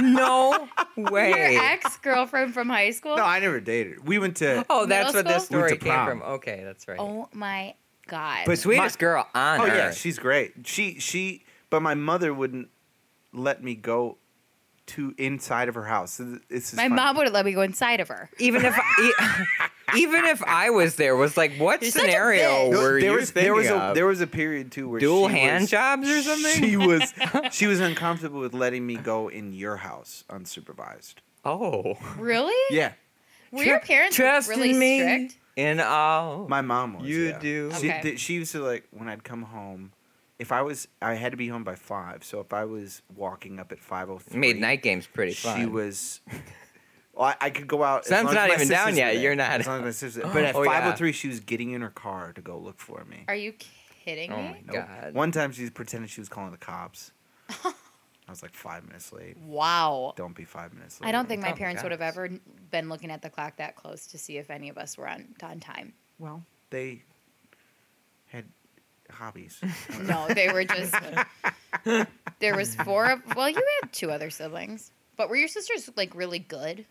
E: No way.
C: Your ex girlfriend from high school.
D: No, I never dated her. We went to.
E: oh,
C: Middle
E: that's where this
C: school?
D: Went
E: story
D: to
E: came
D: prom.
E: from. Okay, that's right.
C: oh my god.
E: but sweetest girl on
D: Oh
E: earth.
D: yeah, she's great. She she, but my mother wouldn't let me go to inside of her house. So th- This is
C: my
D: funny.
C: mom wouldn't let me go inside of her.
E: even if I, e- even if I was there, was like, what
C: You're such a
E: scenario
C: bitch.
D: No,
E: were
D: there
E: you
D: was
E: thinking
D: there was a
E: of?
D: there was a period too where
E: Dual
D: she
E: hand
D: was,
E: jobs or something?
D: She was she was uncomfortable with letting me go in your house unsupervised.
E: oh,
C: Really?
D: Yeah,
C: Were your parents
E: trust
C: really
E: in me
C: strict?
E: in all.
D: my mom was.
E: You
D: yeah.
E: do.
D: She,
C: Okay.
D: th- she used to like when I'd come home. If I was, I had to be home by five. So if I was walking up at five o three,
E: made night games pretty fun.
D: She was. Well, I, I could go out. as
E: Sun's
D: long as
E: not
D: my
E: even down
D: sisters
E: yet.
D: were there.
E: You're not-
D: As long as my sisters- But at
E: Oh, yeah.
D: five o three, she was getting in her car to go look for me.
C: Are you kidding
E: Oh my
C: me?
D: Nope.
E: god.
D: One time, she pretended she was calling the cops. I was like five minutes late.
C: Wow.
D: Don't be five minutes late.
C: I don't think my
E: Oh my
C: parents would have
E: gosh.
C: ever n- been looking at the clock that close to see if any of us were on on time.
D: Well, they had hobbies.
C: No, they were just. there was four of. Well, you had two other siblings, but were your sisters like really good?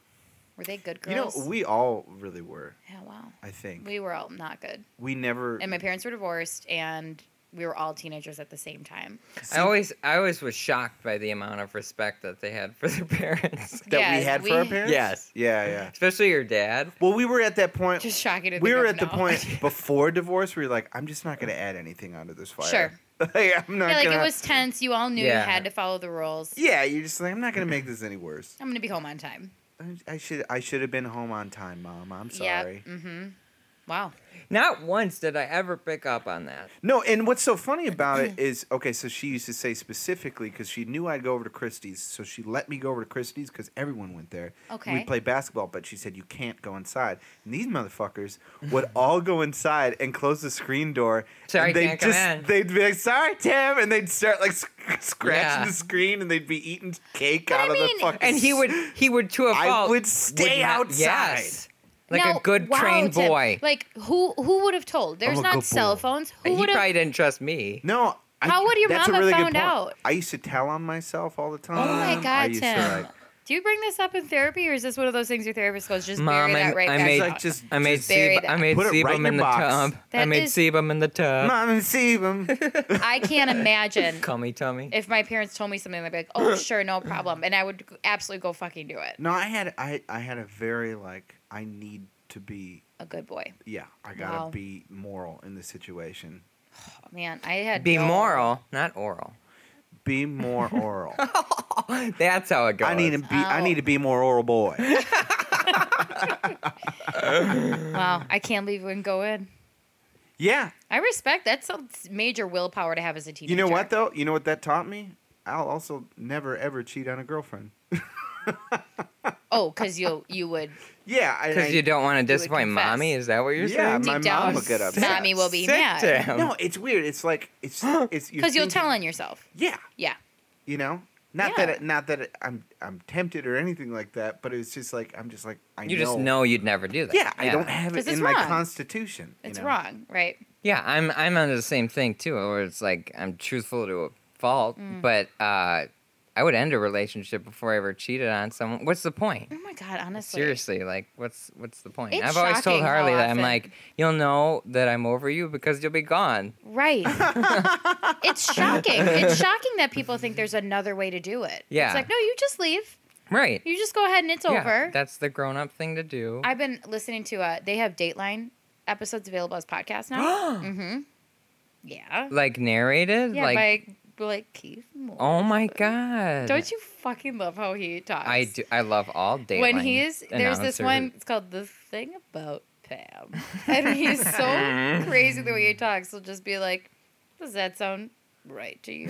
C: Were they good
D: you know,
C: girls?
D: we all really were.
C: yeah, wow.
D: I think we,
C: We were all not good,
D: never.
C: and my parents were divorced, and we were all teenagers at the same time.
E: I always I always was shocked by the amount of respect that they had for their parents.
D: that we
C: Yes,
D: had for our
C: we-
D: parents.
E: Yes.
D: Yeah, yeah.
E: Especially your dad.
D: Well, we were at that point.
C: Just shocking to
D: we
C: think
D: were
C: of
D: at the
C: now.
D: point before divorce where you're like, I'm just not going to add anything onto this fire.
C: Mm. Sure.
D: like, I'm not
C: Yeah, like
D: gonna,
C: it was tense. You all knew
E: Yeah.
C: you had to follow the rules.
D: Yeah, you're just like, I'm not going to make this any worse.
C: I'm gonna be home on time.
D: I, I should I should have been home on time, Mom. I'm sorry.
C: Yeah. Mm-hmm. Wow.
E: Not once did I ever pick up on that.
D: No, and what's so funny about it is, okay, so she used to say specifically because she knew I'd go over to Christie's, so she let me go over to Christie's because everyone went there.
C: Okay.
D: We played basketball, but she said you can't go inside. And these motherfuckers would all go inside and close the screen door.
E: Sorry,
D: and they
E: can't come
D: just
E: in.
D: they'd be like, "Sorry, Tim," and they'd start like sc- scratching
E: Yeah.
D: the screen, and they'd be eating cake
C: But I
D: out of
C: mean-
D: the fucking.
E: And he would he would to a
D: I
E: fault.
D: would stay outside.
E: Yes. Like
C: Now,
E: a good
C: wow,
E: trained
C: Tim.
E: boy.
C: Like who who would have told? There's
D: a
C: not
D: good
C: cell
D: boy.
C: phones. Who
E: he
C: would
E: probably
C: have?
E: didn't trust me.
D: No. I-
C: How would your
D: that's a
C: mom have
D: really good
C: found
D: point.
C: out? Oh
D: I used to tell on myself all the time.
C: my
D: I
C: God,
D: used
C: Tim.
D: to like
C: Do you bring this up in therapy, or is this one of those things your therapist goes just
E: Mom,
C: bury
E: I,
C: that right
E: I
C: back
E: made
C: out?
I: just-
E: I made
C: just bury
E: Seb- I
C: that.
E: made
I: Put it right
E: Sebum
I: in
E: in
I: your
E: the
I: box.
E: tub. I
C: That
E: made
C: is-
E: Sebum in the tub.
I: Mom and see them.
C: I can't imagine
E: Cummy tummy.
C: if my parents told me something, I'd be like, "Oh, sure, no problem," and I would absolutely go fucking do it.
D: No, I had I I had a very like I need to be
C: A good boy,
D: yeah I gotta
C: Wow.
D: be moral in this situation.
C: oh, man. I had
E: Be
C: no-
E: moral, not oral.
D: Be more oral.
E: That's how it goes.
D: I need to be I
C: Oh.
D: need to be more oral boy.
C: Wow, I can't leave and go in.
D: yeah.
C: I respect that's a major willpower to have as a teenager.
D: You know what though? You know what that taught me? I'll also never ever cheat on a girlfriend.
C: Oh, because you you would
D: Yeah, I, I-
E: because you don't want to
C: would
E: disappoint
C: confess.
E: mommy. Is that what you're
D: Yeah,
E: saying?
C: deep
D: my mom
C: down,
D: would get upset.
C: mommy will be
E: Sick
C: mad
E: damn.
D: No, it's weird. It's like it's it's you're
C: because you'll
D: thinking-
C: tell on yourself.
D: Yeah,
C: Yeah,
D: you know. Not
C: Yeah.
D: that it, not that it, I'm I'm tempted or anything like that, but it's just like I'm just like I
E: You just know you'd never do that.
D: Yeah, I don't have
C: 'Cause
D: it in
C: it's
D: my
C: wrong.
D: constitution. you
C: it's
D: know?
C: wrong, right?
E: Yeah, I'm I'm under the same thing too, where it's like I'm truthful to a fault,
C: Mm.
E: but uh, I would end a relationship before I ever cheated on someone. What's the point?
C: Oh my god, honestly,
E: Seriously, like what's what's the point?
C: It's
E: I've always told
C: shocking how
E: Harley that I'm
C: often-
E: like, you'll know that I'm over you because you'll be gone.
C: right? it's shocking. It's shocking that people think there's another way to do it.
E: Yeah.
C: it's like no, you just leave.
E: Right.
C: You just go ahead and it's
E: Yeah,
C: over.
E: That's the grown up thing to do.
C: I've been listening to uh they have Dateline episodes available as podcast now. mm-hmm. Yeah.
E: like narrated?
C: Yeah,
E: like
C: by Blake Keith. Moore.
E: Oh my god.
C: Don't you fucking love how he talks?
E: I do I love all day.
C: When he is there's this one it's called The Thing About Pam. And he's so crazy the way he talks. He'll just be like, Does that sound right to you?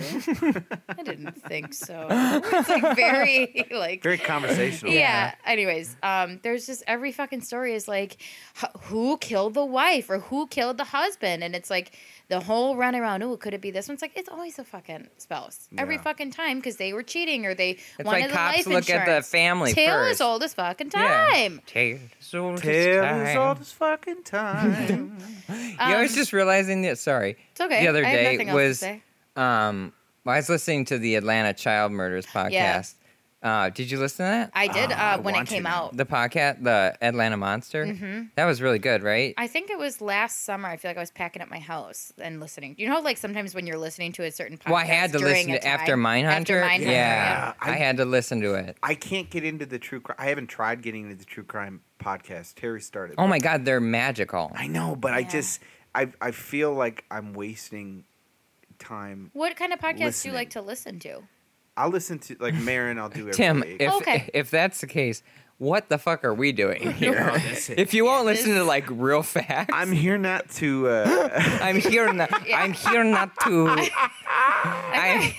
C: I didn't think so. It's like very like
D: Very conversational.
C: yeah.
E: Yeah.
C: Anyways, um, there's just every fucking story is like, h- who killed the wife or who killed the husband, and it's like the whole runaround. Oh, could it be this one? It's like it's always the fucking spouse every
D: Yeah.
C: fucking time because they were cheating or they
E: It's
C: wanted
E: like
C: the
E: cops
C: life
E: look
C: insurance.
E: at the family
C: Tail
E: first.
C: is old as fucking
E: Yeah.
C: time.
E: Tail is old as
D: Tale
E: time.
D: is all this fucking time.
E: You know, I was
C: Um,
E: just realizing that. Sorry,
C: It's okay.
E: The other
C: I have
E: day
C: nothing else to
E: was
C: say.
E: um, I was listening to the Atlanta Child Murders
C: Yeah.
E: podcast. Uh, did you listen to that?
C: I did uh, when it
D: want to
C: came
D: now.
C: out.
E: ah,
C: Mm-hmm.
E: the podcast, the Atlanta Monster. That was really good, right?
C: I think it was last summer. I feel like I was packing up my house and listening. You know, like sometimes when you're listening to a certain podcast.
E: well, I had to
C: during
E: listen
C: a
E: to after
C: time-
E: Mindhunter.
C: After Mindhunter,
E: yeah,
C: yeah.
E: I,
D: I-
E: had to listen to it.
D: I can't get into the true crime. I haven't tried getting into the true crime podcast. Terry started.
E: Oh my God, they're magical.
D: I know, but I
C: Yeah.
D: just I I feel like I'm wasting time.
C: What kind of podcasts do
D: Listening.
C: you like to listen to?
D: I'll listen to like Marin. I'll do every
E: Tim,
D: week.
E: if
C: Okay.
E: if that's the case, what the fuck are we doing here? if you won't listen to like real facts,
D: I'm here not to. Uh,
E: I'm here not. I'm here not to. I'm,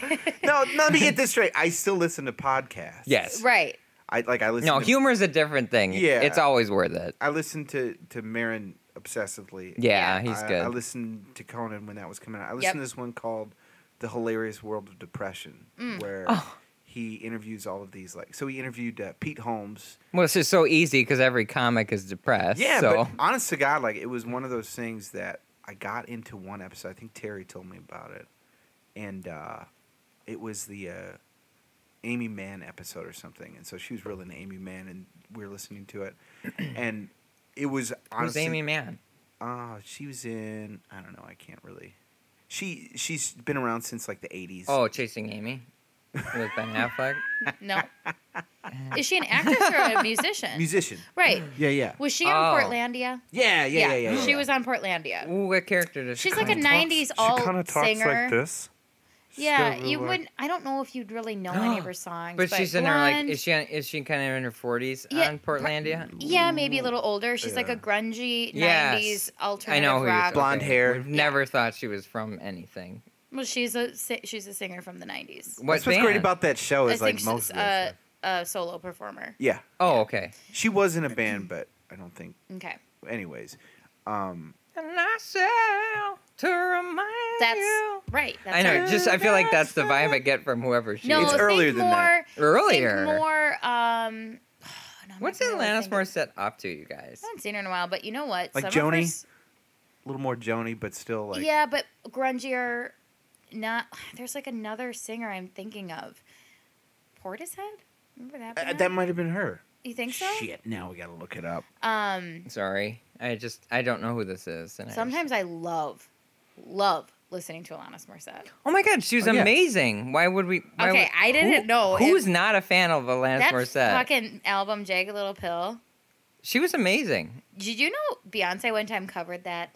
D: no, no, let me get this straight. I still listen to podcasts.
E: yes.
C: Right.
D: I like I listen.
E: No,
D: to,
E: humor is a different thing.
D: Yeah.
E: It's always worth it.
D: I listen to to Marin obsessively.
E: Yeah, he's
D: I,
E: good.
D: I listened to Conan when that was coming out. I listened
C: Yep.
D: to this one called "The Hilarious World of Depression," where
E: Oh.
D: he interviews all of these. Like, so he interviewed uh, Pete Holmes.
E: well, it's just so easy because every comic is depressed.
D: Yeah,
E: so.
D: but honest to God, like it was one of those things that I got into one episode. I think Terry told me about it, and uh, it was the uh, Amy Mann episode or something. And so she was real into Amy Mann, and we were listening to it, and it was
E: Who's
D: honestly.
E: Amy Mann?
D: Uh, she was in. I don't know. I can't really. She she's been around since like the eighties.
E: Oh, Chasing Amy with Ben Affleck.
C: No. Is she an actress or a musician?
D: musician.
C: Right.
D: Yeah, yeah,
C: Was she on
E: Oh.
C: Portlandia?
D: yeah, yeah, yeah, yeah. yeah,
C: She
D: yeah.
C: was on Portlandia.
E: Ooh, what character does she
C: She's like a
E: play?
C: '90s alt
J: she kind of talks
C: singer.
J: like this. She's
C: Yeah,
J: got a real,
C: you
J: like-
C: wouldn't. I don't know if you'd really know any of her songs.
E: But she's in her like
C: blonde,
E: is she on, is she kind of in her forties
C: Yeah,
E: on Portlandia?
C: yeah, maybe a little older. She's like
D: Yeah.
C: a grungy
E: Yes.
C: '90s
E: I
C: alternative
E: know who you're
C: rock.
E: talking-
D: Blonde hair.
E: We've never thought she was from anything.
C: Well, she's a si- she's a singer from the '90s.
E: What
D: That's what's great
E: band?
D: about that show
C: I
D: is
C: think
D: like
C: she's uh,
D: most. of those
C: a,
D: are-
C: a solo performer.
D: yeah,
E: Oh, okay.
D: she was in a band, but I don't think.
C: Okay,
D: Anyways, um,
E: And I shall to remind
C: that's
E: you.
C: right. That's
E: I know.
C: her.
E: Just I feel like that's the vibe I get from whoever she
C: No,
E: is.
D: It's
C: think
D: earlier
C: more,
D: than that.
E: Earlier.
C: Think more. Um, no, I'm
E: What's
C: not really
E: Atlantis
C: thinking-
E: Morissette up to, you guys?
C: I haven't seen her in a while, but you know what?
D: Like
C: of her
D: Joni?
C: s-
D: a little more Joni, but still like.
C: yeah, but grungier. Not there's like another singer I'm thinking of. Portishead. Remember that?
K: Uh,
C: band?
K: that might have been her.
C: you think so?
K: Shit, now we gotta look it up.
C: Um,
E: Sorry, I just I don't know who this is. And I just-
C: sometimes I love, love listening to Alanis Morissette.
E: oh my god, she was
K: Oh, yeah.
E: amazing. Why would we? Why
C: Okay,
E: would-
C: I didn't
E: who-
C: know
E: Who's
C: if-
E: not a fan of Alanis
C: That
E: Morissette?
C: fucking album, Jagged Little Pill.
E: She was amazing.
C: Did you know Beyonce one time covered that?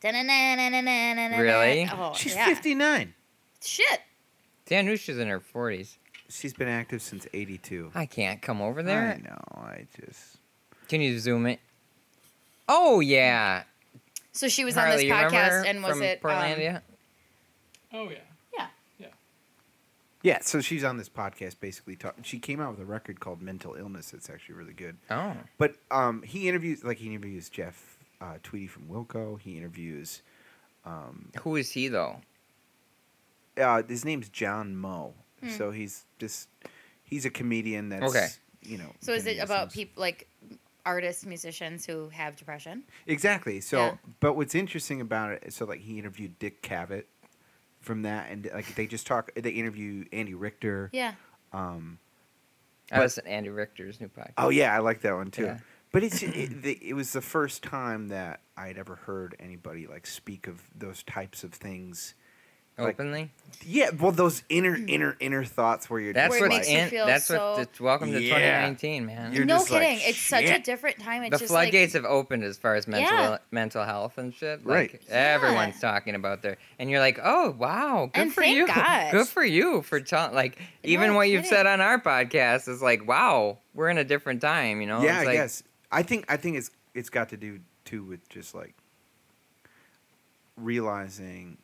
C: Da-na-na-na-na-na-na-na.
E: Really?
C: Oh,
D: She's
C: yeah.
D: 59.
C: Shit.
E: Dan knew she's in her forties.
D: She's been active since 82.
E: I can't come over
D: I
E: there.
D: know. I just.
E: Can you zoom it? Oh yeah,
C: So she was
E: Harley, you
C: on this
E: remember her
C: podcast, and was
E: from
C: it? um,
E: Portlandia?
G: Oh yeah.
C: yeah.
D: Yeah, so she's on this podcast basically talking. She came out with a record called Mental Illness. It's actually really good.
E: Oh,
D: But um, he interviews, like, he interviews Jeff uh, Tweedy from Wilco. He interviews, um,
E: who is he though?
D: uh, his name's John Moe.
C: Hmm.
D: So he's just, he's a comedian that's,
E: Okay.
D: you know.
C: So is
D: been
C: it
D: in this
C: about
D: since-
C: people like artists, musicians who have depression?
D: Exactly. So,
C: Yeah.
D: but what's interesting about it, so like he interviewed Dick Cavett from that, and like they just talk, they interview Andy Richter. um,
C: Yeah.
E: I was in Andy Richter's new podcast.
D: Oh yeah, I like that one too.
E: Yeah.
D: But it's it, the, it was the first time that I'd ever heard anybody like speak of those types of things. like-
E: Openly.
D: Yeah, well, those inner inner inner thoughts where you're
E: That's
C: Where it
D: just
E: what
D: like,
C: makes you
E: in,
C: feel
E: that's
C: so-
E: what it's welcome to
D: Yeah.
E: 2019, man.
D: You're
C: no
D: just like,
C: kidding. it's such a
D: "Shit."
C: different time. It's
E: the
C: just
E: floodgates
C: like,
E: have opened as far as mental
C: Yeah.
E: mental health and shit.
D: Right.
E: Like everyone's talking about there, and you're like, oh wow, good
C: And
E: for
C: thank
E: you,
C: God.
E: good for you for telling. Like even
C: No
E: what you've
C: kidding.
E: said on our podcast is like, wow, we're in a different time. You know?
D: yeah,
E: It's
D: I
E: like,
D: guess. I think I think it's it's got to do too with just like realizing.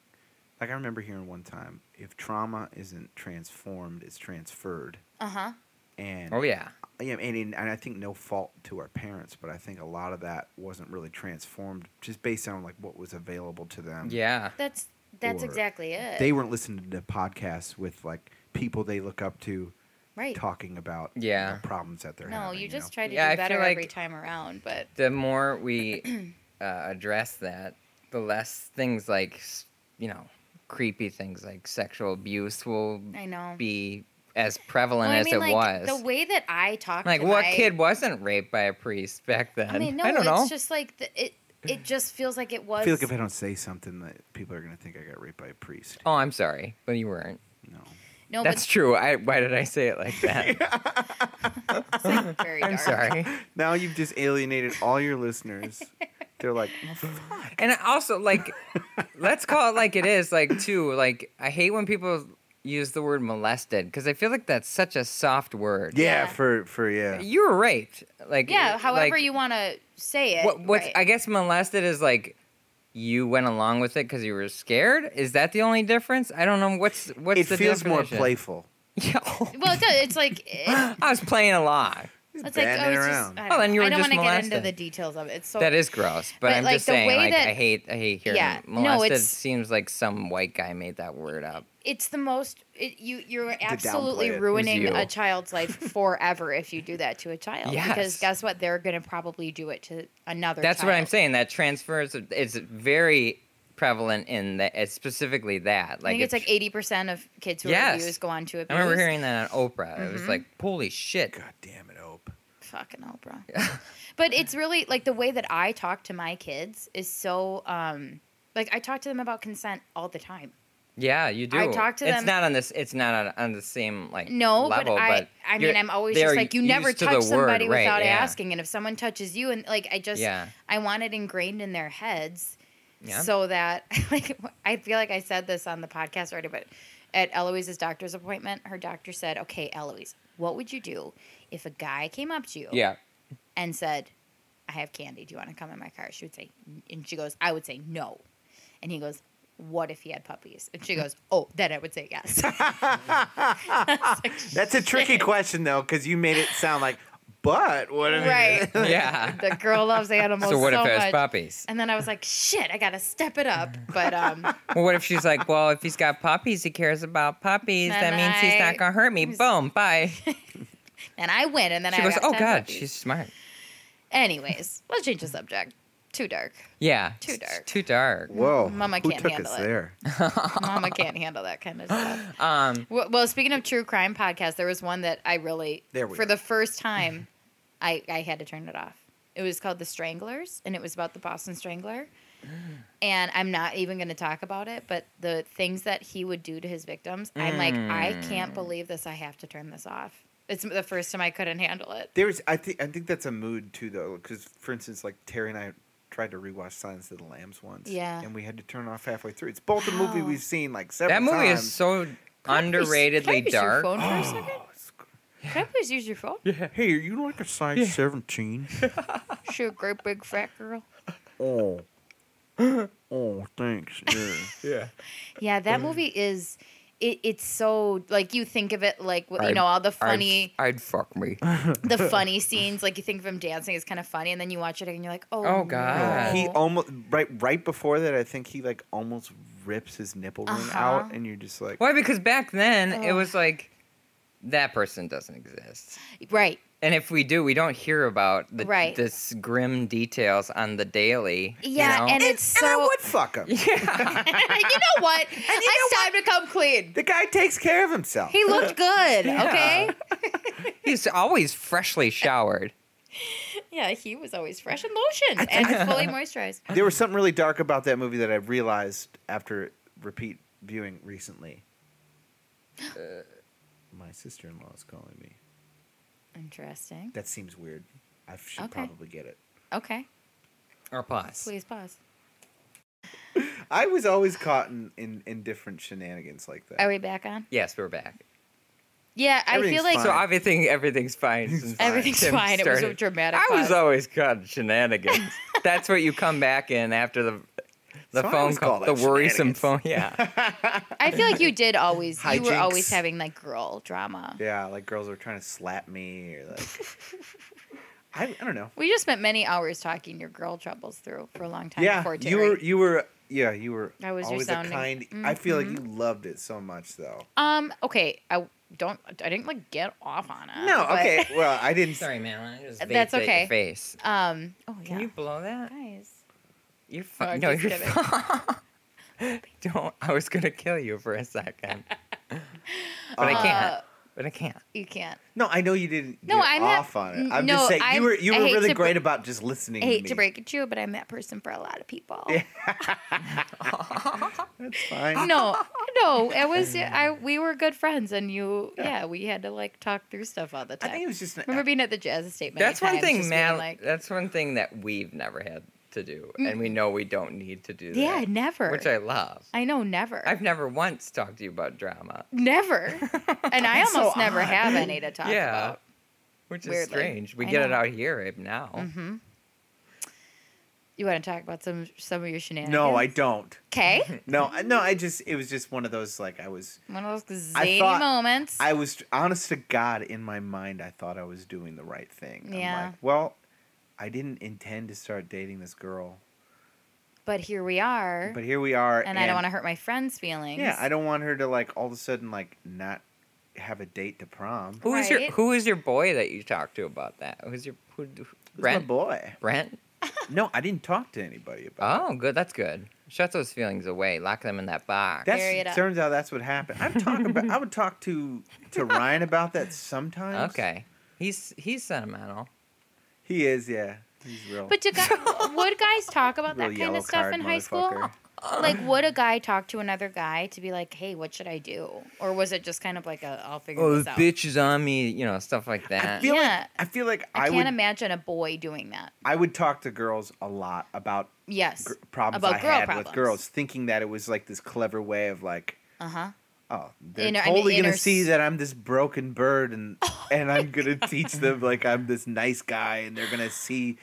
D: Like I remember hearing one time, if trauma isn't transformed, it's transferred.
C: uh huh.
D: And
E: Oh yeah.
D: yeah, and, in- and I think no fault to our parents, but I think a lot of that wasn't really transformed just based on like what was available to them.
E: Yeah.
C: That's that's
D: Or
C: exactly it.
D: They weren't listening to podcasts with like people they look up to
C: right.
D: talking about you
E: Yeah.
D: know, problems that they're
C: No,
D: having.
C: you just
D: know?
C: try to
E: Yeah,
C: do
E: I feel
C: better
E: like-
C: every time around, but
E: The more we uh, address that, the less things like s- you know creepy things like sexual abuse will
C: I know.
E: be as prevalent
C: Well, I
E: as
C: mean,
E: it
C: like,
E: was.
C: the way that I talk.
E: Like
C: to
E: what
C: my-
E: kid wasn't raped by a priest back then?
C: I mean, no,
E: don't
C: it's
E: know.
C: just like the, it. It just feels like it was.
D: I feel like if I don't say something, that people are gonna think I got raped by a priest.
E: Oh, I'm sorry, but you weren't.
D: No,
C: no,
E: That's true. I why did I say it like that?
C: but it's like very dark.
E: I'm sorry.
D: now you've just alienated all your listeners. They're like,
E: And I also like let's call it like it is, like too, like I hate when people use the word molested because I feel like that's such a soft word.
D: yeah,
C: Yeah.
D: for for yeah.
E: You were raped. Like
C: Yeah,
E: like,
C: however you want to say it.
E: what what's
C: right.
E: I guess molested is like you went along with it because you were scared. Is that the only difference? I don't know. What's what's
D: it
E: the
D: feels more
E: definition?
D: playful.
E: Yeah.
C: Well, it does. It's like it,
E: I was playing along.
C: it's like oh,
D: Banding
C: it's
D: around.
C: just. I
E: Well,
C: don't,
E: then
C: know.
E: you were
C: I don't
E: just
C: want to get into
E: molested.
C: the details of it. It's so
E: That is gross, but,
C: But,
E: I'm
C: like,
E: just
C: the
E: saying,
C: way
E: like,
C: that-
E: I hate, I hate hearing
C: Yeah, no,
E: molested.
C: it's-
E: seems like some white guy made that word up.
C: it's the most. It, you you're absolutely
D: downplay it. It was
C: ruining
E: you.
C: a child's life forever if you do that to a child.
E: Yes.
C: Because guess what? They're going to probably do it to another.
E: That's what I'm
C: child.
E: saying. That transfers. It's very prevalent in that, it's specifically that.
C: I
E: Like,
C: think it's
E: if-
C: like eighty percent of kids who
E: Yes.
C: are abused go on to abuse.
E: I remember hearing that on Oprah. It
C: Mm-hmm.
E: was like, holy shit.
D: God damn it, Ope.
C: fucking Oprah. but it's really like the way that I talk to my kids is so um like I talk to them about consent all the time.
E: Yeah, you do.
C: I talked to
E: it's
C: them-
E: not on this. It's not on, on the same like
C: No,
E: level,
C: but I I mean
E: you're-
C: I'm always
E: they
C: just
E: are
C: like you
E: used
C: never
E: to the
C: touch somebody
E: word, right,
C: without
E: yeah.
C: asking and if someone touches you and like I just
E: Yeah.
C: I want it ingrained in their heads
E: Yeah.
C: so that like I feel like I said this on the podcast already but at Eloise's doctor's appointment her doctor said, "Okay, Eloise, what would you do if a guy came up to you
E: Yeah,
C: and said, I have candy. Do you want to come in my car? She would say, and she goes, I would say no. And he goes, What if he had puppies? And she goes, Oh, then I would say yes.
D: That's a tricky question though, because you made it sound like, but what? If
C: right.
E: yeah.
C: The girl loves animals
E: so
C: so,
E: what if it was
C: much.
E: puppies?
C: And then I was like, Shit, I got to step it up. But um,
E: Well, what if she's like, well, if he's got puppies, he cares about puppies.
C: Then
E: that means he's not
C: I-
E: gonna hurt me. Boom, bye.
C: and I win. And then
E: She
C: I
E: goes,
C: got
E: oh
C: 10
E: god,
C: puppies."
E: she's smart.
C: Anyways, let's change the subject. Too dark.
E: Yeah.
C: Too
E: it's
C: dark.
E: Too dark.
D: Whoa.
C: Mama
D: Who
C: can't
D: took
C: handle
D: us
C: it.
D: there?
C: Mama can't handle that kind of stuff.
E: Um,
C: Well, well, speaking of true crime podcasts, there was one that I really
D: There we
C: for
D: are.
C: the first time, I I had to turn it off. It was called The Stranglers, and it was about the Boston Strangler. And I'm not even going to talk about it, but the things that he would do to his victims, I'm like, I
D: Mm.
C: can't believe this. I have to turn this off. It's the first time I couldn't handle it.
D: There's, I think, I think that's a mood too, though, because for instance, like Terry and I tried to rewatch Silence of the Lambs once,
C: Yeah. Oh.
D: and we had to turn it off halfway through. It's both a movie
C: Wow.
D: we've seen like several
E: that movie
D: times. Oh,
E: is so
C: Can I please- can I
E: underratedly
C: use your
E: dark.
C: phone for a second? Can I please use your phone?
D: Hey, are you like a size seventeen?
C: Sure, great big fat girl.
D: oh, oh, thanks. Yeah.
C: Yeah,
D: Mm.
C: that movie is. It, it's so like you think of it like you
E: I'd-
C: know all the
E: I'd-
C: funny
E: I'd, fuck me.
C: the funny scenes, like you think of him dancing is kind of funny, and then you watch it and you're like, oh,
E: Oh, God.
C: no.
D: he almost right right before that. I think he like almost rips his nipple ring
C: Uh-huh.
D: out, and you're just like,
E: Why? Because back then it
C: Ugh.
E: was like that person doesn't exist,
C: right,
E: and if we do, we don't hear about the
C: Right.
E: this grim details on the daily. you
C: yeah,
E: know?
C: and it's
D: and I
C: so.
D: would fuck him.
C: you know what? it's time to come clean.
D: The guy takes care of himself.
C: He looked good,
E: Yeah.
C: okay?
E: he's always freshly showered.
C: Yeah, he was always fresh in lotion and fully moisturized.
D: there was something really dark about that movie that I realized after repeat viewing recently. Uh, My sister in law is calling me.
C: Interesting.
D: That seems weird. I should
C: Okay.
D: probably get it.
C: Okay,
E: Or plus,
C: please pause.
D: I was always caught in, in, in different shenanigans like that.
C: Are we back on?
E: yes, we're back.
C: Yeah, I feel
D: Everything's
C: like
E: So everything, everything's fine. since
C: everything's
E: Tim
C: fine. It was a
E: started.
C: dramatic.
E: I was
C: pause.
E: always caught shenanigans. That's what you come back in after the the
D: So I
E: phone
D: always
E: call,
D: call that
E: the worrisome
D: shenanigans.
E: phone. Yeah,
C: I feel like you did always. you were
D: Hijinks.
C: always having like girl drama.
D: yeah, like girls were trying to slap me or like. I, I don't know.
C: We just spent many hours talking your girl troubles through for a long time
D: Yeah,
C: before
D: you
C: Terry.
D: were you were yeah you were
C: I was your
D: always a
C: sounding- Mm-hmm.
D: kind. I feel like you loved it so much though.
C: Um. Okay. I don't. I didn't like get off on it.
D: No,
C: Uh, but,
D: okay. Well, I didn't.
E: sorry, man. I just
C: vaped That's at your okay.
E: face.
C: Um. Oh yeah.
E: Can you blow that?
C: guys?
E: You're
C: No, I'm
E: fine. No,
C: just
E: you're
C: kidding.
E: fine. Don't. I was gonna kill you for a second, but I
C: Uh,
E: can't. But I can't.
C: You can't.
D: No, I know you didn't.
C: No,
D: get
C: I'm not-
D: off on it.
C: n-
D: I'm
C: no,
D: just saying
C: I'm-
D: you were you
C: I
D: were
C: hate
D: really
C: to br-
D: great about just listening.
C: I hate
D: me.
C: to break it to you, but I'm that person for a lot of people.
D: That's fine.
C: No, no. It was. I. We were good friends, and you. Yeah. We had to like talk through stuff all the
D: I
C: time.
D: think it was just. An,
C: Remember being at the jazz estate? Many
E: That's one
C: times, just
E: thing,
C: being
E: man.
C: Like, Mm.
E: that's one thing that we've never had to do, and we know we don't need to do.
C: yeah,
E: that,
C: never.
E: Which I love.
C: I know, never.
E: I've never once talked to you about drama,
C: never. and I
D: so
C: almost never
D: odd.
C: have any to talk
E: Yeah.
C: about.
E: which is
C: Weirdly.
E: strange. We
C: I
E: get it
C: know.
E: out here right now.
D: Oh.
C: Mm-hmm. You want to talk about some some of your shenanigans?
D: no, I don't.
C: Okay.
D: No, I- no. I just it was just one of those like I was
C: One of those
D: I
C: zany
D: thought-
C: moments.
D: I was honest to God in my mind I thought I was doing the right thing.
C: Yeah.
D: I'm like, well, I didn't intend to start dating this girl,
C: but here we are.
D: but here we are,
C: and, I don't want to hurt my friend's feelings.
D: Yeah, I don't want her to like all of a sudden like not have a date to prom.
E: Who is your
C: Right.
E: Who is your boy that you talked to about that? Who's your who, who-
D: Who's my
E: Brent?
D: boy.
E: Brent?
D: No, I didn't talk to anybody
C: Uh,
D: about. it.
E: Oh, good. That's good. Shut those feelings away. Lock them in that box.
D: That's
C: Bury it up.
D: turns out that's what happened. I'm talking about. I would talk to to Ryan about that sometimes.
E: okay. He's he's sentimental.
D: he is. Yeah, he's real.
C: But do guys, would guys talk about
D: real
C: that kind
D: yellow
C: of stuff
D: card
C: in high school?
D: motherfucker.
C: Like, would a guy talk to another guy to be like, "Hey, what should I do?" Or was it just kind of like a, "I'll figure
E: Oh,
C: this
E: the
C: out"?
E: bitch is on me. You know, stuff like
D: I
E: that.
D: feel
C: oh, uh, Yeah.
D: like I feel like
C: I
D: I,
C: can't
D: would
C: imagine a boy doing that.
D: I would talk to girls a lot about
C: Yes.
D: gr- problems
C: About
D: I
C: girl
D: had
C: problems.
D: with girls, thinking that it was like this clever way of like,
C: Uh huh.
D: oh, they're
C: Inner- I mean,
D: totally
C: inner
D: gonna
C: s- Oh
D: see that I'm this broken bird, and and I'm gonna teach them like I'm this nice guy, and they're gonna see,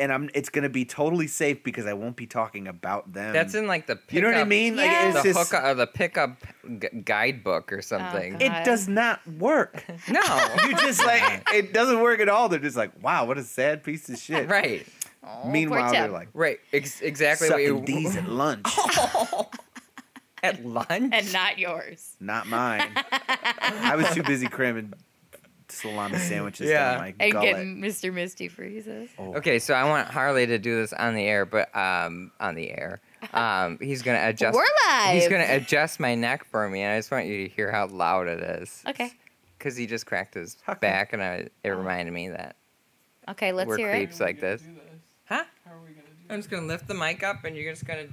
D: and I'm it's gonna be totally safe because I won't be talking about them.
E: That's in like the pickup,
D: you know what I mean?
C: Yeah.
D: Like
E: The
D: it's just
E: hookup or the pickup gu- guidebook or something.
C: God.
D: it does not work.
E: no,
D: You just like it doesn't work at all. They're just like, wow, what a sad piece of shit.
E: right,
C: Oh, poor
D: Meanwhile, they're
C: Tim. Oh.
D: like
E: right, Ex- exactly what you
D: sucking D's at lunch,
E: at lunch.
C: and not yours.
D: not mine. I was too busy cramming salami sandwiches
E: Yeah.
D: down my
C: And
D: gullet.
C: getting Mr. Misty freezes.
E: Okay, so I want Harley to do this on the air, but um, on the air, um, he's gonna adjust.
C: We're live.
E: He's gonna adjust my neck for me, and I just want you to hear how loud it is.
C: Okay.
E: Because he just cracked his back, and I, it reminded me that
C: Okay, let's
E: we're
C: hear
E: creeps like
G: gonna
E: this.
G: do this?
E: Huh?
G: How are we gonna do
E: I'm just gonna lift the mic up, and you're just gonna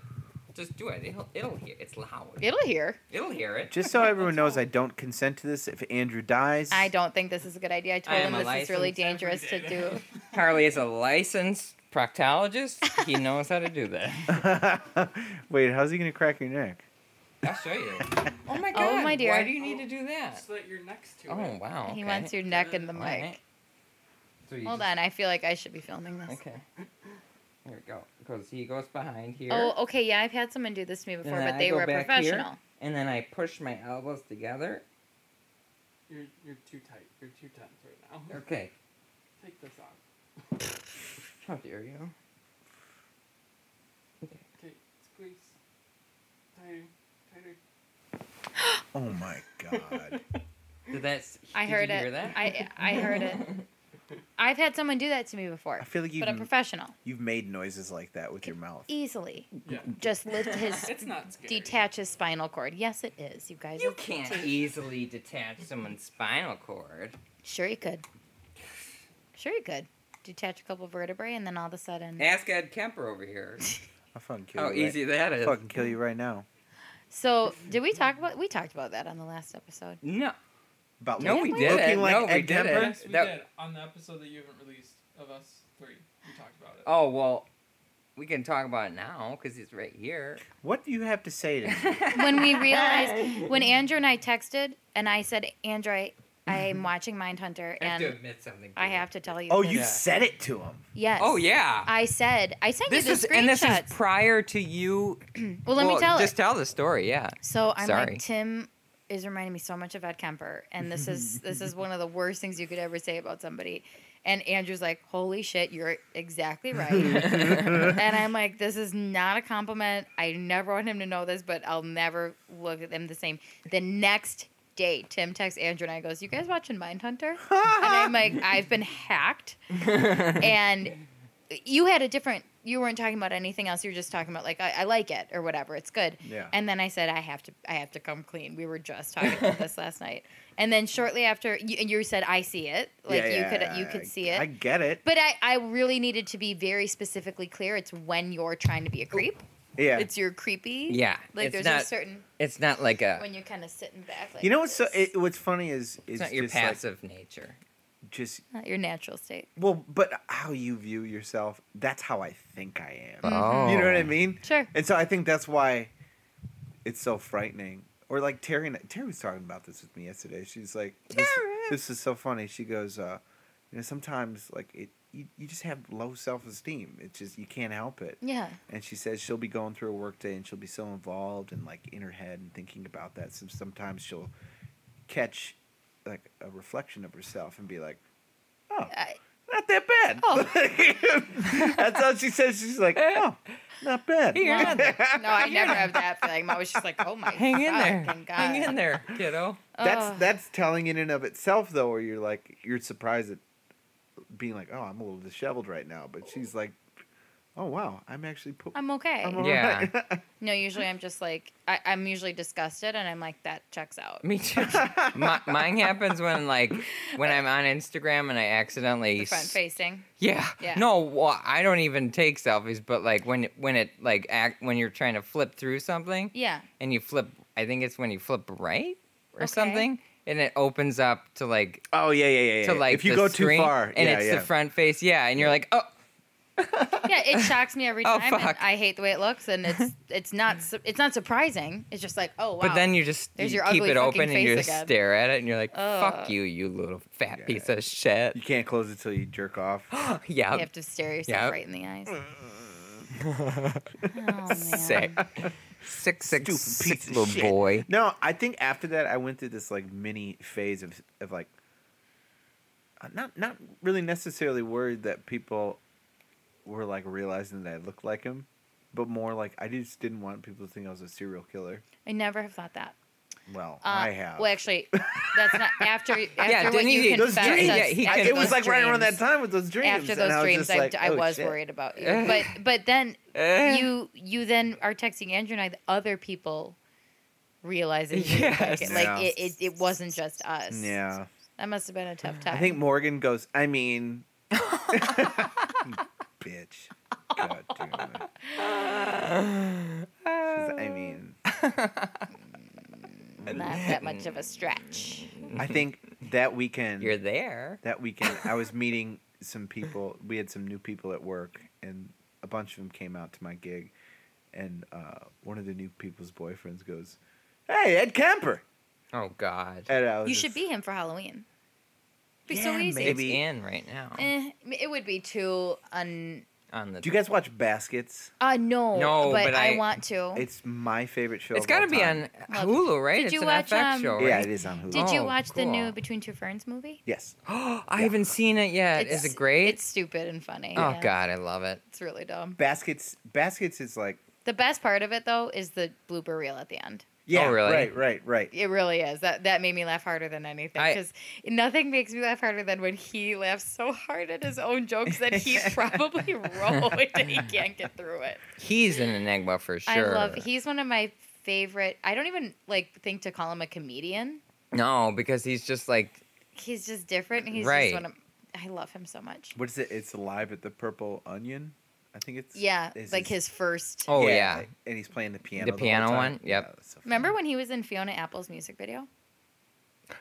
E: just do it. It'll, it'll hear. It's loud.
C: it. It'll hear.
E: It'll hear it.
D: Just so everyone knows, I don't consent to this. If Andrew dies,
C: I don't think this is a good idea. I told
E: I
C: him
E: am a
C: this is really
E: licensed
C: dangerous to do.
E: Harley is a licensed proctologist. He knows how to do that.
D: wait, how's he gonna crack your neck?
E: I'll show you. Oh my god.
C: Oh, my dear.
E: Why do you need to do
G: this?
E: that?
G: So that you're next to
E: Oh
G: it.
E: wow.
C: He
E: okay.
C: wants your neck in the
E: All
C: mic.
E: right. So you
C: Hold
E: just-
C: on, I feel like I should be filming this.
E: Okay. Here we go. Because he goes behind here.
C: Oh, okay, yeah, I've had someone do this to me before,
E: then
C: but
E: I
C: they
E: go
C: were
E: back here.
C: professional.
E: And then I push my elbows together.
G: You're you're too tight. You're too tense right now.
E: Okay.
G: Take this off.
E: How dare you?
G: Okay, squeeze. Tighter, tighter.
D: Oh my god.
E: Did that? s-
C: I
E: did
C: heard
E: you
C: it.
E: Hear that?
C: I I heard it. I've had someone do that to me before,
D: I feel like
C: but a
D: you've
C: professional,
D: you've made noises like that with your mouth.
C: easily.
G: Yeah.
C: Just lift his,
G: It's not scary.
C: detach his spinal cord. Yes, it is, you guys.
E: you
C: It's-
E: can't easily detach someone's spinal cord.
C: Sure, you could. Sure, you could. Detach a couple vertebrae, and then all of a sudden.
E: Ask Ed Kemper over here.
D: I'll fucking kill
E: How
D: you. right-
E: easy that is.
D: I'll fucking kill you right now.
C: So, did we talk about? We talked about that on the last episode.
E: No.
D: About
E: No, we
D: looking-
E: did it.
D: looking like
E: no, we
D: Ed
E: did
D: Kemper?
E: it.
G: Yes, we
E: That-
G: did on the episode that you haven't released of us three. We talked about it.
E: Oh well, we can talk about it now because he's right here.
D: What do you have to say to me?
C: When we realized, when Andrew and I texted, and I said, Andrew, I, I'm watching Mindhunter,
E: I have to
C: and
E: admit something.
C: I
E: to you.
C: have to tell you.
D: Oh,
C: this.
D: you
E: Yeah.
D: said it to him.
C: Yes.
E: Oh yeah.
C: I said I sent
E: this
C: you
E: is
C: the
E: and this is
C: screenshots.
E: prior to you.
C: well, let me tell
E: Just
C: it.
E: tell the story. Yeah.
C: So I'm
E: Sorry.
C: like Tim is reminding me so much of Ed Kemper, and this is this is one of the worst things you could ever say about somebody. And Andrew's like, "Holy shit, you're exactly right." and I'm like, "This is not a compliment. I never want him to know this, but I'll never look at them the same." The next day, Tim texts Andrew and I goes, "You guys watching Mindhunter?" and I'm like, "I've been hacked." and you had a different you weren't talking about anything else you were just talking about like I, I like it or whatever it's good
D: Yeah.
C: and then i said i have to i have to come clean we were just talking about this last night and then shortly after you, and you said i see it like
D: Yeah,
C: you
D: yeah,
C: could
D: yeah,
C: you
D: I-
C: could see
D: I
C: it
D: get it.
C: but I, I really needed to be very specifically clear it's when you're trying to be a creep
D: Oh, Yeah.
C: it's your creepy
E: Yeah,
C: like
E: it's
C: there's
E: not- uh,
C: a certain
E: It's not like a.
C: when you're kind of sitting back like
D: you know what's so,
C: this.
D: it, what's funny is is
E: It's not your
D: just like-
E: passive nature.
D: just
C: not your natural state
D: well, but how you view yourself. That's how I think I am.
E: Oh.
D: Mm-hmm. You know what I mean?
C: sure
D: And so I think that's why it's so frightening. Or like Terry, and- Terry was talking about this with me yesterday. She's like, this, this is so funny. She goes, uh, you know, sometimes like it, you, you just have low self esteem. It's just you can't help it.
C: yeah
D: And she says she'll be going through a workday and she'll be so involved and like in her head and thinking about that. So sometimes she'll catch like a reflection of herself and be like, oh,
C: I,
D: not that bad. That's all she says. She's like, oh, not bad.
E: You're not there.
C: no i never have that feeling i'm always just like oh my
E: Hang in there.
C: fucking God.
E: Hang in there, kiddo.
D: That's
C: Ugh.
D: that's telling in and of itself though, where you're like you're surprised at being like, oh, I'm a little disheveled right now, but she's like, oh wow, I'm actually put.
C: I'm okay.
D: all
E: Yeah.
D: right."
C: no, usually I'm just like I, I'm usually disgusted, and I'm like that checks out.
E: Me too. Mi- mine happens when like when I'm on Instagram and I accidentally
C: The front
E: s-
C: facing.
E: Yeah.
C: Yeah.
E: No, well, I don't even take selfies, but like when when it like act when you're trying to flip through something
C: Yeah.
E: and you flip, I think it's when you flip right or
C: Okay.
E: something, and it opens up to like
D: oh yeah, yeah, yeah. yeah.
E: to like
D: if you
E: the
D: go
E: screen,
D: too far,
E: and
D: yeah,
E: it's
D: yeah.
E: the front face, yeah, and you're like, oh,
C: Yeah, it shocks me every
E: Oh,
C: time. and
E: fuck.
C: I hate the way it looks, and it's it's not su- it's not surprising. It's just like oh wow.
E: But then you just
C: There's
E: you
C: your
E: keep
C: ugly
E: it
C: fucking
E: open and you
C: face
E: just
C: again.
E: stare at it and you're like,
C: Ugh.
E: "Fuck you, you little fat piece of shit."
D: you can't close it till you jerk off.
E: yeah,
C: you have to stare yourself
E: Yeah.
C: right in the eyes. oh man.
E: sick, sick, sick,
D: Stupid
E: sick
D: piece of
E: little
D: shit.
E: boy.
D: No, I think after that I went through this like mini phase of of like uh, not not really necessarily worried that people were like realizing that I looked like him, but more like I just didn't want people to think I was a serial killer.
C: I never have thought that.
D: Well,
C: Uh,
D: I have.
C: Well, actually, that's not after after what
E: didn't
C: you
E: he- those
C: confessed.
E: dreams-
C: that's-
E: yeah, he
C: after
E: con-
D: it was
C: those
D: like right around that
C: dreams-
D: time with those dreams.
C: After those
D: and I was
C: dreams,
D: just
C: I,
D: like,
C: I
D: oh,
C: was
D: shit.
C: worried about you. But but then
E: Eh.
C: you you then are texting Andrew and I. that Other people realizing you didn't like
E: Yes.
C: it. Like
D: Yeah.
C: it, it, it wasn't just us.
D: Yeah,
C: that must have been a tough time.
D: I think Morgan goes. I mean, bitch. God damn it. She's- I mean,
C: not that much of a stretch.
D: I think that weekend.
E: You're there.
D: that weekend I was meeting some people. We had some new people at work, and a bunch of them came out to my gig. And uh, one of the new people's boyfriends goes, "Hey, Ed Kemper."
E: Oh God.
D: And I was
C: You should
D: just-
C: be him for Halloween. Be
E: yeah,
C: so easy.
E: It's
D: maybe.
E: in right now
C: Eh, it would be too un.
E: on the.
D: Do you guys watch Baskets?
C: Uh, no,
E: No,
C: but,
E: but
C: I,
E: I-
C: want to.
D: It's my favorite show.
E: it's
D: got to
E: be on
C: Love
E: Hulu, right?
C: Did
E: it's
C: you
E: an
C: watch,
E: FX
C: um,
E: show, right?
D: Yeah, it is on Hulu.
C: Did you
E: Oh,
C: watch the new
E: cool.
C: Between Two Ferns movie?
D: yes.
E: I haven't seen it yet. Is it great?
C: It's stupid and funny.
E: oh
C: yeah.
E: God, I love it.
C: it's really dumb.
D: Baskets. Baskets is like.
E: Oh,
C: The best part of it though is the blooper reel at the end.
D: Yeah.
E: really?
D: Right. Right. Right.
C: It really is. That that made me laugh harder than anything
E: I-
C: because nothing makes me laugh harder than when he laughs so hard at his own jokes that he probably rolled and he can't get through it.
E: He's an enigma for sure.
C: I love. He's one of my favorite. I don't even like think to call him a comedian.
E: No, because he's just like
C: He's just different. and He's
E: Right.
C: just one of. I love him so much.
D: What is it? It's live at the Purple Onion. I think it's.
C: Yeah,
D: is
C: like his first.
E: oh yeah.
D: And he's playing the piano.
E: The
D: whole
E: piano
D: time.
E: one? Yep.
D: Yeah, it's so funny.
C: Remember when he was in Fiona Apple's music video?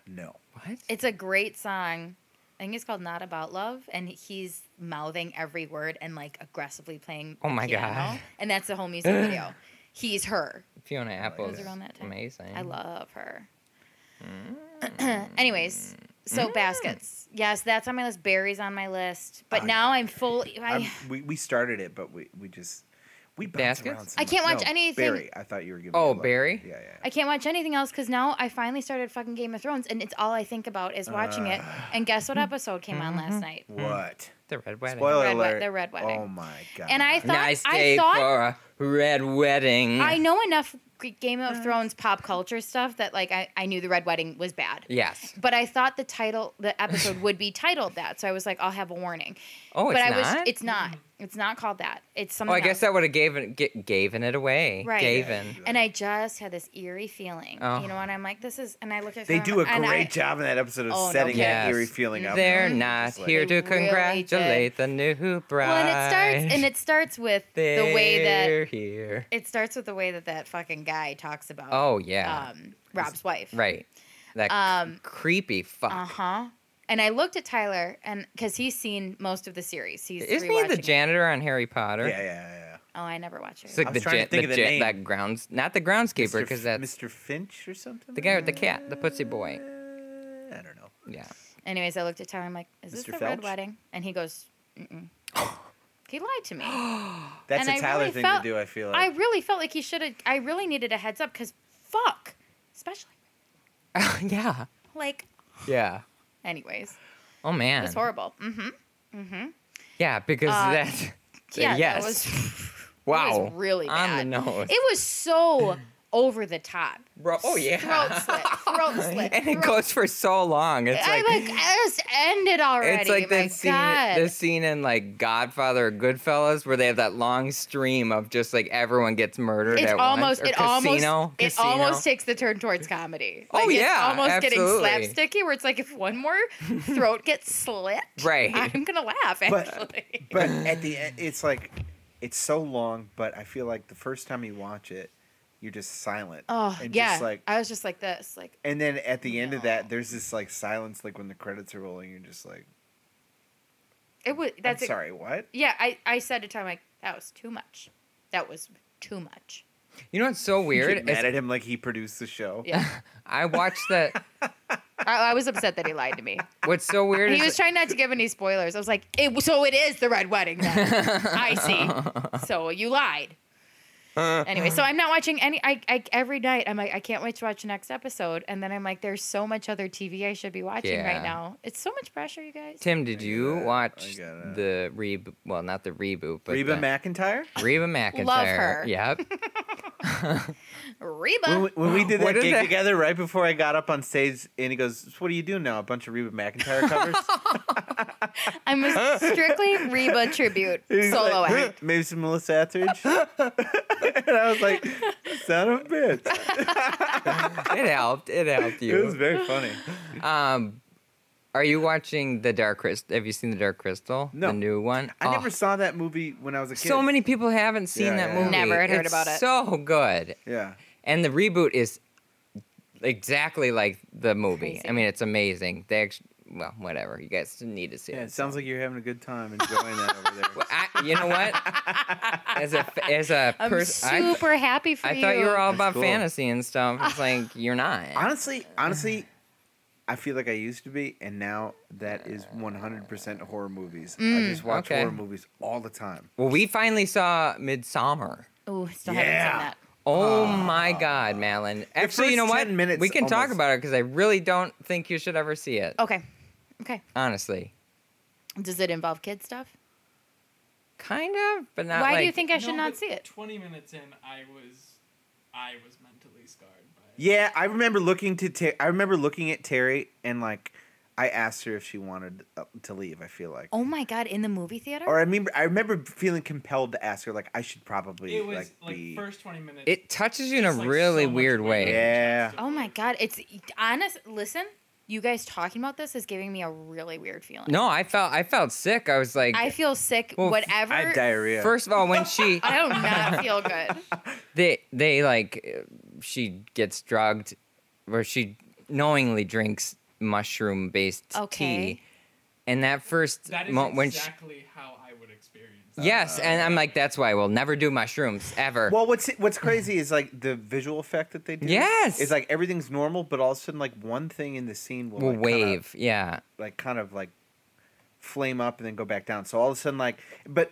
D: No.
E: What?
C: It's a great song. I think it's called "Not About Love," and he's mouthing every word and like aggressively playing.
E: Oh
C: the
E: my
C: piano,
E: God.
C: And that's the whole music video. He's her.
E: Fiona Apple
C: It was
E: is
C: around that time.
E: amazing.
C: I love her.
E: Mm.
C: Anyways, so baskets. Yes, that's on my list. Berries on my list. But
D: Oh,
C: now I'm full.
D: I'm-
C: I,
D: we, we started it, but we, we just we bounced around.
E: Baskets?
D: so
C: I can't
D: much.
C: watch
D: No,
C: anything-
D: Barry, I thought you were giving.
E: Oh,
D: me a look.
E: Barry?
D: Yeah, yeah.
C: I can't watch anything else because now I finally started fucking Game of Thrones, and it's all I think about is watching it. And guess
E: Hmm.
C: what episode came on
E: Mm-hmm.
C: last night?
D: What?
E: the red wedding.
D: Spoiler
C: Hmm. Red wed-
D: alert!
C: the red wedding.
D: Oh my god!
C: And I thought
E: Nice
C: I
E: day
C: thought
E: for a red wedding.
C: I know enough G- Game of Thrones pop culture stuff that like I, I knew the Red Wedding was bad.
E: Yes.
C: But I thought the title, the episode would be titled that, so I was like, I'll have a warning.
E: Oh,
C: but
E: it's
C: I
E: not.
C: was, it's not. It's not called that. It's
E: oh,
C: something.
E: I guess
C: else.
E: that would have given g- given it away.
C: Right.
E: Gaven.
C: And I just had this eerie feeling,
E: Oh.
C: you know, and I'm like, this is. And I look at
D: they
C: Sam
D: do a
C: and I-
D: great job in that episode of
C: Oh, no
D: setting that
E: kidding.
D: eerie feeling up.
E: They're
D: It's
E: not
D: just like-
E: here
C: They
E: to
C: really
E: congratulate the new bride.
C: Well, and it starts, and it starts with the way
E: They're
C: that
E: here.
C: it starts with the way that that fucking guy talks about.
E: Oh yeah.
C: Um, Rob's wife.
E: right. That
C: um,
E: um, creepy fuck.
C: Uh huh. And I looked at Tyler, and because he's seen most of the series, he's
E: Isn't he the
C: rewatching it.
E: janitor on Harry Potter?
D: Yeah, yeah, yeah.
C: Oh, I never watched it.
E: It's like
D: I was
E: the
D: trying to
E: jan-
D: think
E: the,
D: of the
E: jan-
D: name.
E: that grounds, not the groundskeeper,
D: Mr.
E: because that's
D: Mr. Finch or something.
E: the guy with the cat, the pussy boy.
D: I don't know.
E: Yeah.
C: Anyways, I looked at Tyler. I'm like, "Is this
D: Mr.
C: the red
D: Felch?
C: wedding?" And he goes, "Mm." He lied to me.
D: That's
C: And I
D: a Tyler
C: really
D: thing
C: felt-
D: to do. I feel
C: I
D: like.
C: really felt like he should have. I really needed a heads up because fuck, especially
E: yeah.
C: like.
E: Yeah.
C: Anyways,
E: Oh man.
C: it's horrible. Mm-hmm.
E: Yeah, because
C: Uh,
E: that.
C: Yeah,
E: yes.
C: that was
E: wow.
C: it was really bad.
E: On the nose.
C: It was so over the top.
E: Bro, oh
C: Throat
E: yeah.
C: slit. Throat slit.
E: and it
C: throat-
E: goes for so long. It's
C: I
E: like.
C: like I just ended already.
E: it's like
C: My
E: that scene,
C: God.
E: the scene in like Godfather or Goodfellas, where they have that long stream of just like everyone gets murdered
C: it's
E: at
C: almost
E: once. Or
C: it
E: casino,
C: almost it
E: casino.
C: almost takes the turn towards comedy.
E: Oh,
C: Like,
E: yeah,
C: it's almost
E: absolutely.
C: getting slapsticky where it's like if one more throat gets slit,
E: Right.
C: I'm gonna laugh
D: But-
C: actually.
D: But at the end, it's like, it's so long. But I feel like the first time you watch it, you're just silent.
C: oh
D: and
C: yeah,
D: Just like
C: I was just like this, like
D: And then at the end of that,
C: No.
D: there's this like silence, like when the credits are rolling, you're just like,
C: it was. That's
D: "I'm
C: it.
D: sorry, what?"
C: Yeah, I I said to Tom like that was too much. That was too much.
E: You know what's so weird?
D: Get mad
E: It's-
D: at him like he produced the show.
C: Yeah,
E: I watched that.
C: I, I was upset that he lied to me.
E: What's so weird
C: He
E: is
C: was trying not to give any spoilers. I was like, it, so it is the red wedding then. I see. So you lied. Anyway, so I'm not watching any. I, I every night I'm like, I can't wait to watch the next episode, and then I'm like, there's so much other TV I should be watching
E: Yeah.
C: right now. It's so much pressure, you guys.
E: Tim, did you
D: it. I
E: watch
D: get it.
E: the reboot? Well, not the reboot, but
D: Reba
E: the-
D: McIntyre?
E: Reba McIntyre.
C: her.
E: Yep.
D: When we,
C: Reba.
D: when we did
E: What
D: that
E: is
D: gig
E: that?
D: together, right before I got up on stage, and he goes, "So "What do you do now? A bunch of Reba McIntyre covers?"
C: I'm a strictly Reba tribute
D: He's
C: solo
D: like,
C: act.
D: Maybe some Melissa Etheridge. and I was like, "Son of a bitch!"
E: it helped. It helped
D: It was
E: you.
D: very funny.
E: Um, are you watching the Dark Crystal? Have you seen the Dark Crystal?
D: No.
E: the new one.
D: I
E: Oh,
D: never saw that movie when I was a kid.
E: So many people haven't seen
D: Yeah,
E: that
D: yeah, yeah.
E: movie.
C: Never had heard
E: It's
C: about it.
E: So good,
D: Yeah.
E: and the reboot is exactly like the movie. I mean, it's amazing. They actually, well, whatever. You guys need to see
D: Yeah,
E: it.
D: it sounds like you're having a good time enjoying that over there.
E: Well, I, you know what? As a as a
C: I'm
E: person, I,
C: super happy for
E: I
C: you.
E: thought you were all about
D: cool.
E: fantasy and stuff. It's like you're not.
D: Honestly, honestly, I feel like I used to be, and now that is 100% horror movies. I just watch
E: Mm, okay.
D: horror movies all the time.
E: well, we finally saw Midsummer.
C: Ooh, still
D: Yeah.
C: haven't seen that.
E: Oh my God, Madeline. Actually, you
D: first
E: know what?
D: 10 minutes
E: we can talk
D: almost-
E: about it because I really don't think you should ever see it.
C: Okay. Okay.
E: Honestly,
C: Does it involve kid stuff?
E: kind of, but not.
C: Why do you
E: like-
C: think I should
G: No,
C: not
G: but
C: see it?
G: Twenty minutes in, I was, I was mentally scarred by it.
D: Yeah, I remember looking to Ter- I remember looking at Terry and like I asked her if she wanted uh, to leave. I feel like,
C: Oh my god, in the movie theater?
D: or I remember I remember feeling compelled to ask her like I should probably
G: It was
D: like,
G: like,
D: be.
G: first twenty minutes.
E: It touches you in a
G: just, like,
E: really
G: so much
E: weird
G: weight
E: way.
D: Yeah.
C: oh my god, it's honest. Listen, you guys talking about this is giving me a really weird feeling.
E: No, I felt I felt sick. I was like,
C: I feel sick.
E: Well,
C: whatever.
D: I had diarrhea.
E: first of all, when she
C: I do not feel good.
E: they they like uh, she gets drugged or she knowingly drinks mushroom based
C: Okay.
E: tea and that first
G: That is
E: mo- when she,
G: exactly how I would experience. it.
E: yes and
G: Uh.
E: i'm like that's why we'll never do mushrooms ever
D: well, what's what's crazy is like the visual effect that they do.
E: Yes.
D: it's like everything's normal, but all of a sudden, like one thing in the scene will
E: we'll
D: like, kinda-
E: wave yeah
D: like kind of like flame up and then go back down. So all of a sudden, like, but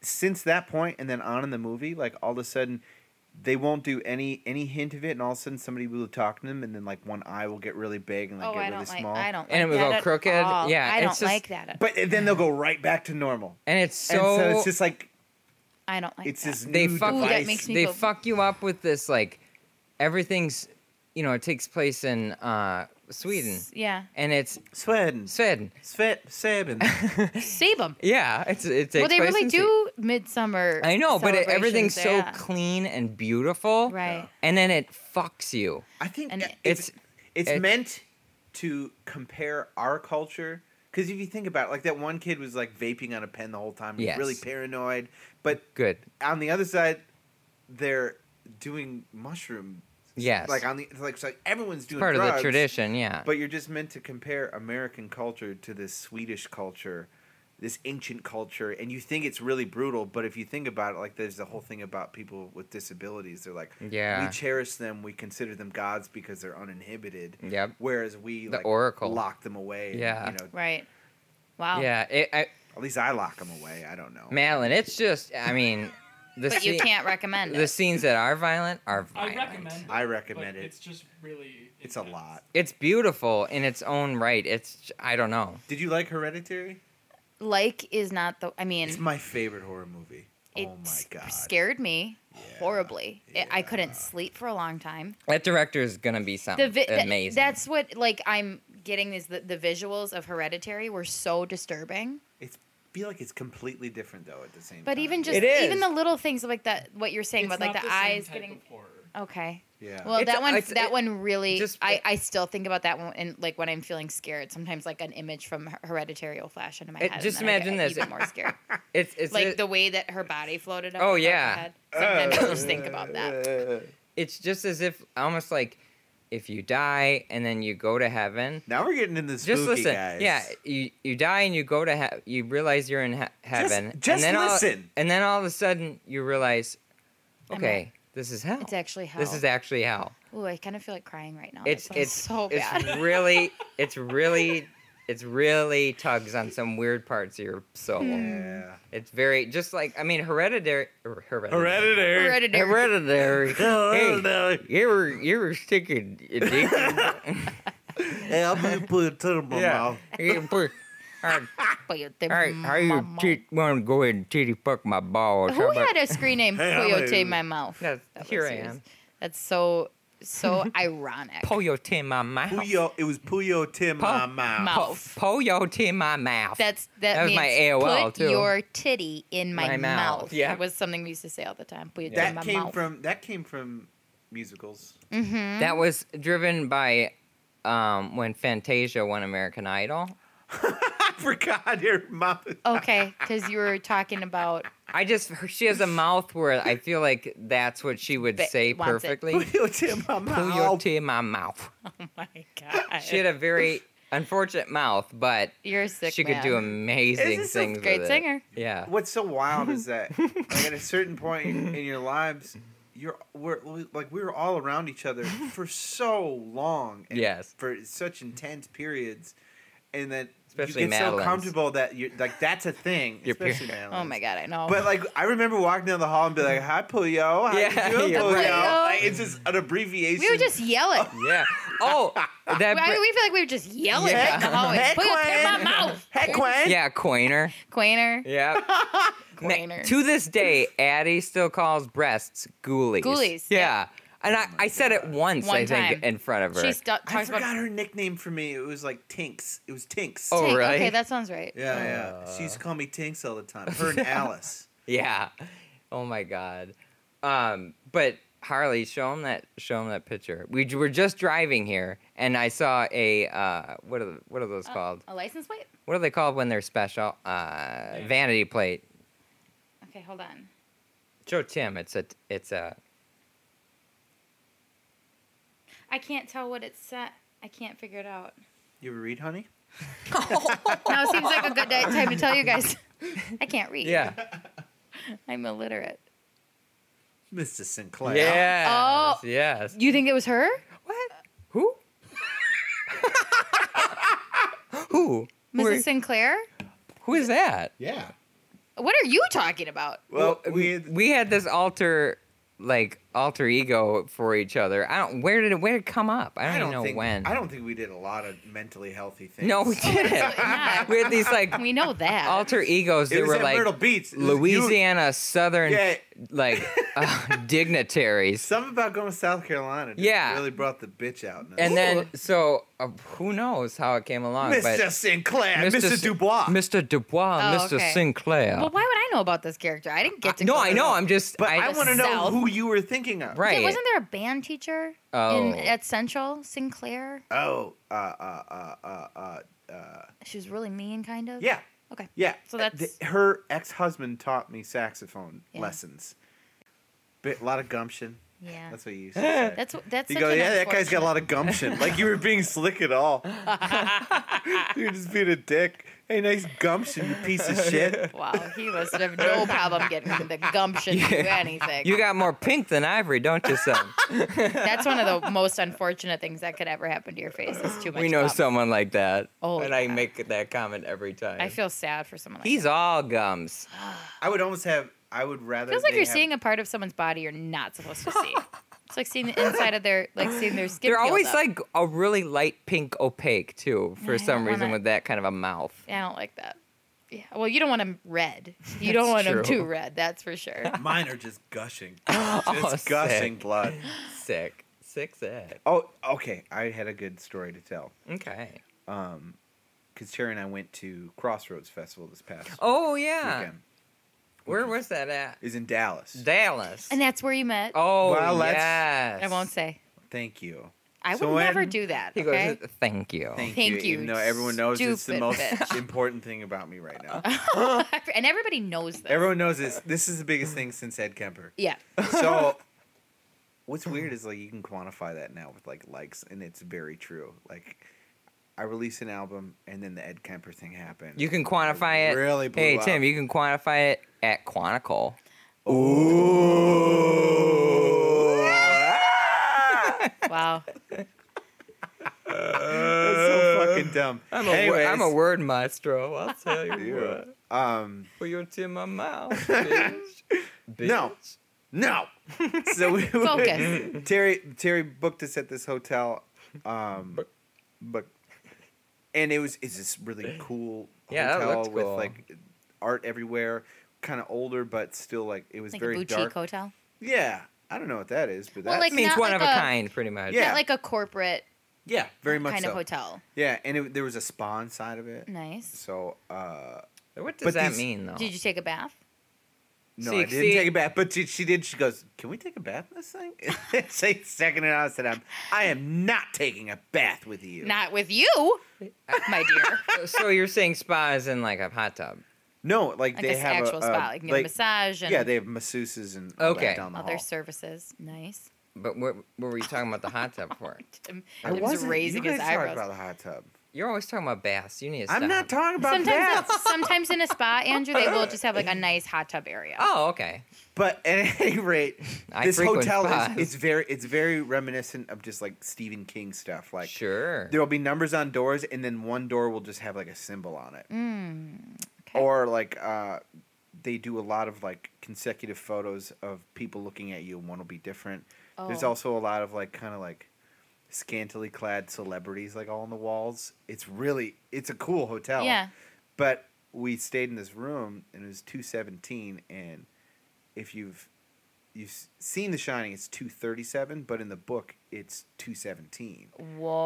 D: since that point and then on in the movie, like all of a sudden, they won't do any any hint of it, and all of a sudden somebody will talk to them, and then like one eye will get really big and like
C: Oh,
D: get
C: I
D: really
C: don't like.
D: small.
C: I don't.
E: And it
C: like
E: would go
C: that at
E: crooked.
C: all.
E: Yeah,
C: I
E: it's
C: don't
E: just-
C: like that. At,
D: But then they'll go right back to normal,
E: and it's
D: and
E: so,
D: so it's just like
C: I don't like.
D: it's
C: that.
D: this
E: they
D: new
E: fuck
C: Ooh,
D: device.
C: that makes me
E: they
C: feel-
E: fuck you up with this like everything's you know it takes place in uh sweden
C: Yeah,
E: and it's
D: Sweden,
E: sweden
D: Svet, Sweden.
C: save them.
E: yeah it's it takes
C: Well, they
E: place
C: really
E: in Swe-
C: do midsummer.
E: I know, but it, everything's so
C: celebrations, yeah.
E: clean and beautiful.
C: Right.
E: And then it fucks you.
D: I think
C: And
D: it-
E: It's,
D: it's it's
E: it-
D: meant to compare our culture because if you think about it, like that one kid was like vaping on a pen the whole time, he's
E: Yes.
D: really paranoid. But
E: good.
D: on the other side, they're doing mushroom.
E: Yes.
D: Like on the like, it's like everyone's doing
E: Part of the
D: drugs,
E: tradition, yeah.
D: But you're just meant to compare American culture to this Swedish culture, this ancient culture, and you think it's really brutal. But if you think about it, like there's the whole thing about people with disabilities. They're like,
E: Yeah.
D: we cherish them, we consider them gods because they're uninhibited.
E: Yep.
D: Whereas we
E: The
D: like
E: oracle.
D: lock them away. and,
E: Yeah.
D: you know,
C: Right. Wow.
E: yeah. It, I,
D: at least I lock them away. I don't know.
E: Madeline, it's just, I mean, the,
C: But you
E: scene-
C: can't recommend
E: the
C: it.
E: scenes that are violent are
G: I
E: violent.
G: recommend. It,
D: I recommend
G: but
D: it.
G: It's just really.
D: It's a
G: intense.
D: lot.
E: It's beautiful in its own right. It's, I don't know.
D: Did you like Hereditary?
C: Like is not the. I mean,
D: It's my favorite horror movie.
C: it
D: oh my god.
C: scared me horribly. It, I couldn't sleep for a long time.
E: That director is going to be something
C: The vi- th-
E: amazing.
C: that's what like I'm getting is the, the visuals of Hereditary were so disturbing.
D: It's feel like it's completely different though at the same time.
C: But even just
E: It is.
C: even the little things like that, what you're saying
G: It's
C: about like
G: not
C: the,
G: same
C: eyes
G: type
C: getting
G: of horror.
C: okay.
D: yeah.
C: Well,
E: It's-
C: that one
E: it's-
C: that
E: it-
C: one really
E: just-
C: I, I still think about that one and like when I'm feeling scared. Sometimes like an image from Her- Hereditary will flash into my
E: It-
C: head.
E: just
C: and then I get
E: imagine this.
C: even more scared.
E: it's, it's,
C: like
E: it-
C: the way that her body floated up.
E: Oh,
C: above her
E: yeah.
C: head. Sometimes I just think about that.
E: it's just as if, almost like if you die and then you go to heaven.
D: now we're getting into spooky
E: just listen.
D: guys.
E: Yeah, you you die and you go to heaven. You realize you're in he- heaven.
D: just
E: and then
D: listen.
E: All, and then all of a sudden you realize,
C: I'm
E: okay, this is hell.
C: It's actually hell.
E: This is actually hell.
C: Ooh, I kind of feel like crying right now.
E: It's
C: That sounds
E: it's
C: so
E: it's
C: bad.
E: really it's really it's really tugs on some weird parts of your soul.
C: Mm-hmm.
D: Yeah.
E: It's very just like I mean hereditary or hereditary
D: Hereditary.
C: Hereditary.
E: hereditary. hey,
D: Hereditary.
E: you were you were sticking addicted.
D: Hey, I'm gonna put a ton of my
E: Yeah. You put- All right,
C: Coyote
E: all right, how you
C: mama.
E: tit- want to go ahead and titty fuck my balls? How
C: Who had
E: about-
C: a screen name Coyote my mouth?
E: That's-
C: That was
E: here I
C: serious.
E: am.
C: That's so so ironic.
E: Poyo in my mouth.
D: Puyo, it was Puyo Tim
E: Puff.
D: Mama.
C: mouth.
E: Poyo in my mouth.
C: That's that,
E: That was
C: means
E: my AOL
C: put
E: too.
C: your titty in my,
E: My
C: mouth.
E: mouth, yeah.
C: It was something we used to say all the time. Put your titty in my
D: That came
C: mouth.
D: from that came from musicals.
E: That was driven by um, when Fantasia won American Idol.
D: I forgot your mouth.
C: okay, because you were talking about
E: I just her- she has a mouth where I feel like that's what she would
C: Ba-
E: say
C: wants it.
E: perfectly.
D: Puyo Tim
E: Pull your
D: Mama.
E: tea in my mouth.
D: Oh
C: my God.
E: She had a very unfortunate mouth, but
C: You're a sick.
E: she could do
C: man.
E: amazing
D: Isn't she a
E: things.
C: great
E: with it.
C: singer?
E: Yeah.
D: What's so wild is that like at a certain point in, in your lives, you're we're like we were all around each other for so long. and
E: Yes.
D: For such intense periods, and that
E: Especially
D: you get
E: Madeline's.
D: so comfortable that you're like that's a thing.
E: Your peer-
D: especially
C: Oh
D: Madeline's.
C: my God, I know.
D: But like I remember walking down the hall and be like, "Hi, Puyo. How
E: Yeah,
D: you doing,
E: you're
D: Puyo?"
E: right.
C: Puyo.
D: Like, it's just an abbreviation.
C: we would just yell it.
E: Yeah. Oh, that.
C: I mean,
E: br-
C: we feel like we were just yelling
E: Yeah.
C: at the hallways.
D: Hey,
C: Put your titty in my
D: Quinn.
C: mouth.
D: hey, Quinn.
E: yeah, Quainer.
C: Quainer.
E: Yeah. Ma-
C: Quainer.
E: to this day, Addie still calls breasts ghoulies.
C: Ghoulies,
E: Yeah.
C: yeah.
E: And I, I said it once,
C: One
E: I think,
C: time.
E: in front of her.
C: She stu-
D: I
C: talks about.
D: forgot her nickname for me. It was like Tinks. It was Tinks.
E: Oh,
C: Tank.
E: really?
C: Okay, that sounds right.
D: Yeah, yeah. She used to call me Tinks all the time. Her and Alice.
E: yeah. Oh my God. Um, but Harley, show him that. Show him that picture. We j- were just driving here, and I saw a uh, what are the, what are those called?
C: Oh, A license plate?
E: What are they called when they're special? Uh, Vanity plate.
C: Okay, hold on.
E: Show Tim. It's a it's a
C: I can't tell what it's set. I can't figure it out.
D: You ever read, honey?
C: Now seems like a good day, time to tell you guys. I can't read.
E: yeah
C: I'm illiterate.
D: Mr. Sinclair.
E: yes
C: Oh.
E: yes.
C: You think it was her?
E: What? Who? Who?
C: Mrs.
E: Who, are-
C: Sinclair?
E: who is that?
L: Yeah.
C: What are you talking about?
D: Well, we had,
E: We had this alter, like alter ego for each other. I don't. Where did it? Where did it come up? I don't,
D: I
E: even
D: don't
E: know
D: think
E: when.
D: I don't think we did a lot of mentally healthy things.
E: No, we didn't.
C: not.
E: we had these like
C: We know that.
E: alter egos
D: it
E: that
D: was
E: were
D: at
E: like
D: Myrtle Beach, It was- you-
E: Louisiana Southern
D: Yeah.
E: like uh, dignitaries.
D: Something about going to South Carolina. Just
E: Yeah.
D: really brought the bitch out. in us.
E: And then so uh, who knows how it came along? But
D: Mr. Sinclair, Mr.
E: S-
D: Dubois.
E: Mr. Dubois,
C: Oh,
E: Mr.
C: okay.
E: Sinclair.
C: well, why would I know about this character? I didn't get to.
E: no,
C: go
E: I
C: to
E: know.
C: the-
E: I'm just.
D: but I
E: I,
D: want to know
C: South.
D: who you were thinking of.
E: Right.
C: Yeah, wasn't there a band teacher
E: Oh.
C: in, at Central Sinclair?
D: Oh, uh, uh, uh, uh, uh, uh,
C: She was really mean, kind of.
D: yeah,
C: Okay.
D: yeah.
C: So
D: Uh, th-
C: that's-
D: her ex-husband taught me saxophone
C: Yeah.
D: lessons. Bit, a lot of gumption.
C: Yeah.
D: That's what you used to say.
C: That's that's.
D: you
C: such
D: go,
C: an
D: yeah, that guy's got
C: unfortunate-
D: a lot of gumption. like you were being slick at all. You're just being a dick. Hey, nice gumption, you piece of shit.
C: Wow, he must have no problem getting the gumption to do anything.
E: You got more pink than ivory, don't you, son?
C: That's one of the most unfortunate things that could ever happen to your face. Is too much.
E: we know
C: gum.
E: someone like that.
C: Oh,
E: and I
C: yeah.
E: make that comment every time.
C: I feel sad for someone like
E: He's
C: that.
E: all gums.
D: I would almost have. I would rather.
C: feels like
D: they
C: you're
D: have-
C: seeing a part of someone's body you're not supposed to see. it's like seeing the inside of their like seeing their skin.
E: They're
C: peeled
E: always
C: up.
E: like a really light pink opaque too, for
C: I
E: some
C: don't
E: reason
C: wanna-
E: with that kind of a mouth.
C: Yeah, I don't like that. Yeah. Well, you don't want them red. You don't
E: That's
C: want them
E: true.
C: too red. That's for sure.
D: Mine are just gushing,
E: Oh,
D: just gushing
E: sick.
D: blood.
E: Sick. Sick sick.
D: Oh, okay. I had a good story to tell.
E: Okay.
D: because Cherry and I went to Crossroads Festival this past
E: Oh yeah.
D: weekend.
E: Where was that at?
D: Is in Dallas.
E: Dallas.
C: And that's where you met.
E: oh
D: Well, let's-
E: yes.
C: I won't say.
D: Thank you.
C: I would
D: So
C: never
D: when-
C: do that.
E: He goes,
C: Okay.
E: thank you.
D: Thank,
C: Thank you,
D: Even though everyone knows it's the
C: stupid
D: most
C: bitch.
D: important thing about me right now.
C: and everybody knows that.
D: everyone knows this. This is the biggest thing since Ed Kemper.
C: yeah.
D: So, what's weird is like you can quantify that now with like likes, and it's very true. Like, I release an album, and then the Ed Kemper thing happened.
E: You can quantify it.
D: Really blew
E: Hey
D: up.
E: Tim, you can quantify it at Quanticle.
C: Wow.
D: That's so fucking dumb.
E: I'm a,
D: Anyways,
E: am a word maestro. I'll tell you what.
D: um.
E: Put your tin in my mouth, bitch.
D: No.
E: Bitch.
D: No. So we
C: Focus.
D: Terry Terry booked us at this hotel. Um, but and it was it's this really cool
E: Yeah, that
D: hotel
E: looked
D: with
E: cool.
D: like art everywhere, kind of older but still like it was
C: Like a
D: very
C: boutique
D: dark.
C: hotel.
D: Yeah, I don't know what that is, but
C: Well,
D: that's
E: It means
C: not
E: one
C: like
E: of a,
C: a-
E: kind, pretty much.
C: Yeah.
D: Yeah.
C: Not like a corporate
D: yeah, very much
C: kind
D: so.
C: of hotel.
D: Yeah, and it, there was a spa inside of it.
C: Nice.
D: So uh,
E: What does
D: But
E: that
D: these-
E: mean, though?
C: Did you take a bath?
D: no,
E: See,
D: I didn't
E: see-
D: take a bath, but she, she did. She goes, "Can we take a bath in this thing?" Say second, and I said, "I'm I am not taking a bath with you."
C: Not with you, my dear.
E: So- so you're saying spa is in like a hot tub?
D: No, like,
C: Like
D: they
C: an
D: have a-
C: actual
D: a,
C: spa, like, you get a massage and
D: Yeah, they have masseuses and all that
E: Okay.
D: down the
C: other
D: hall.
C: services. Nice.
E: But what, what were you talking about the hot tub for?
C: Tim,
D: I
C: Tim's
D: wasn't.
C: raising
D: you
C: his
D: guys talked
C: eyebrows.
D: about the hot tub.
E: You're always talking about baths. You need to stop.
D: I'm not talking about
C: Sometimes,
D: that.
C: that's- sometimes in a spa, Andrew, they will just have like a nice hot tub area.
E: Oh, okay.
D: But at any rate,
E: I
D: this
E: frequent
D: hotel
E: spas.
D: is it's very it's very reminiscent of just like Stephen King stuff. Like
E: sure.
D: there'll be numbers on doors, and then one door will just have like a symbol on it,
C: Mm, okay.
D: or like uh, they do a lot of like consecutive photos of people looking at you, and one will be different. There's
C: Oh.
D: also a lot of like kind of like scantily clad celebrities like all on the walls. It's really it's a cool hotel.
C: Yeah.
D: But we stayed in this room and it was 217 and if you've you've s- seen The Shining it's 237 but in the book it's 217.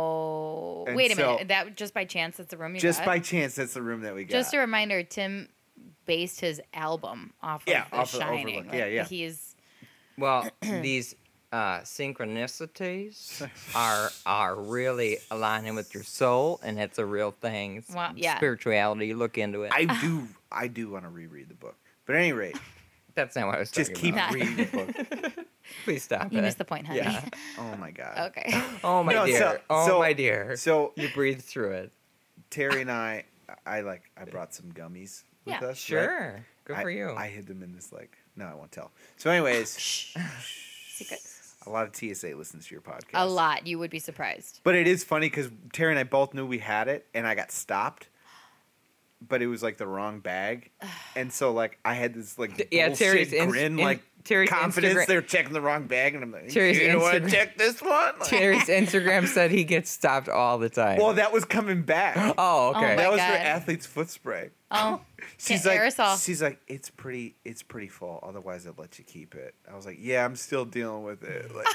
C: Whoa.
D: And
C: Wait a
D: so-
C: minute. That just by chance that's the room you
D: Just
C: got?
D: by chance that's the room that we got.
C: Just a reminder, Tim based his album off
D: Yeah,
C: of The
D: off of The
C: Shining.
D: Overlook. Yeah, yeah.
C: He's
E: Well, these uh, synchronicities are are really aligning with your soul, and it's a real thing. It's
C: Wow, yeah.
E: Spirituality. Look into it.
D: I do I do want to reread the book. But at any rate,
E: That's not what I was
D: just
E: talking
D: keep
E: about.
C: Nah.
D: reading the book.
E: Please stop
C: you
E: it.
C: missed the point, honey.
E: Yeah.
D: Oh my god.
C: okay.
E: Oh my
D: No, so-
E: dear. oh
D: so-
E: my dear.
D: So
E: you breathe through it.
D: Terry and I I like I brought some gummies with
C: Yeah.
D: us. right?
E: Sure. Good
D: I-
E: for you.
D: I hid them in this like no, I won't tell. So anyways,
C: Secret.
D: a lot of TSA listens to your podcast.
C: A lot. You would be surprised.
D: But it is funny because Terry and I both knew we had it, and I got stopped. But it was like the wrong bag, and so like I had this like
E: yeah,
D: bullshit
E: Terry's in-
D: grin
E: in-
D: like
E: Terry's
D: confidence.
E: Instagram-
D: They're checking the wrong bag, and I'm like,
E: Terry's
D: you want to
E: Instagram-
D: check this one? Like,
E: Terry's Instagram said he gets stopped all the time.
D: well, that was coming back.
E: oh,
C: Oh my
E: okay.
D: that was for
C: God.
D: athlete's foot spray.
C: Oh,
D: She's
C: Yeah,
D: like,
C: aerosol.
D: she's like, it's pretty, it's pretty full. Otherwise, I'd let you keep it. I was like, yeah, I'm still dealing with it. Like,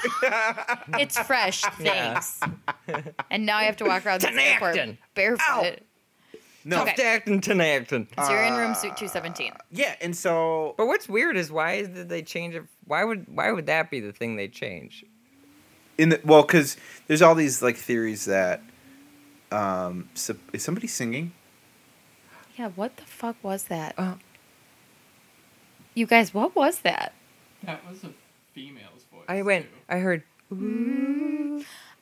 C: it's fresh.
E: Yeah.
C: Thanks. and now I have to walk around this airport
E: Tenactin.
C: barefoot.
D: no, Uh,
C: Okay.
E: Actin, tenactin.
C: So you're in room
E: Uh,
C: suit 217.
D: yeah, and so
E: But what's weird is why did they change it? Why would why would that be the thing they change?
D: in the well, because there's all these like theories that, um, so, is somebody singing?
C: Yeah, what the fuck was that?
E: Uh,
C: You guys, what was that?
G: That was a female's voice.
E: I went.
G: too.
E: I heard.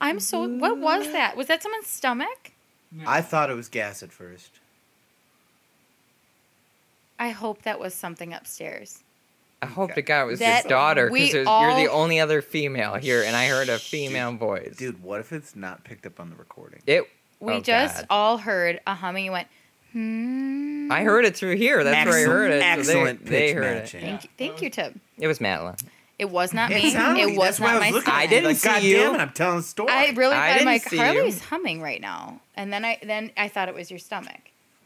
C: I'm so.
E: Mm.
C: What was that? Was that someone's stomach?
G: No.
D: I thought it was gas at first.
C: I hope that was something upstairs.
E: I hope to God it was
C: That
E: your daughter
C: we
E: because you're
C: all-
E: the only other female here, and I heard a female voice.
D: Dude, what if it's not picked up on the recording?
E: it.
C: We
E: oh,
C: just
E: God.
C: all heard a humming and went, hmm.
E: I heard it through here. That's where I heard it. so they-
D: Excellent
E: they,
D: pitch
E: heard
D: matching.
C: Thank you, thank you, Tim.
E: it. It was Madeline.
C: It was not
D: It
C: me.
D: sounded-
C: It was
D: that's why
C: not
D: I
C: my
D: was looking
C: stomach.
D: at
E: I
D: you,
E: didn't
D: like,
E: see
D: God
E: you.
D: damn it, I'm telling a story.
C: I really
E: I
C: thought I'm
E: didn't
C: like
E: see
C: Harley's
E: you.
C: humming right now, and then I then I thought it was your stomach.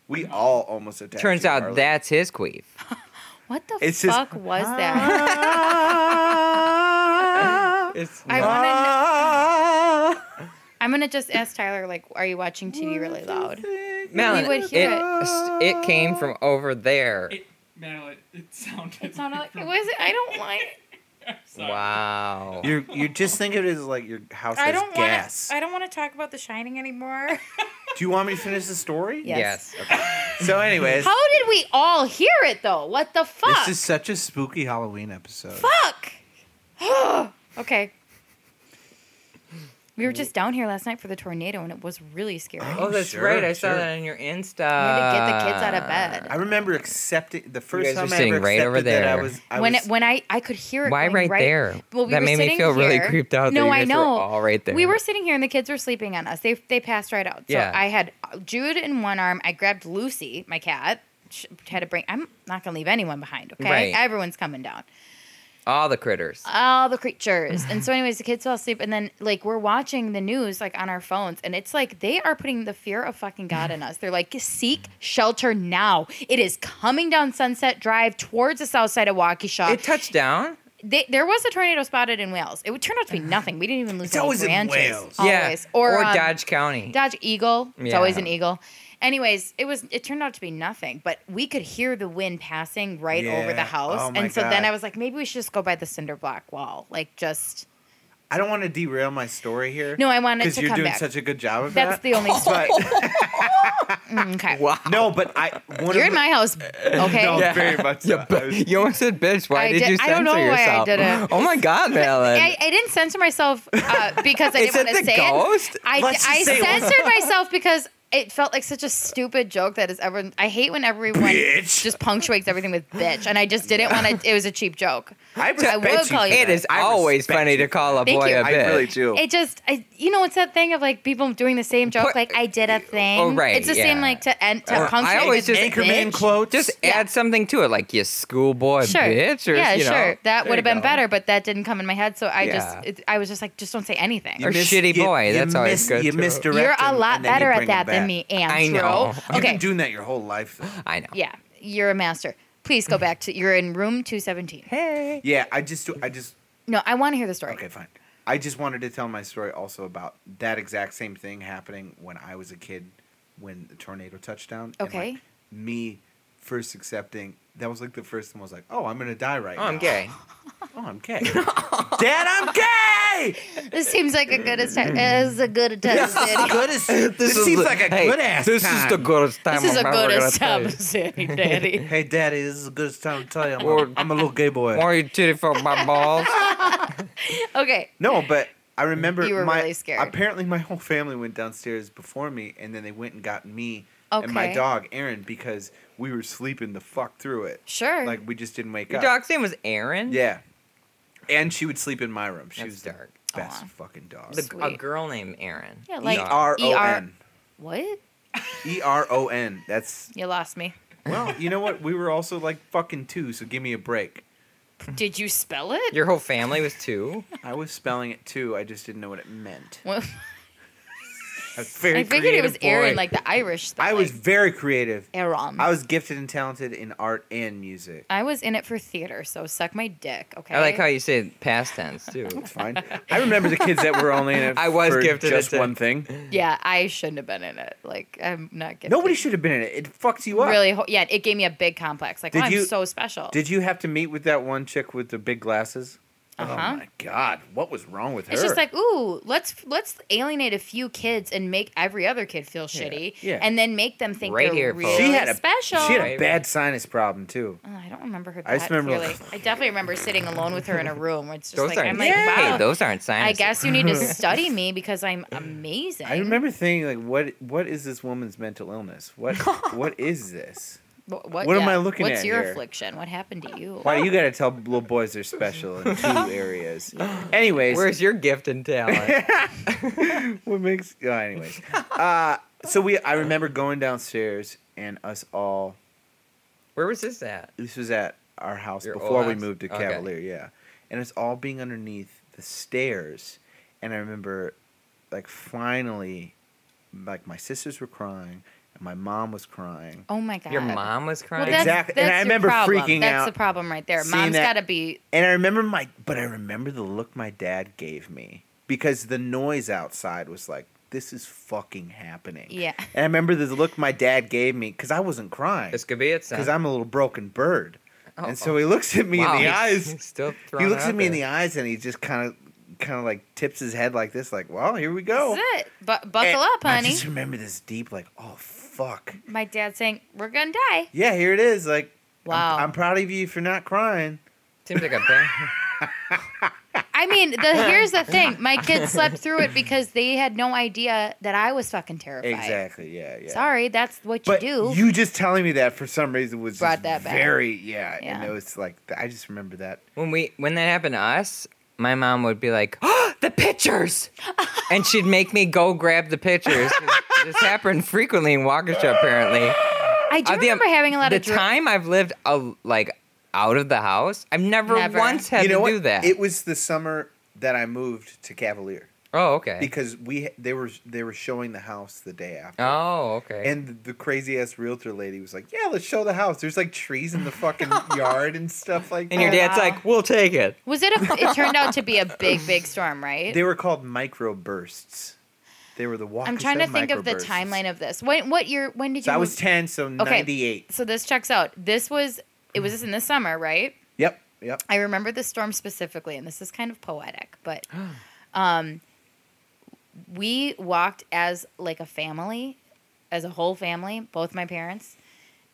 D: we all almost attacked.
E: Turns
D: you,
E: out
D: Harley.
E: that's his queef.
C: What the
D: It's just-
C: fuck was that?
E: It's
C: I want to. know I'm gonna just ask Tyler. Like, are you watching TV really loud?
E: Madeline.
C: would hear
E: it. It came from over there.
G: It, Madeline, it sounded.
C: It sounded like it
G: from-
C: was. I don't want.
G: I'm sorry.
E: wow.
D: You're you just think of it as like your house
C: I
D: has
C: don't want.
D: gas.
C: I don't want to talk about The Shining anymore.
D: Do you want me to finish the story?
E: yes.
C: Yes.
E: Okay.
D: So, anyways,
C: How did we all hear it though? What the fuck?
D: this is such a spooky Halloween episode.
C: fuck. okay. We were just down here last night for the tornado, and it was really scary.
E: Oh, that's
D: Sure,
E: right. I saw
D: sure.
E: that on your Insta.
C: We had to get the kids out of bed.
D: I remember accepting the first
E: guys
D: time
E: were
D: I
E: sitting
D: ever
E: right
D: accepted
E: over
D: that I
E: there.
D: was. I
C: when
D: was
C: it, when I I could hear it.
E: Why
C: going
E: right there?
C: Well, we
E: that
C: were
E: made me
C: sitting
E: feel really
C: here.
E: creeped out. that
C: No,
E: you
C: I
E: guys were
C: know.
E: all right there.
C: We were sitting here and the kids were sleeping on us. They they passed right out. So
E: Yeah.
C: I had Jude in one arm. I grabbed Lucy, my cat. She had to bring. I'm not gonna leave anyone behind. Okay,
E: Right.
C: everyone's coming down.
E: All the critters.
C: all the creatures. And so, anyways, the kids fell asleep, and then like we're watching the news like on our phones, and it's like they are putting the fear of fucking God in us. They're like, seek shelter now. It is coming down Sunset Drive towards the south side of Waukesha.
E: It touched down.
C: they, there was a tornado spotted in Wales. It would turn out to be nothing. We didn't even lose any
D: always in
C: branches.
D: Wales.
C: Always.
E: Yeah. Or,
C: um,
E: Dodge County.
C: Dodge Eagle. It's
E: Yeah.
C: always an eagle. Anyways, it was it turned out to be nothing, but we could hear the wind passing right over the
D: Yeah.
C: house.
D: Oh my
C: and so then
D: God.
C: I was like, maybe we should just go by the cinder block wall. Like just
D: I don't want to derail my story here.
C: No, I wanted
D: because
C: to
D: you're
C: come
D: doing
C: back.
D: such a good job of
C: That's
D: that.
C: the only story.
D: But,
C: Mm, okay.
D: no, but I. One
C: You're in
D: of the-
C: my house. Okay.
D: No,
E: Yeah.
D: very much. So. I was-
E: you almost said bitch. Why
C: I
E: did,
C: did-
E: you
C: I
E: censor
C: don't know why I
E: yourself?
C: did it.
E: Oh my God, Madeline.
C: I, I didn't censor myself uh, because I
E: Is
C: didn't want
E: it
C: to
E: the
C: say it.
E: ghost?
C: I,
D: Let's just
C: I
D: say it was-
C: censored myself because it felt like such a stupid joke that is ever. I hate when everyone
D: Bitch.
C: just punctuates everything with bitch, and I just didn't want to. It was a cheap joke. I
D: I respect
C: will
D: you for
C: call you
D: that.
E: It is
D: I
E: always
D: respect
E: funny
D: you
E: to
D: for
E: call a
C: Thank
E: boy
C: you.
E: a bitch.
D: that. I really do.
C: It just, I, you know, it's that thing of like people doing the same joke.
E: Put- oh,
C: like I did a thing.
E: right,
C: It's the
E: yeah.
C: same like to end to
E: Or I
C: punctuate.
E: always
C: with
E: just-
D: Anchorman
C: bitch.
D: quotes.
E: Just
C: Yeah.
E: add something to it, like you schoolboy
C: Sure.
E: bitch, or
C: yeah,
E: you know,
C: sure. That
E: There
C: would have
E: you
C: been
E: go.
C: better, but that didn't come in my head. So I
E: Yeah.
C: just, it, I was just like, just don't say anything.
E: You or shitty boy, that's always
D: miss,
E: good
D: You
E: too.
D: misdirect
C: You're a
D: him,
C: lot
D: and then you
C: better at
D: bring him
C: that than
D: back.
C: me, Andrew.
E: I know.
D: You've
C: Okay.
D: been doing that your whole life. Though.
E: I know.
C: yeah, you're a master. Please go back to. You're in room 217.
E: Hey.
D: Yeah, I just, do- I just.
C: No, I want to hear the story.
D: Okay, fine. I just wanted to tell my story also about that exact same thing happening when I was a kid when the tornado touched down. and,
C: Okay.
D: like, me first accepting that was like the first one was like, oh, I'm gonna die right
E: Oh,
D: now.
E: I'm gay.
D: Oh, I'm gay. Dad, I'm gay.
C: This seems like a good as as a good as
D: Good as this, seems like a
E: hey,
D: good ass.
E: This is the goodest time.
C: This is a
E: I'm ever
C: good
E: gonna
C: as
E: tell you.
C: city, Daddy.
D: Hey, Daddy, this is the goodest time to tell you I'm,
E: Or-
D: a, I'm a little gay boy.
E: More you titty for my balls.
C: Okay.
D: No, but I remember
C: You were
D: my,
C: really scared.
D: Apparently, my whole family went downstairs before me, and then they went and got me and my
C: Okay.
D: dog Aaron because we were sleeping the fuck through it.
C: Sure.
D: Like we just didn't wake
E: Your
D: up.
E: dog's name was Aaron.
D: Yeah, and she would sleep in my room. She
E: That's
D: was
E: dark.
D: the best
C: Aw.
D: fucking dog.
E: The, a
C: Sweet.
E: girl named Aaron.
C: Yeah, like-
D: E R O N.
C: what?
D: E R O N. That's
C: You lost me.
D: well. You know what? We were also like fucking two, so give me a break.
C: Did you spell it?
E: Your whole family was two.
D: I was spelling it too. I just didn't know what it meant.
C: Well,
D: I, was very
C: I figured it
D: creative
C: was
D: boy.
C: Aaron, like the Irish spelling.
D: I was very creative.
C: Aaron.
D: I was gifted and talented in art and music.
C: I was in it for theater, so suck my dick, okay?
E: I like how you say past tense too.
D: It's fine. I remember the kids that were only in it.
E: I was
D: for
E: gifted
D: just
E: it,
D: one thing.
C: Yeah, I shouldn't have been in it. Like, I'm not getting.
D: Nobody should have been in it. It fucks you up.
C: Really? Ho- yeah, it gave me a big complex. Like,
D: Did
C: oh, I'm
D: you-
C: so special.
D: Did you have to meet with that one chick with the big glasses?
C: Uh-huh.
D: Oh my god, what was wrong with her?
C: It's just like, ooh, let's let's alienate a few kids and make every other kid feel shitty,
D: yeah.
C: and then make them think
E: Right
C: they're
E: here, folks.
C: really
E: She
D: had a-
C: special.
D: she had a bad sinus problem too.
C: Oh, I don't remember her. That
D: I just remember-
C: clearly. I definitely remember sitting alone with her in a room. Where it's just
E: Those
C: like I'm
E: aren't.
C: like,
E: hey,
C: wow.
E: those aren't signs.
C: I guess you need to study me because I'm amazing.
D: I remember thinking like, what what is this woman's mental illness? What what is this?
C: Wh- What,
D: What am
C: yeah,
D: I looking
C: What's
D: at
C: your
D: here?
C: affliction? What happened to you?
D: Why do you gotta tell little boys they're special in two areas? Anyways,
E: Where's your gift and talent?
D: what makes oh, anyways uh so we i remember going downstairs and us all
E: Where was this at?
D: this was at our house
E: Your old
D: before we
E: house?
D: moved to
E: Okay.
D: cavalier yeah and us all being underneath the stairs and i remember like finally like my sisters were crying and my mom was crying
C: Oh my god.
E: Your mom was
C: Well,
E: crying.
C: that's,
D: Exactly. And
C: that's
D: I
C: your
D: remember
C: problem.
D: freaking
C: that's the
D: out,
C: problem right there.
D: seeing
C: Mom's
D: that-
C: got to be
D: and i remember my but i remember the look my dad gave me because the noise outside was like this is fucking happening
C: Yeah.
D: and i remember the look my dad gave me because i wasn't crying
E: This could be it. son.
D: because I'm a little broken bird.
E: Oh,
D: and so he looks at me
E: Wow,
D: in the
E: he's-
D: eyes.
E: he's still
D: He
E: throwing
D: looks
E: it
D: at
E: out
D: me in
E: there.
D: the eyes and he just kind of kind of like tips his head like this like, "Well, here we go."
C: That's it. But buckle
D: Oh. And
C: up,
D: I
C: honey.
D: just remember this deep like, "Oh fuck."
C: My dad's saying we're gonna die.
D: Yeah, here it is. Like, I'm-
C: Wow.
D: I'm, proud of you for not crying.
E: Seems like a bad.
C: I mean, the here's the thing. My kids slept through it because they had no idea that I was fucking terrified.
D: Exactly. Yeah, yeah.
C: Sorry, that's what you
D: But
C: do.
D: you just telling me that for some reason was
C: Brought
D: just
C: that back.
D: very yeah,
C: Yeah.
D: and it was like I just remember that.
E: When we when that happened to us, my mom would be like, oh, "The pictures," and she'd make me go grab the pictures. this happened frequently in Waukesha, apparently.
C: I do
E: Uh, the-
C: remember having a lot
E: the
C: of dr-
E: time I've lived a uh, like out of the house? I've never,
C: Never.
E: once had
D: you know
E: to
D: what?
E: do that.
D: It was the summer that I moved to Cavalier
E: oh, okay.
D: because we they were they were showing the house the day after.
E: oh, okay.
D: And the crazy ass realtor lady was like, "Yeah, let's show the house. There's like trees in the fucking yard and stuff like that."
E: And your
C: Oh,
E: dad's
C: wow.
E: like, "We'll take it."
C: Was it a? It turned out to be a big, big storm, right?
D: They were called microbursts. They were the walk.
C: I'm trying to think of the timeline of this. When? What year? When did you?
D: So I
C: move-
D: was ten, so ninety-eight.
C: So this checks out. This was. It was in the summer, right?
D: Yep, yep.
C: I remember the storm specifically, and this is kind of poetic, but um, we walked as like a family, as a whole family, both my parents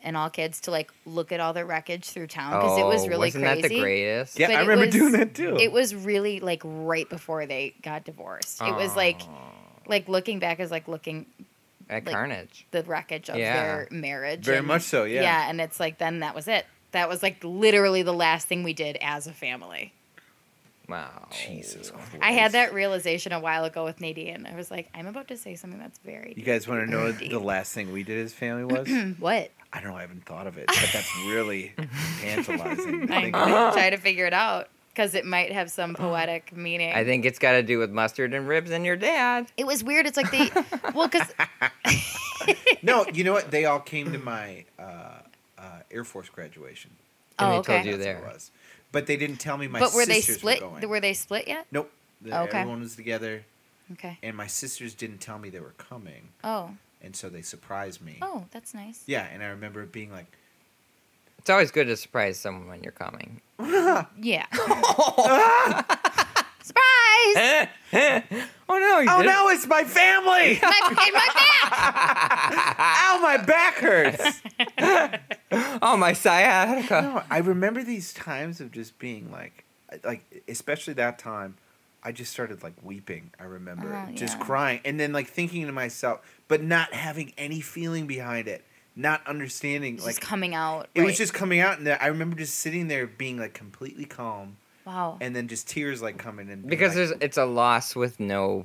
C: and all kids, to like look at all the wreckage through town because it was
E: Oh,
C: really
E: wasn't
C: crazy.
E: that the greatest?
D: Yeah,
C: But
D: I
C: it
D: remember
C: was-
D: doing that too.
C: It was really like right before they got divorced. It was like, like looking back is like looking
E: At
C: like-
E: Carnage.
C: the wreckage of
E: Yeah.
C: their marriage.
D: Very
C: and-
D: much so, yeah.
C: Yeah, and it's like then that was it. That was like literally the last thing we did as a family.
E: Wow.
D: Jesus Christ.
C: I had that realization a while ago with Nadine. I was like, I'm about to say something that's very.
D: You guys want to know what
C: deep.
D: the last thing we did as family was?
C: what?
D: I don't know. I haven't thought of it, but that's really tantalizing. to
C: I'm
D: think about.
C: trying to figure it out because it might have some poetic meaning.
E: I think it's got to do with mustard and ribs and your dad.
C: it was weird. It's like they, well, because
D: no, you know what? They all came to my uh, uh, Air Force graduation.
E: And
C: Oh,
E: they
C: okay.
E: told you
D: That's what
E: there.
D: it was. But they didn't tell me my
C: but were they
D: sisters
C: split?
D: were
C: Were,
D: going.
C: they split yet?
D: Nope. The-
C: Okay.
D: Everyone was together,
C: Okay.
D: and my sisters didn't tell me they were coming,
C: Oh,
D: and so they surprised me.
C: oh, that's nice.
D: Yeah, and I remember it being like,
E: It's always good to surprise someone when you're coming.
C: Yeah. Surprise!
E: oh no! You
D: "Oh
E: did it. Ah.
D: no, it's my family!
C: My, in my back.
D: Ow, my back hurts!"
E: Oh my sciatica!
D: no, I remember these times of just being like, uh, like especially that time, I just started like weeping. I remember
C: Oh,
D: just
C: yeah.
D: crying, and then like thinking to myself, but not having any feeling behind it, not understanding.
C: It's
D: like
C: just coming out.
D: it was
C: right.
D: just coming out, and I remember just sitting there being like completely calm,
C: wow.
D: and then just tears like coming in. being
E: Because
D: like,
E: there's it's a loss with no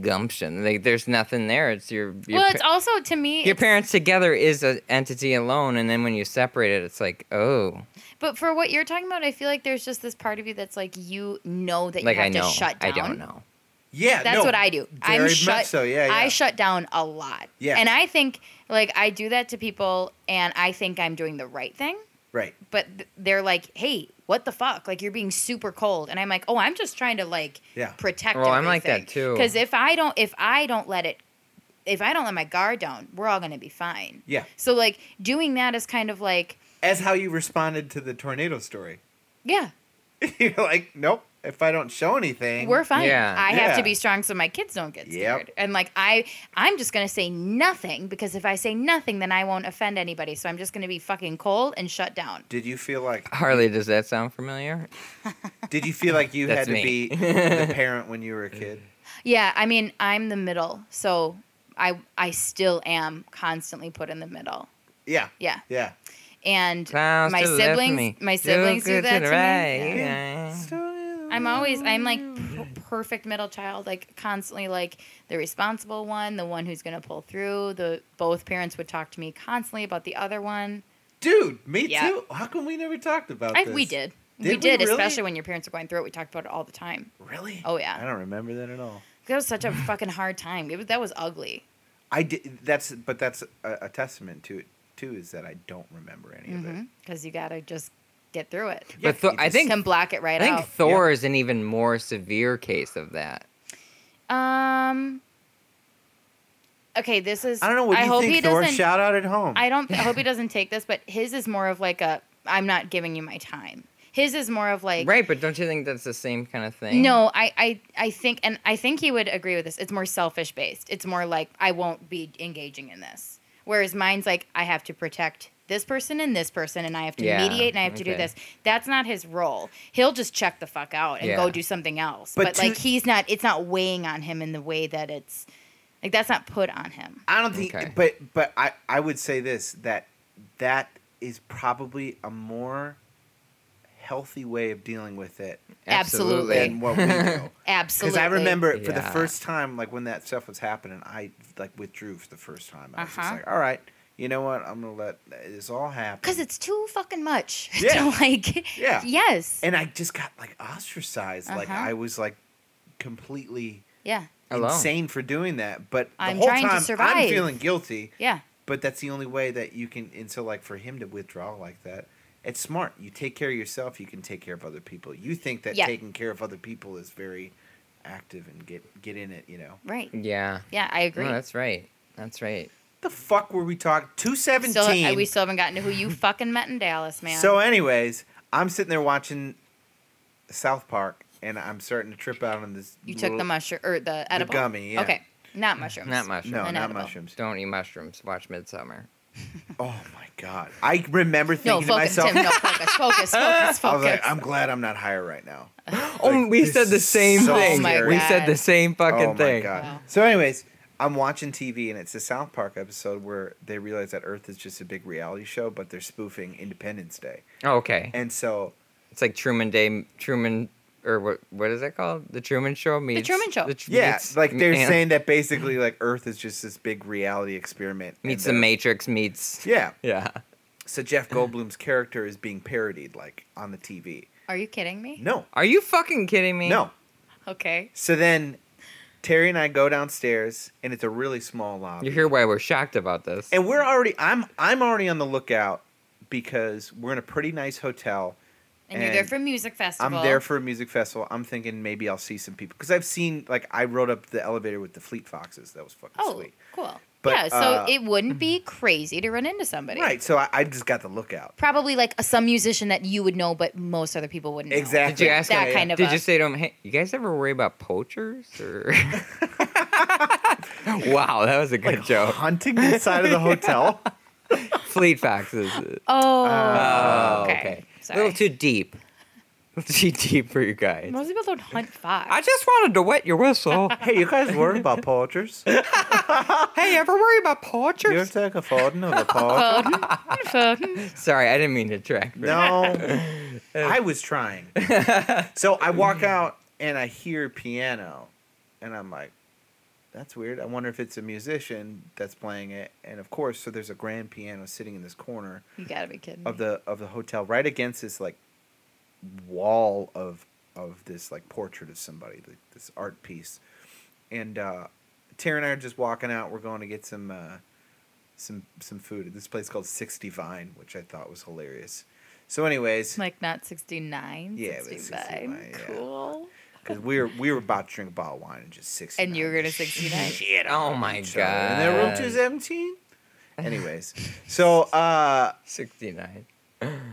E: gumption. Like there's nothing there. It's your, your
C: well,
E: pa-
C: it's also to me.
E: your
C: it's-
E: parents together is an entity alone, and then when you separate it, it's like oh,
C: But for what you're talking about, I feel like there's just this part of you that's like you know that
E: like
C: you
E: I
C: have
E: know.
C: to shut down.
E: I don't know.
D: yeah,
C: That's
D: Uh, no,
C: what I do.
D: very
C: I'm
D: much
C: shut.
D: so, yeah, yeah.
C: I shut down a lot.
D: Yeah.
C: And I think like I do that to people, and I think I'm doing the right thing,
D: right.
C: but th- they're like, "Hey, what the fuck? Like you're being super cold," and I'm like, "Oh, I'm just trying to like
D: Yeah.
C: protect."
E: Well, I'm like that, too.
C: Because if I don't, if I don't let it, if I don't let my guard down, we're all gonna be fine.
D: Yeah,
C: So like doing that is kind of like,
D: as how you responded to the tornado story.
C: yeah,
D: You're like, nope. If I don't show anything,
C: We're fine.
E: Yeah.
C: I have
D: Yeah.
C: to be strong so my kids don't get
D: Yep.
C: scared. And like I I'm just going to say nothing because if I say nothing then I won't offend anybody. So I'm just going to be fucking cold and shut down.
D: Did you feel like
E: Harley, does that sound familiar?
D: Did you feel like you had
E: That's
D: to be
E: me.
D: the parent when you were a kid?
C: Yeah, I mean, I'm the middle. So I I still am constantly put in the middle.
D: Yeah.
C: Yeah.
D: Yeah.
C: And
E: Clowns
C: my
E: to the left of
C: siblings
E: me.
C: my siblings do
E: good
C: that
E: to
C: to
E: the
C: me.
E: right.
C: Yeah.
E: Yeah.
C: I'm always I'm like per- perfect middle child, like constantly like the responsible one, the one who's going to pull through. The both parents would talk to me constantly about the other one.
D: Dude, me
C: Yeah.
D: too. How come we never talked about
C: I,
D: this?
C: we did.
D: Did
C: we
D: we
C: did,
D: really?
C: especially when your parents were going through it. We talked about it all the time.
D: Really?
C: Oh, yeah.
D: I don't remember that at all.
C: That was such a fucking hard time. It was, that was ugly.
D: I did. That's but that's a, a testament to it too is that I don't remember any of it.
C: Because you got to just get through it.
D: Yeah,
E: But Thor-
D: you
E: I
D: just-
E: think-
C: Can block it
E: I
C: right
E: think
C: out.
E: Thor is an even more severe case of that.
C: um. Okay, this is.
D: I don't know what
C: I
D: you
C: hope
D: think.
C: he
D: Thor,
C: doesn't.
D: shout out at home.
C: I don't. I hope he doesn't take this, but his is more of like a. I'm not giving you my time. His is more of like.
E: Right, but don't you think that's the same kind of thing?
C: No, I, I, I think, and I think he would agree with this. It's more selfish based. It's more like I won't be engaging in this. Whereas mine's like I have to protect this person and this person, and I have to
E: Yeah,
C: mediate and I have to do
E: okay.
C: this. That's not his role. He'll just check the fuck out and go
E: Yeah.
C: do something else.
D: But
C: But,
D: to-
C: like he's not. It's not weighing on him in the way that it's like that's not put on him.
D: I don't think,
E: Okay.
D: but but I I would say this that that is probably a more healthy way of dealing with it
C: Absolutely.
D: than what we do. Because
C: Absolutely.
D: I remember for the
E: Yeah.
D: first time, like when that stuff was happening, I like withdrew for the first time. I was
C: Uh-huh.
D: just like, all right, you you know what? I'm gonna let this all happen.
C: Because it's too fucking much.
D: Yeah.
C: to like,
D: Yeah.
C: Yes.
D: and I just got like ostracized. Like
C: Uh-huh.
D: I was like completely
C: yeah.
E: Alone.
D: insane for doing that. But the
C: I'm
D: whole
C: trying to
D: time I'm
C: survive.
D: feeling guilty.
C: Yeah.
D: But that's the only way that you can. And so like for him to withdraw like that, it's smart. You take care of yourself. You can take care of other people. You think that
C: Yeah.
D: taking care of other people is very active and get get in it. You know
C: Right.
E: Yeah.
C: Yeah, I agree.
E: No, that's right. That's right.
D: the fuck were we talking? Two
C: Still, uh,
D: seventeen.
C: we still haven't gotten to who you fucking met in Dallas, man.
D: So, anyways, I'm sitting there watching South Park, and I'm starting to trip out on this.
C: you took
D: little-
C: the mushroom or the edible
D: gummy, yeah.
C: Okay, not mushrooms.
E: Not mushrooms.
D: No,
C: an
D: not
C: edible.
D: mushrooms.
E: Don't eat mushrooms. Watch Midsummer.
D: Oh my god! I remember
C: No,
D: thinking to
C: focus,
D: myself,
C: Tim. No, focus, focus, focus, focus.
D: I was like, I'm glad I'm not higher right now.
E: oh, we
D: this
E: said the
D: is
E: same
D: so
E: thing.
C: scary.
E: we
C: Oh my
E: said the
C: God.
E: same fucking
D: oh
E: thing.
D: my god!
C: Wow.
D: So, anyways, I'm watching TV, and it's a South Park episode where they realize that Earth is just a big reality show, but they're spoofing Independence Day,
E: Oh, Okay.
D: and so
E: It's like Truman Day, Truman, or what? What is it called? The Truman Show meets
C: Truman Show.
E: tr-
D: yeah,
E: meets-
D: like they're
E: and-
D: saying that basically, like Earth is just this big reality experiment. and
E: meets the
D: they're-
E: Matrix meets
D: Yeah.
E: yeah.
D: So Jeff Goldblum's character is being parodied, like on the TV.
C: Are you kidding me?
D: No,
E: Are you fucking kidding me?
D: no.
C: Okay.
D: So then Terry and I go downstairs, and it's a really small lobby.
E: You hear why we're shocked about this?
D: and we're already. I'm I'm already on the lookout because we're in a pretty nice hotel.
C: And, you're there
D: And
C: for a music
D: I'm
C: festival.
D: there for a music festival. I'm thinking maybe I'll see some people because I've seen like I rode up the elevator with the Fleet Foxes. That was fucking
C: Oh,
D: sweet.
C: cool.
D: But,
C: yeah, so
D: uh,
C: it wouldn't be crazy to run into somebody.
D: Right. So I, I just got the lookout.
C: Probably like a, some musician that you would know, but most other people wouldn't. know.
D: Exactly.
E: Did you ask
C: That
E: him?
C: kind of
E: Did
C: a-
E: you say to him, "Hey, you guys ever worry about poachers?" Or wow, that was a good joke.
D: Hunting inside of the hotel.
E: Fleet Foxes.
C: Oh.
D: uh,
E: Oh,
C: okay.
E: okay. A
C: Sorry.
E: little too deep. A little too deep for you guys.
C: most people don't hunt fox.
E: I just wanted to wet your whistle.
D: hey, you guys worry about poachers?
E: hey, ever worry about
D: You're
E: poachers?
D: taking a photo of a poacher?
E: Sorry, I didn't mean to track.
D: No, I was trying. so I walk out and I hear piano, and I'm like, "That's weird. I wonder if it's a musician that's playing it." And of course, so there's a grand piano sitting in this corner
C: you gotta be kidding.
D: of
C: me.
D: the of the hotel, right against this like wall of of this like portrait of somebody, like, this art piece. And uh, Tara and I are just walking out. We're going to get some. Uh, some some food at this place called Sixty Vine, which I thought was hilarious. So, anyways,
C: like not 69
D: Yeah, it was
C: 69
D: 69, yeah.
C: cool
D: Because we were we were about to drink a bottle of wine and just six.
C: and you're gonna
D: eh?
C: 69
E: Shit. Oh my god.
D: And then room two seventeen. Anyways, so uh,
E: 69.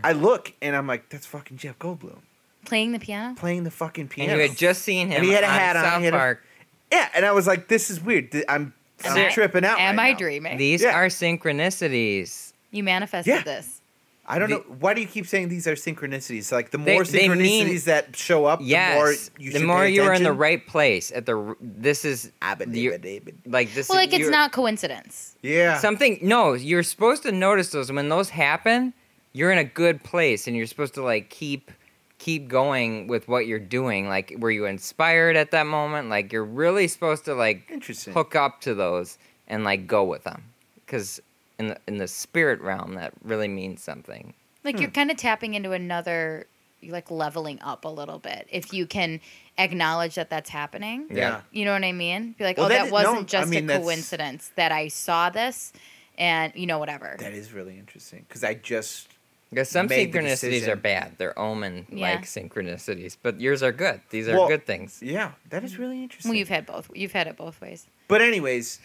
D: I look and I'm like, that's fucking Jeff Goldblum
C: playing the piano
D: playing the fucking
E: And
D: piano.
E: you had just seen him.
D: And he had a
E: on
D: hat on,
E: South
D: he had a-
E: Park.
D: yeah, and I was like, this is weird. Th- I'm,
C: Am
D: I'm
C: I-
D: tripping out.
C: am
D: right
C: i
D: now.
C: dreaming
E: These
D: Yeah.
E: are synchronicities.
C: you manifested
D: Yeah.
C: this
D: I don't
E: The-
D: know. Why do you keep saying these are synchronicities? Like the
E: They-
D: more
E: they
D: synchronicities
E: mean-
D: that show up, the more
E: Yes.
D: you
E: The
D: should
E: more
D: pay
E: you were in the
D: attention. Ah,
E: right place at the. r- This is you're- like this.
C: well
E: is-
C: like it's
E: you're-
C: not coincidence
D: Yeah.
E: something. No, you're supposed to notice those when those happen. You're in a good place, and you're supposed to like keep keep going with what you're doing. Like, were you inspired at that moment? Like, you're really supposed to like
D: Interesting.
E: hook up to those and like go with them because in the in the spirit realm that really means something
C: like you're
D: Hmm.
C: kind of tapping into another you're like leveling up a little bit if you can acknowledge that that's happening
D: Yeah.
C: you know what i mean be like
D: Well,
C: oh
D: that
C: that,
D: is- no,
C: wasn't
D: I
C: just
D: mean,
C: a
D: that's-
C: coincidence that i saw this and you know whatever
D: That is really interesting because I just
E: because some
D: Made the
E: synchronicities are
D: decision.
E: bad they're omen like
C: Yeah.
E: synchronicities but yours are good these are
D: Well-
E: good things
D: yeah that is really interesting.
C: well you've had both you've had it both ways
D: But anyways,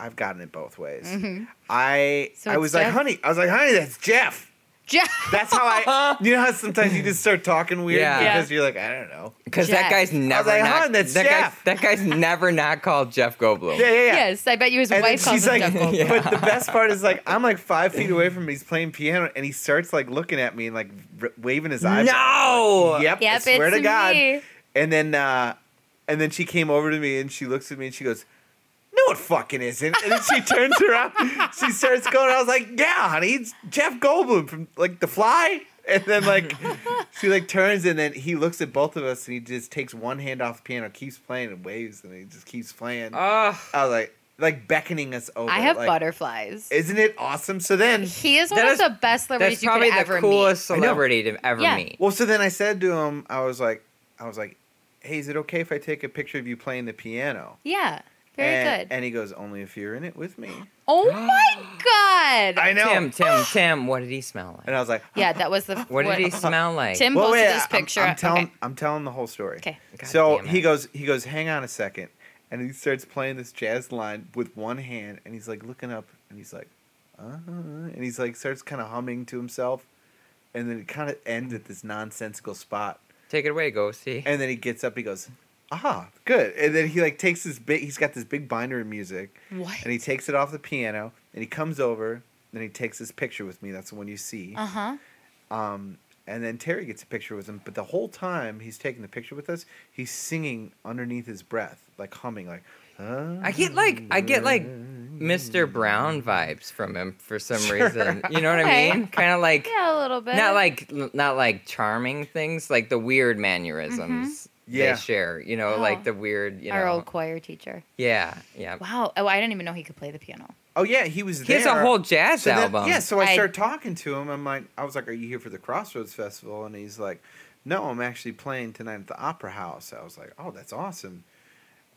D: I've gotten it both ways.
E: Mm-hmm.
D: I
C: So
D: I
C: it's
D: was like,
C: Jeff?
D: honey, I was like, honey, that's Jeff.
C: Jeff-
D: That's how I. you know how sometimes you just start talking weird
E: Yeah.
D: because
C: Yeah.
D: you're like, I don't know.
E: because that
C: Jeff.
E: guy's never
D: like,
E: not,
D: "Hon, that's
E: that,
D: Jeff."
E: Guy, that guy's never not called jeff goldblum
D: Yeah, yeah, yeah.
C: yes i bet you his
D: And then
C: wife calls
D: she's
C: him Jeff
D: like,
C: Goldblum.
E: Goldblum.
D: but the best part is like, I'm like five feet away from him. He's playing piano, and he starts like looking at me and like r- waving his eyes.
E: no
D: Yep. I
C: Yep,
D: swear
C: it's
D: to God.
C: me.
D: And then, uh, and then she came over to me and she looks at me and she goes, "No, it fucking isn't." And then she turns around, she starts going. I was like, "Yeah, honey, it's Jeff Goldblum from like The Fly." And then like, she like turns and then he looks at both of us and he just takes one hand off the piano, keeps playing and waves, and he just keeps playing.
E: Ugh.
D: I was like, like beckoning us over.
C: I have
D: like,
C: butterflies.
D: Isn't it awesome? So then,
C: He is one
E: That
C: of
E: is-
C: the best celebrities
E: That's
C: you could
E: probably
C: ever
E: the coolest
D: I know.
E: celebrity to ever
C: Yeah.
E: meet.
D: well, so then I said to him, I was like, I was like, hey, is it okay if I take a picture of you playing the piano?
C: meet. Yeah, very
D: and,
C: good.
D: And he goes, only if you're in it with me.
C: oh my god!
D: I know.
E: Tim, Tim, Tim, what did he smell
D: And
E: like?
D: I was like,
C: yeah, that was the
E: What did he smell like?
C: Tim
D: well,
C: posted
D: wait,
C: this
D: I'm-
C: picture.
D: I'm, telling,
C: okay.
D: I'm telling the whole story.
C: okay.
E: God
D: so
E: damn
D: he
E: it.
D: goes, he goes, hang on a second, and he starts playing this jazz line with one hand, and he's like looking up, and he's like, uh, and he's like starts kind of humming to himself, and then it kind of ends at this nonsensical spot,
E: Take it away, go see.
D: and then he gets up, he goes, ah, good, and then he like takes this big, he's got this big binder of music,
C: What?
D: and he takes it off the piano, and he comes over, and he takes this picture with me. That's the one you see.
C: Uh huh.
D: Um, and then Terry gets a picture with him, but the whole time he's taking the picture with us, he's singing underneath his breath, like humming, like. "Ah."
E: I get like I get like Mr. Brown vibes from him for some reason. You know what
C: Okay.
E: I mean? Kind of like
C: Yeah, a little bit.
E: not like not like charming things, like the weird mannerisms
D: Yeah.
E: they share. You know,
C: Mm-hmm. Oh.
E: like the weird. You know,
C: our old choir teacher.
E: yeah, yeah.
C: Wow. Oh, I didn't even know he could play the piano.
D: oh yeah, he was.
E: He has a
D: there.
E: whole jazz
D: So then-
E: album.
D: yeah, so I,
C: I-
D: started talking to him. I'm like, I was like, "Are you here for the Crossroads Festival?" And he's like, "No, I'm actually playing tonight at the Opera House." I was like, "Oh, that's awesome."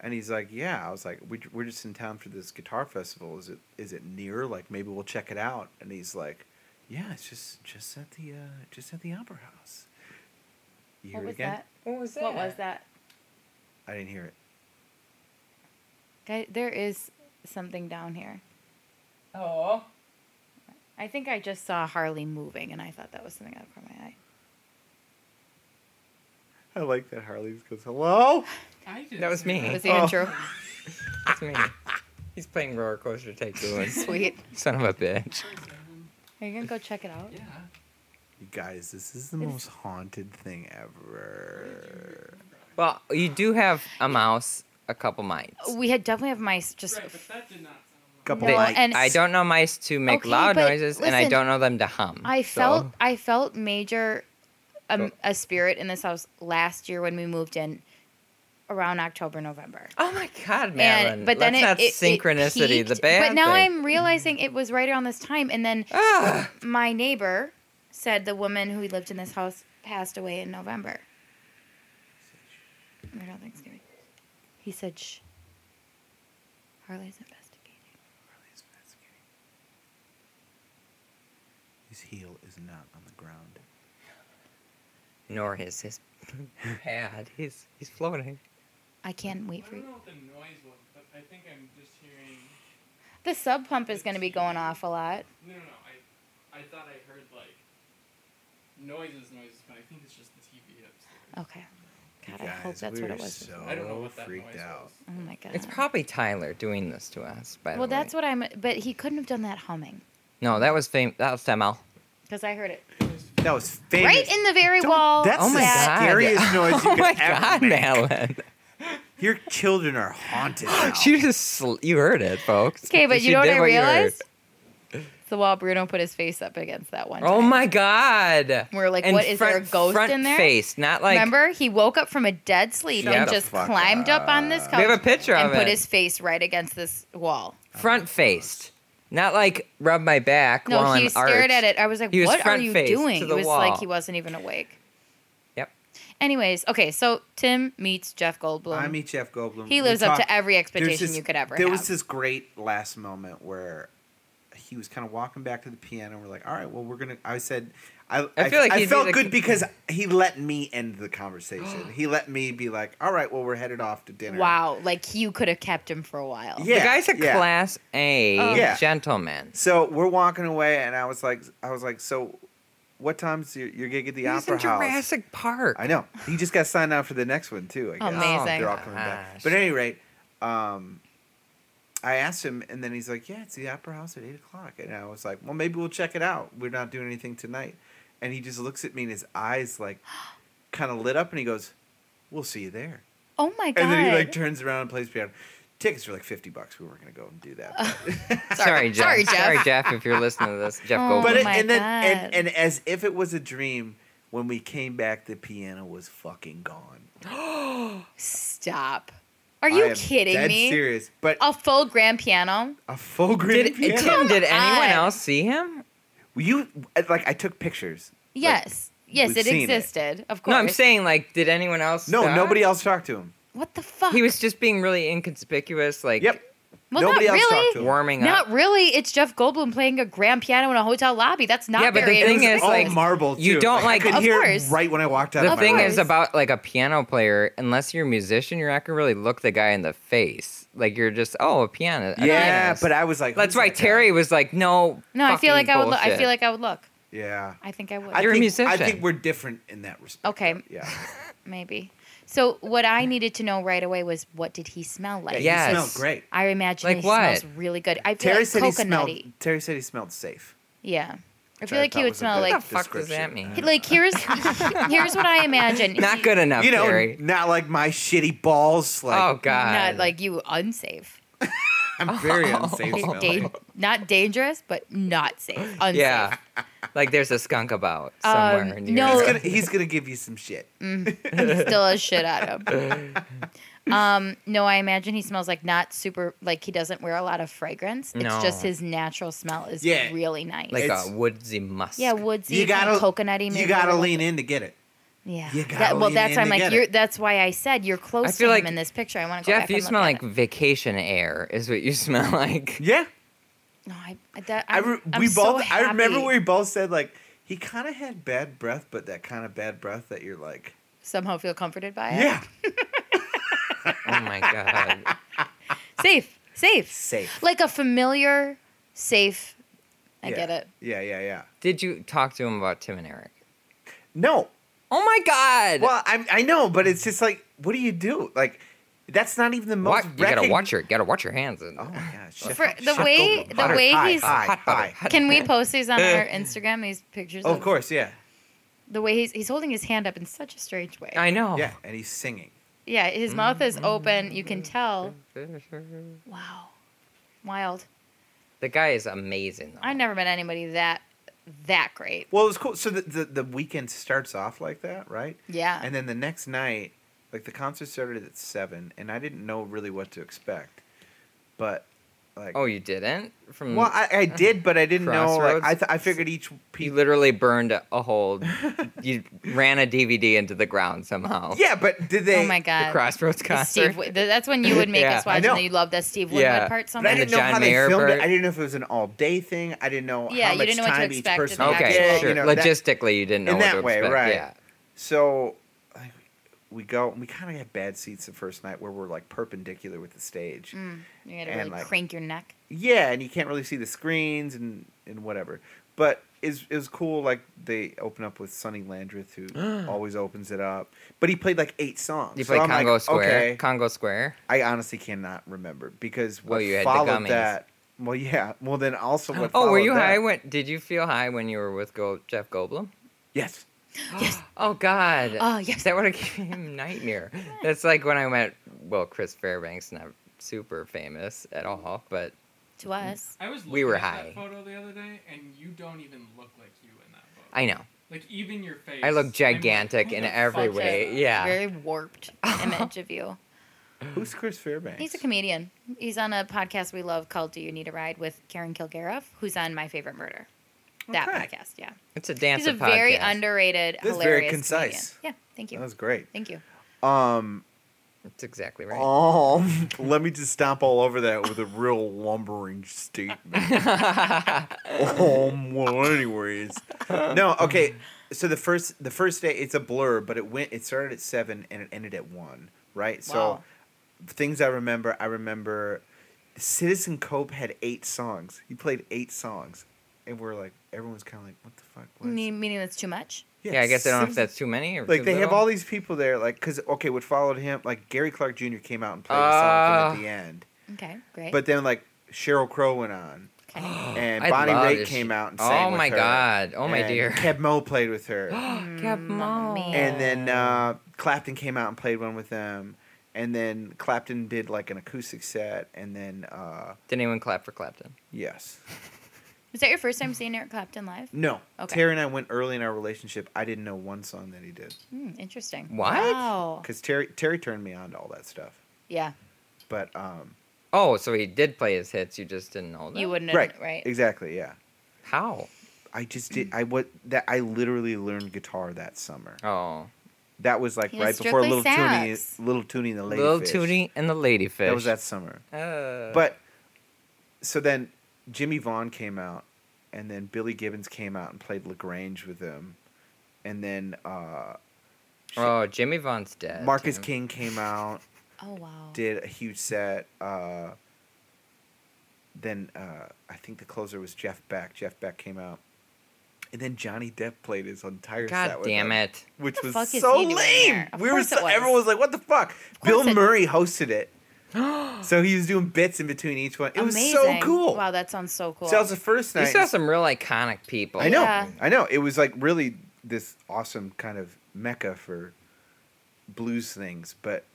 D: And he's like, "Yeah." I was like, we, "We're just in town for this guitar festival. Is it is it near? Like maybe we'll check it out." And he's like, "Yeah, it's just just at the uh, just at the Opera House." You hear
C: What
D: it
C: was
D: again?
C: that?
E: What was
C: What was that?
D: I didn't hear it.
C: Guy- There is something down here.
E: Oh,
C: I think I just saw Harley moving, and I thought that was something out of my eye.
D: I like that Harley just goes, "Hello."
G: I did.
E: that was me.
C: Was the
D: Oh.
C: intro
E: That's me. He's playing roller coaster tycoon.
C: sweet?
E: Son of a bitch.
C: Are you gonna go check it out?
G: Yeah.
D: You guys, this is the most haunted thing ever.
E: Well, you do have a mouse, a couple mites.
C: We had definitely have mice just
G: Right, but that did not sound like
D: Couple
C: No,
D: mics.
C: and-
E: I don't know mice to make
C: Okay,
E: loud
C: but
E: noises, and I
C: listen,
E: don't know them to hum.
C: I
E: so-
C: felt I felt major um,
E: Go.
C: a spirit in this house last year when we moved in around October November.
E: Oh my God,
C: And
E: Madeline.
C: but then
E: That's
C: it,
E: not
C: it- it
E: synchronicity. the
C: peaked,
E: bad
C: But now
E: thing.
C: I'm realizing it was right around this time, and then
E: Ah,
C: my neighbor said the woman who lived in this house passed away in November. Right on Thanksgiving. He said, "Shh, Harley's investigating."
D: His heel is not on the ground.
E: nor is his pad. He's he's floating.
C: I can't wait
G: I
C: for
G: don't
C: you.
G: know what the noise was, but I think I'm just hearing.
C: The sub pump is going to be going off a lot.
G: No, no, no. I, I thought I heard like noises, noises, but I think it's just the TV upstairs.
C: Okay.
D: You
C: God, I hope
D: guys,
C: that's
D: we
C: what it
D: were
C: was.
D: so-
G: I don't know
D: Oh,
G: what that
D: freaked
G: noise
D: out.
G: was.
C: Oh my god.
E: It's probably Tyler doing this to us. By
C: well,
E: the way.
C: that's what I'm. But he couldn't have done that humming
E: No, that was fam- that was Temal.
C: because I heard it
D: That was famous.
C: right in the very
D: Don't-
C: wall.
D: that's
E: Oh my
D: the
C: that-
E: God.
D: scariest noise you
E: oh
D: could
E: my
D: ever
E: God,
D: make.
E: Madeline.
D: Your children are haunted. now.
E: She just sl- you heard it, folks.
C: Okay, but
E: She
C: you know what
E: did
C: I
E: you heard.
C: realized? It's the wall Bruno put his face up against that one.
E: Oh
C: time.
E: my God.
C: We're like,
E: And
C: what, is there a
E: front-
C: ghost
E: front
C: in there?
E: face, not like.
C: Remember, he woke up from a dead sleep
E: Shut
C: and
E: the
C: just
D: fuck
C: climbed up on this couch
E: We have a picture
C: and
E: of
C: put
E: it.
C: his face right against this wall.
E: front faced, not like rub my back.
C: No,
E: while
C: he
E: I'm
C: stared
E: arched.
C: at it. I was like,
E: He was
C: "What are
E: front
C: you
E: faced
C: doing?"
E: to
C: It
E: the
C: was
E: wall.
C: like he wasn't even awake.
E: Yep.
C: Anyways, okay, so Tim meets Jeff Goldblum.
D: I meet Jeff E Goldblum.
C: he
D: We
C: lives up
D: talk-
C: to every
D: there's
C: expectation
D: this-
C: you could ever
D: There
C: have.
D: was this great last moment where he was kind of walking back to the piano. We're like, all right, well, we're gonna. I said, I, I,
E: feel like
D: I
E: he'd be
D: felt
E: the-
D: good because he let me end the conversation. he let me be like, all right, well, we're headed off to dinner.
C: wow, like you could have kept him for a while.
D: Yeah.
E: the guy's a
D: yeah.
E: class A
D: Oh. Yeah.
E: gentleman.
D: So we're walking away, and I was like, I was like, so, what time's your, your gig at the
E: He's
D: opera
E: in
D: house?
E: Jurassic Park.
D: I know. He just got signed out for the next one too. I guess.
C: Amazing.
D: They're all coming back.
E: Gosh.
D: But at any rate, um, I asked him, and then he's like, "Yeah, it's the Opera House at eight o'clock." And I was like, "Well, maybe we'll check it out. We're not doing anything tonight." And he just looks at me, and his eyes like kind of lit up, and he goes, "We'll see you there."
C: Oh my god.
D: And then he like turns around and plays piano. Tickets were like fifty bucks. We weren't gonna go and do that. but-
E: Sorry, Jeff.
C: Sorry, Jeff.
E: if you're listening to this, Jeff
C: Oh,
E: Goldblum.
D: but it,
C: my
D: and then
C: God.
D: and, and as if it was a dream, when we came back, the piano was fucking gone.
C: Stop. Are you
D: I am
C: kidding
D: dead
C: me? Oh,
D: Serious, but
C: A full grand piano.
D: a full grand
E: Did
D: piano.
E: Tim? Did anyone
C: on.
E: else see him?
D: you uh, like I took pictures.
C: Yes. yes,
D: we've
C: it
D: seen it.
C: existed. Of course.
E: No, I'm saying like, did anyone else?
D: No,
E: stop?
D: nobody else talked to him.
C: What the fuck?
E: He was just being really inconspicuous, like
D: Yep.
C: well,
D: nobody
C: not
D: else
C: really.
D: talked to him.
E: warming up.
C: Not really. It's Jeff Goldblum playing a grand piano in a hotel lobby. That's not
E: Yeah, but the
C: very
E: thing
C: exciting.
E: is,
D: all
E: like,
D: marble.
E: you
D: too.
E: don't
D: I
E: like-
D: could
C: Of
D: hear it
C: course.
D: right when I walked out.
E: the
D: of my
E: thing
D: room.
E: is about like a piano player unless you're a musician you're not gonna really look the guy in the face like you're just oh a piano a
D: yeah,
E: pianist.
D: but I was like,
E: that's
D: who's
E: why
D: that guy?
E: terry was like no
C: no, I feel like
E: fucking
C: I would. Look, I
E: bullshit.
C: feel like I would look.
D: Yeah,
C: I think I would.
D: I
E: You're a
D: think- I
E: musician.
D: think we're different in that respect.
C: okay,
D: Yeah,
C: maybe. So what I needed to know right away was what did he smell like?
E: Yeah,
D: he
E: Yes.
D: smelled great.
C: I imagine
E: Like
C: he
E: what?
C: smells really good. I feel
D: Terry
C: like
D: said he smelled.
C: coconutty.
D: Terry said he smelled safe.
C: Yeah. I
D: which
C: feel like
D: thought
C: he would
D: was a
C: smell
D: good
C: like
E: What the fuck does
D: description.
E: that mean?
C: he- like here's here's what I imagine.
E: not
C: He-
E: good enough
D: You know,
E: terry
D: not like my shitty balls. Like
E: oh god
C: Not like you unsafe.
D: I'm very unsafe.
C: Da-
D: smelling.
C: not dangerous, but not safe. Unsafe.
E: yeah like there's a skunk about
C: Um,
E: somewhere near
C: no.
E: us.
D: He's gonna, he's gonna give you some shit.
C: still a shit out of him. Um, no, I imagine he smells like not super like he doesn't wear a lot of fragrance.
E: No.
C: It's just his natural smell is
D: Yeah.
C: really nice.
E: like
D: It's-
E: a woodsy musk
C: yeah, woodsy,
D: You
C: kind of
D: gotta-
C: coconutty.
D: You
C: maybe
D: gotta
C: a little
D: lean
C: bit.
D: in to get it.
C: Yeah,
D: you gotta
C: That- well,
D: lean
C: that's why
D: in to
C: I'm like
D: get
C: you're.
D: it.
C: That's why I said you're close
E: feel
C: to
E: like-
C: him in this picture. I want to go
E: jeff
C: back
E: you
C: and look
E: smell
C: at
E: like
C: it.
E: vacation air is what you smell like
D: Yeah,
C: No, I. I- That,
D: I
C: I'm,
D: re-
C: I'm
D: we
C: so
D: both. I remember
C: happy.
D: we both said like he kind of had bad breath, but that kind of bad breath that you're like,
C: somehow feel comforted by it.
D: yeah,
E: oh my god
C: safe, safe,
D: safe.
C: like a familiar, safe. I
D: yeah.
C: get it.
D: Yeah, yeah, yeah.
E: did you talk to him about tim and eric
D: No,
E: oh my god
D: well, I I know, but it's just like, what do you do? Like, that's not even the most.
E: Wa- you gotta
D: recog-
E: watch your gotta watch your hands in
D: Oh my gosh, chef,
C: For the
D: chef
C: way
D: Goldblum.
C: the way
D: Hi,
C: he's
D: hi,
E: Hot butter,
D: hi.
E: hot
C: Can we post these on our Instagram? These pictures.
D: Oh, of course, yeah,
C: The way he's he's holding his hand up in such a strange way.
E: I know.
D: yeah, and he's singing.
C: yeah, his mouth is
D: Mm-hmm.
C: open. You can tell. Wow, wild.
E: The guy is amazing. Though.
C: I never met anybody that that great.
D: Well, it was cool. So the, the the weekend starts off like that, right?
C: Yeah.
D: And then the next night, like the concert started at seven, and I didn't know really what to expect, but like
E: Oh, you didn't? From
D: Well, I, I did, but I didn't know. Like, I,
E: Crossroads?
D: th- I figured each
E: you
D: people.
E: literally burned a hole. you ran a DVD into the ground somehow.
D: Yeah, but did they?
C: oh my
E: The
C: god.
E: Crossroads
C: The
E: concert.
C: Steve, Wo- th- that's when you would make
E: Yeah,
C: us
D: I
C: watch,
D: know.
C: and you love that Steve Woodward
E: Yeah.
C: part.
D: But I
C: Something.
D: didn't
E: the
D: know
E: John
D: how they
E: Mayer
D: filmed
E: bird.
D: it. I didn't know if it was an all day thing. I didn't know
C: Yeah,
D: how
C: you
D: much
C: didn't know what to
D: time each
C: expect in
D: person
C: the
D: had.
E: okay,
C: actual-
D: Yeah,
E: sure.
D: you know, that-
E: Logistically, you didn't know
D: in
E: what
D: that
E: to
D: way,
E: expect.
D: right.
E: Yeah.
D: So like, we go and we kind of had bad seats the first night where we're like perpendicular with the
C: Mm.
D: stage.
C: You had to
D: and,
C: really
D: like-
C: crank your neck.
D: Yeah, and you can't really see the screens and, and whatever. But it's, it was cool. Like they open up with Sonny Landreth, who always opens it up. But he played like eight songs.
E: You
D: So
E: played
D: I'm like,
E: Congo Square.
D: okay.
E: Congo Square.
D: I honestly cannot remember because what
E: Oh, you had the
D: followed
E: gummies.
D: that. Well, yeah. Well, then also what?
E: Oh, were
D: followed
E: you
D: that-
E: high? When, did you feel high when you were with Gold, Jeff Goldblum?
D: Yes.
E: Oh God.
C: Oh, yes.
E: That would have given him a nightmare. That's like when I met. Well, Chris Fairbanks not super famous at all, but
C: To us,
G: I was looking
E: We were
G: at
E: high.
G: that photo the other day, and you don't even look like you in that photo.
E: I know.
G: Like even your face.
E: I look
G: I'm like,
E: gigantic
G: who
E: in
G: the
E: every
G: fuck is
E: way.
G: that?
E: Yeah.
C: very warped image of you.
D: Who's Chris Fairbanks?
C: He's a comedian. He's on a podcast we love called "Do You Need a Ride" with Karen Kilgariff, who's on My Favorite Murder. That
D: Okay.
C: podcast, yeah.
E: It's a dance.
C: He's a
E: of
C: very
E: podcast.
C: underrated,
D: That's very
C: hilarious.
D: concise.
C: comedian. Yeah, thank
D: That
C: you,
D: was great.
C: thank you.
D: Um,
E: That's exactly right.
D: um, let me just stomp all over that with a real lumbering statement. um, well, anyways, no, okay. So the first the first day, it's a blur, but it went. It started at seven and it ended at one, right?
C: Wow.
D: So things I remember, I remember Citizen Cope had eight songs. He played eight songs, and we're like, everyone's kind of like, what the fuck? what is-
C: Me- Meaning that's too much.
E: yeah, I guess I don't know if
D: Citizen-
E: that's too many or
D: like
E: too
D: they have
E: little.
D: all these people there like because okay what followed him like gary clark jr came out and played a song for them at
E: Ah.
D: the end
C: Okay, great.
D: but then like cheryl crow went on
C: okay.
D: and
E: I
D: bonnie
E: love
D: raitt
E: this
D: came
E: shit.
D: out and sang
E: Oh
D: with
E: my
D: her,
E: god. Oh my
D: and
E: dear.
D: Keb Mo played with her
E: Kev
C: Mamma
E: Mo.
C: mia.
D: and then uh,
C: Oh.
D: clapton came out and played one with them and then clapton did like an acoustic set and then uh,
E: Did anyone clap for Clapton?
D: yes
C: Was that your first time seeing Eric Clapton live?
D: no
C: Okay.
D: terry and i went early in our relationship i didn't know one song that he did
C: Hmm, interesting.
E: What?
C: Wow.
D: because terry terry turned me on to all that stuff
C: Yeah.
D: But um,
E: Oh, so he did play his hits. You just didn't know that.
C: You wouldn't have,
D: right,
C: right? Mm.
D: exactly, yeah.
E: How?
D: I just did. I what that I literally learned guitar that summer.
E: Oh,
D: That was like
C: He was
D: right before
C: strictly
D: little Toonie,
C: sax.
D: little Toonie and the Lady
E: Little
D: Fish.
E: Tootie and the Ladyfish.
D: That was that summer.
E: Uh,
D: But so then Jimmy Vaughn came out, and then Billy Gibbons came out and played Lagrange with them, and then uh,
E: oh, Jimmy Vaughn's dead.
D: Marcus
E: damn.
D: King came out,
C: Oh wow.
D: did a huge set. Uh, then uh, I think the closer was Jeff Beck. Jeff Beck came out, and then Johnny Depp played his entire set.
E: God
D: with
E: damn
D: them.
E: it!
D: which
C: the
D: was
C: fuck is
D: so
C: he doing
D: lame.
C: there? Of
D: We were
C: course it
D: so,
C: was.
D: everyone was like, "What the fuck?" Bill
C: it-
D: Murray hosted it, so he was doing bits in between each one. It was so
C: Amazing.
D: cool.
C: Wow, that sounds so cool.
D: So that was the first
E: You
D: night.
E: saw some real iconic people.
D: I know,
C: Yeah.
D: I know. It was like really this awesome kind of mecca for blues things, but.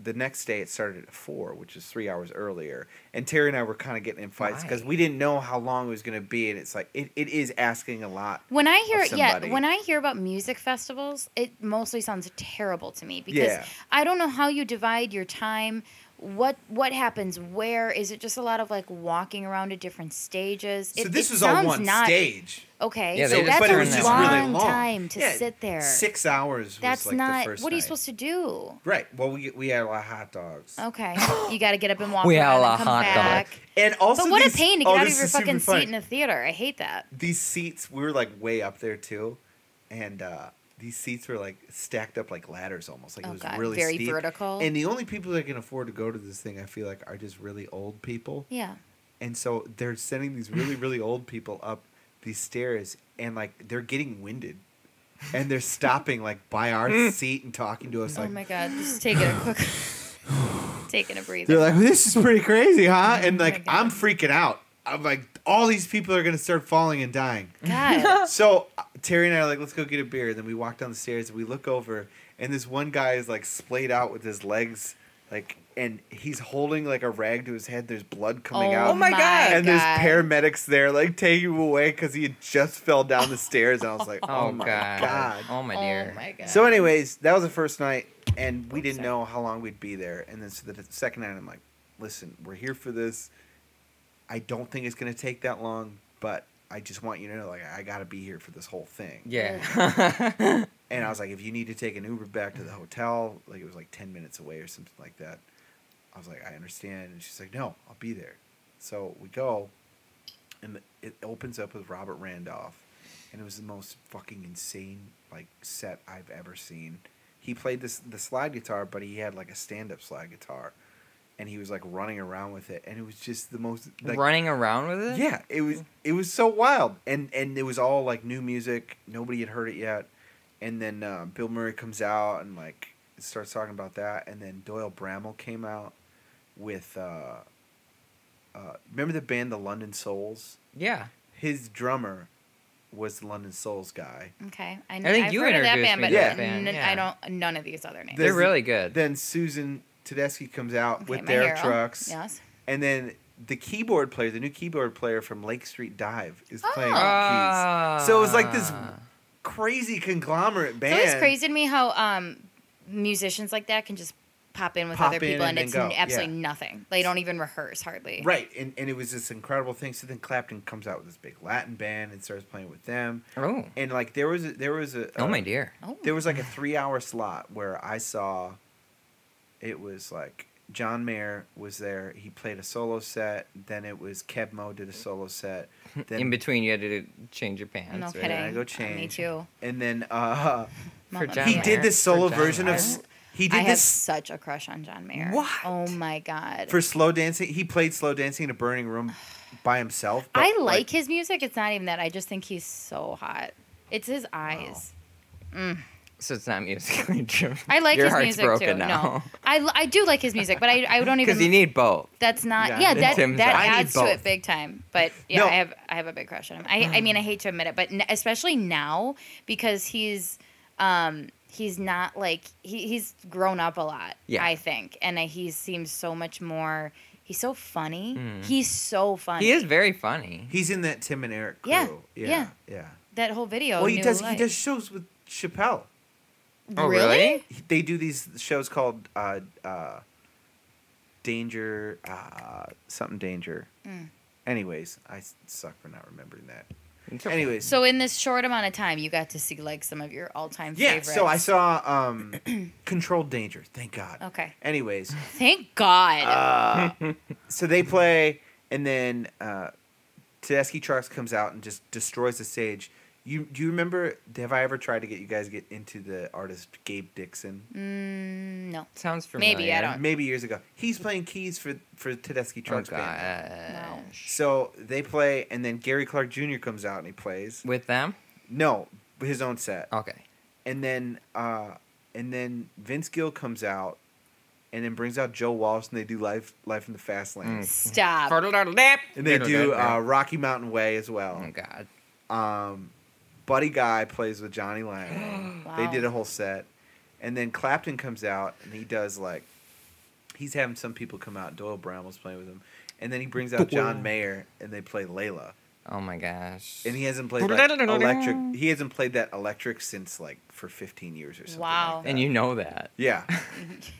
D: The next day it started at four, which is three hours earlier. And Terry and I were kind of getting in fights because
E: Why?
D: we didn't know how long it was going to be. And it's like, it, it is asking a lot.
C: When I hear
D: of
C: yeah,
D: somebody.
C: when I hear about music festivals, it mostly sounds terrible to me because
D: Yeah.
C: I don't know how you divide your time. What what happens where? Is it just a lot of like walking around to different stages?
D: So
C: It-
D: this
C: it
D: was on
C: sounds
D: one
C: not-
D: stage.
C: Okay,
E: Yeah, they
C: so
E: just
C: that's
E: put it
C: a
E: in there.
C: long,
E: Really
D: long.
C: time to
D: Yeah,
C: sit there.
D: Six hours. Was
C: that's
D: like
C: not
D: The first
C: what are you
D: night.
C: supposed to do?
D: Right. Well, we we had a lot of hot dogs.
C: Okay, you got to get up and walk
E: We had a
C: around and
E: lot of
C: come
E: hot dogs.
C: back.
D: And also,
C: But what
D: these,
C: a pain to get
D: oh,
C: out of
D: this
C: your
D: is super
C: fucking
D: funny.
C: seat in a theater. I hate that.
D: these seats, we were like way up there too, and uh, these seats were like stacked up like ladders almost. Like
C: Oh,
D: it was
C: God,
D: really
C: very
D: steep.
C: vertical.
D: And the only people that can afford to go to this thing, I feel like, are just really old people.
C: Yeah.
D: And so they're sending these really really old people up these stairs, and like they're getting winded. And they're stopping like by our seat and talking to us like
C: oh my god, just taking a quick, taking a breather.
D: They're like, this is pretty crazy, huh? And
C: Oh my
D: like,
C: God.
D: I'm freaking out. I'm like, all these people are gonna start falling and dying.
C: God.
D: So uh, Terry and I are like, let's go get a beer. Then we walk down the stairs and we look over, and this one guy is like splayed out with his legs, like, and he's holding like a rag to his head. There's blood coming out.
E: Oh my God.
D: and there's paramedics there, like taking him away because he had just fell down the stairs. And I was like,
E: Oh,
D: oh, my
E: god.
D: god.
E: Oh my dear.
C: Oh my god.
D: So, anyways, that was the first night, and we
C: Oops,
D: didn't
C: sorry.
D: know how long we'd be there. And then so the second night, I'm like, listen, we're here for this. I don't think it's gonna take that long, but I just want you to know, like, I gotta be here for this whole thing.
E: Yeah.
D: And I was like, if you need to take an Uber back to the hotel, like it was like ten minutes away or something like that. I was like, I understand. And she's like, no, I'll be there. So we go, and it opens up with Robert Randolph, and it was the most fucking insane like set I've ever seen. He played this the slide guitar, but he had like a stand up slide guitar, and he was like running around with it, and it was just the most like
E: Running around with it.
D: yeah, it was it was so wild, and and it was all like new music. Nobody had heard it yet, and then uh, Bill Murray comes out and like starts talking about that, and then Doyle Bramall came out with. Uh, uh, remember the band the London Souls?
E: Yeah.
D: His drummer was the London Souls guy.
C: Okay, I,
E: think
C: I've
E: you
C: heard of that
E: introduced
C: band,
E: me
C: but
D: to that
E: band,
C: n-
E: yeah.
C: I don't. None of these other names.
E: They're
D: There's-
E: really good.
D: Then Susan Tedeschi comes out
C: Okay,
D: with
C: my
D: their
C: hero.
D: trucks,
C: Yes.
D: and then the keyboard player, the new keyboard player from Lake Street Dive, is
C: Oh.
D: playing keys.
E: Ah.
D: So it was like this crazy conglomerate
C: It's
D: band.
C: always crazy to me how um, musicians like that can just pop in with
D: Pop
C: other
D: in
C: people
D: and
C: and,
D: then
C: it's
D: go,
C: absolutely
D: yeah.
C: nothing. They don't even rehearse hardly.
D: Right, and, and it was this incredible thing. So then Clapton comes out with this big Latin band and starts playing with them.
E: Oh.
D: And like there was a, there was a
E: Oh my
D: uh,
E: dear.
C: Oh.
D: there was like a three hour slot where I saw it was like John Mayer was there. He played a solo set. Then it was Kebmo did a solo set. Then
E: In between, you had to change your pants.
C: no
E: right?
C: kidding.
D: I go
C: Uh, Me
D: change.
C: too.
D: and then uh,
E: For
C: Mama
E: John
D: he
C: Mia.
D: did this
E: Mayer.
D: solo
E: For John
D: version of
E: Mayer.
D: s- he
C: I
D: did
C: have
D: this
C: such a crush on John Mayer.
D: What?
C: Oh my god.
D: for slow dancing. He played slow dancing in a burning room by himself. but,
C: I like, his music. It's not even that. I just think he's so hot. It's his eyes.
E: So it's not musically driven.
C: I like
E: Your
C: his
E: heart's
C: music
E: broken
C: too.
E: Now.
C: No, I, l- I do like his music, but I, I don't even.
E: Because you need both.
C: that's not
D: Yeah,
C: yeah,
D: I need
C: that
E: both.
C: that
E: I need
C: adds to
E: both.
C: it big time. But yeah,
D: No.
C: I have I have a big crush on him. I I mean I hate to admit it, but n- especially now because he's um he's not like he, he's grown up a lot.
E: Yeah.
C: I think, and uh, he seems so much more. He's so funny. He's so funny.
E: Hmm. He is very funny.
D: He's in that Tim and Eric crew.
C: Yeah,
D: yeah.
C: yeah.
D: yeah.
C: that whole video.
D: well, he
C: New
D: does. He
C: Life.
D: does shows with Chappelle.
E: Oh, really?
D: He- They do these shows called uh, uh, danger, uh, something danger.
C: Mm.
D: Anyways, I s- suck for not remembering that.
E: It's okay.
D: Anyways,
C: So in this short amount of time, you got to see like some of your all-time
D: yeah.
C: favorites.
D: So I saw um, controlled danger. Thank God.
C: Okay.
D: Anyways,
C: Thank God.
D: Uh, so they play, and then uh, Tedeschi Trucks comes out and just destroys the stage. You do you remember? Have I ever tried to get you guys to get into the artist Gabe Dixon?
C: Mm, no.
E: Sounds familiar.
C: Maybe, I don't-
D: Maybe years ago. He's playing keys for for Tedeschi
E: Oh,
D: Trucks band.
E: God.
D: So they play, and then Gary Clark Jr. comes out and he plays.
E: With them?
D: No, his own set.
E: Okay.
D: And then uh, and then Vince Gill comes out, and then brings out Joe Walsh, and they do life life in the fast lane.
C: Stop.
D: And they do uh, Rocky Mountain Way as well.
E: Oh, God.
D: Um, Buddy Guy plays with Johnny Lang. They
C: Wow.
D: did a whole set, and then Clapton comes out and he does like, he's having some people come out. Doyle Brown was playing with him, and then he brings out John Mayer and they play Layla.
E: Oh, my gosh.
D: And he hasn't played like, electric. He hasn't played that electric since like for 15 years or something. like
C: Wow.
D: that.
E: And you know that.
D: yeah.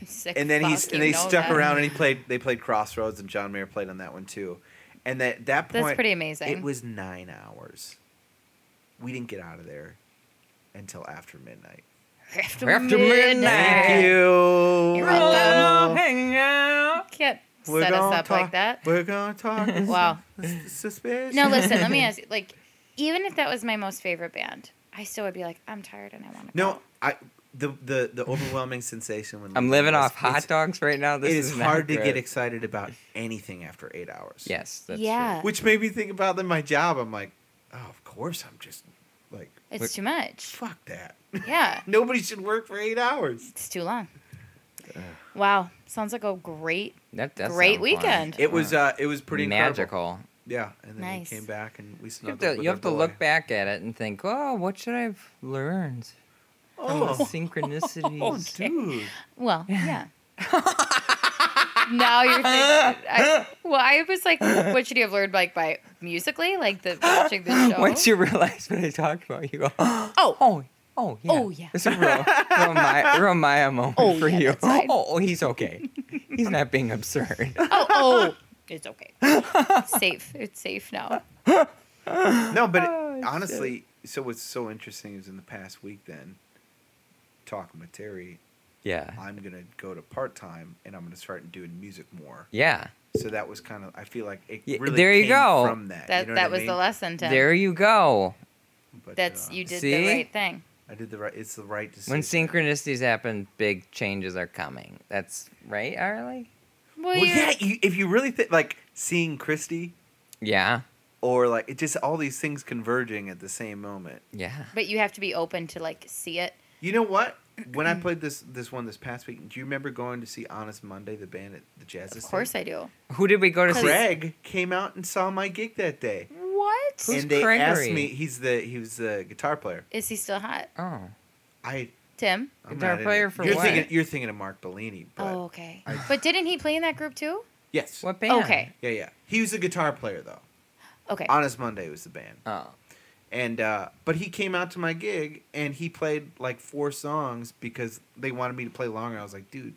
C: Sick
D: And then he's
C: fuck,
D: and
C: you
D: they
C: know
D: stuck
C: that.
D: around and he played. They played Crossroads and John Mayer played on that one too. And at that point,
C: That's pretty amazing.
D: it was nine hours. We didn't get out of there until after midnight.
C: after,
E: After midnight.
C: midnight.
D: Thank you.
C: You're welcome.
E: Hang out.
C: Can't
D: We're
C: set us
D: gonna
C: up like
D: talk-
C: that.
D: We're gonna talk.
C: Wow.
D: Suspicious.
C: No, listen. Let me ask you. Like, even if that was my most favorite band, I still would be like, I'm tired and I want to.
D: No, I. The, the, the overwhelming sensation when
E: I'm living
D: it's-
E: off hot
D: it's-
E: dogs right now. This
D: it is,
E: not
D: hard to
E: good.
D: get excited about anything after eight hours.
E: Yes. That's
C: yeah,
D: Which made me think about then my job. I'm like, oh, of course I'm just like,
C: it's too much.
D: fuck that.
C: Yeah,
D: Nobody should work for eight hours.
C: it's too long. Wow, sounds like a great.
E: True. That does
C: Great
E: sound fun.
C: weekend.
D: It was uh, it was pretty incredible.
E: magical.
D: Yeah, and then
C: Nice.
D: he came back and we
E: You have
D: snuggled
E: to,
D: with
E: you have
D: our
E: to look
D: boy.
E: back at it and think, oh, what should I have learned?
D: Oh.
E: From the synchronicities.
C: Oh,
D: Dude,
C: Well, yeah. now you're thinking. I, well, I was like, what should you have learned? Like by musically, like the watching the show.
E: Once you realize what I talked about, you go, oh,
C: oh,
E: oh, yeah.
C: Oh, yeah.
E: It's a real, real, Maya, real Maya moment
C: Oh,
E: for
C: yeah,
E: you.
C: that's
E: Oh,
C: fine.
E: oh, he's okay. He's not being absurd.
C: oh, oh, it's okay. safe. It's safe now.
D: no, but it-
E: Oh,
D: honestly, so what's so interesting is in the past week, then talking with Terry,
E: Yeah.
D: I'm gonna go to part time and I'm gonna start doing music more.
E: Yeah.
D: So that was kind of I feel like it
E: Yeah,
D: really
E: there you
D: came
E: go.
D: from that.
C: That
D: you know what
C: that
D: I
C: was the
D: mean?
C: lesson. Tim.
E: There you go.
D: But,
C: That's
D: uh,
C: you did
E: See?
C: the right thing.
D: I did the right. It's the right decision.
E: When synchronicities happen, big changes are coming. That's right, Arlie?
C: Well,
D: well,
C: you're-
D: yeah, you, if you really think like seeing Christy
E: Yeah.
D: or like it just all these things converging at the same moment.
E: Yeah.
C: but you have to be open to like see it.
D: You know what? When I played this this one this past week, do you remember going to see Honest Monday, the band at the Jazz?
C: Of course, I do.
E: Who did we go to see?
D: Craig came out and saw my gig that day,
C: What
E: Who's
D: and they asked
E: Craigery?
D: me. He's the he was the guitar player.
C: is he still hot,
E: Oh.
D: I
C: Tim?
D: I'm
E: Guitar
D: not into-
E: player for
D: you're
E: what?
D: Thinking, you're thinking of Mark Bellini, but
C: oh, okay. but didn't he play in that group too?
D: yes,
E: What band?
C: Okay,
D: yeah, yeah. He was a guitar player though.
C: okay.
D: Honest Monday was the band.
E: Oh.
D: and uh, but he came out to my gig and he played like four songs because they wanted me to play longer. I was like, dude,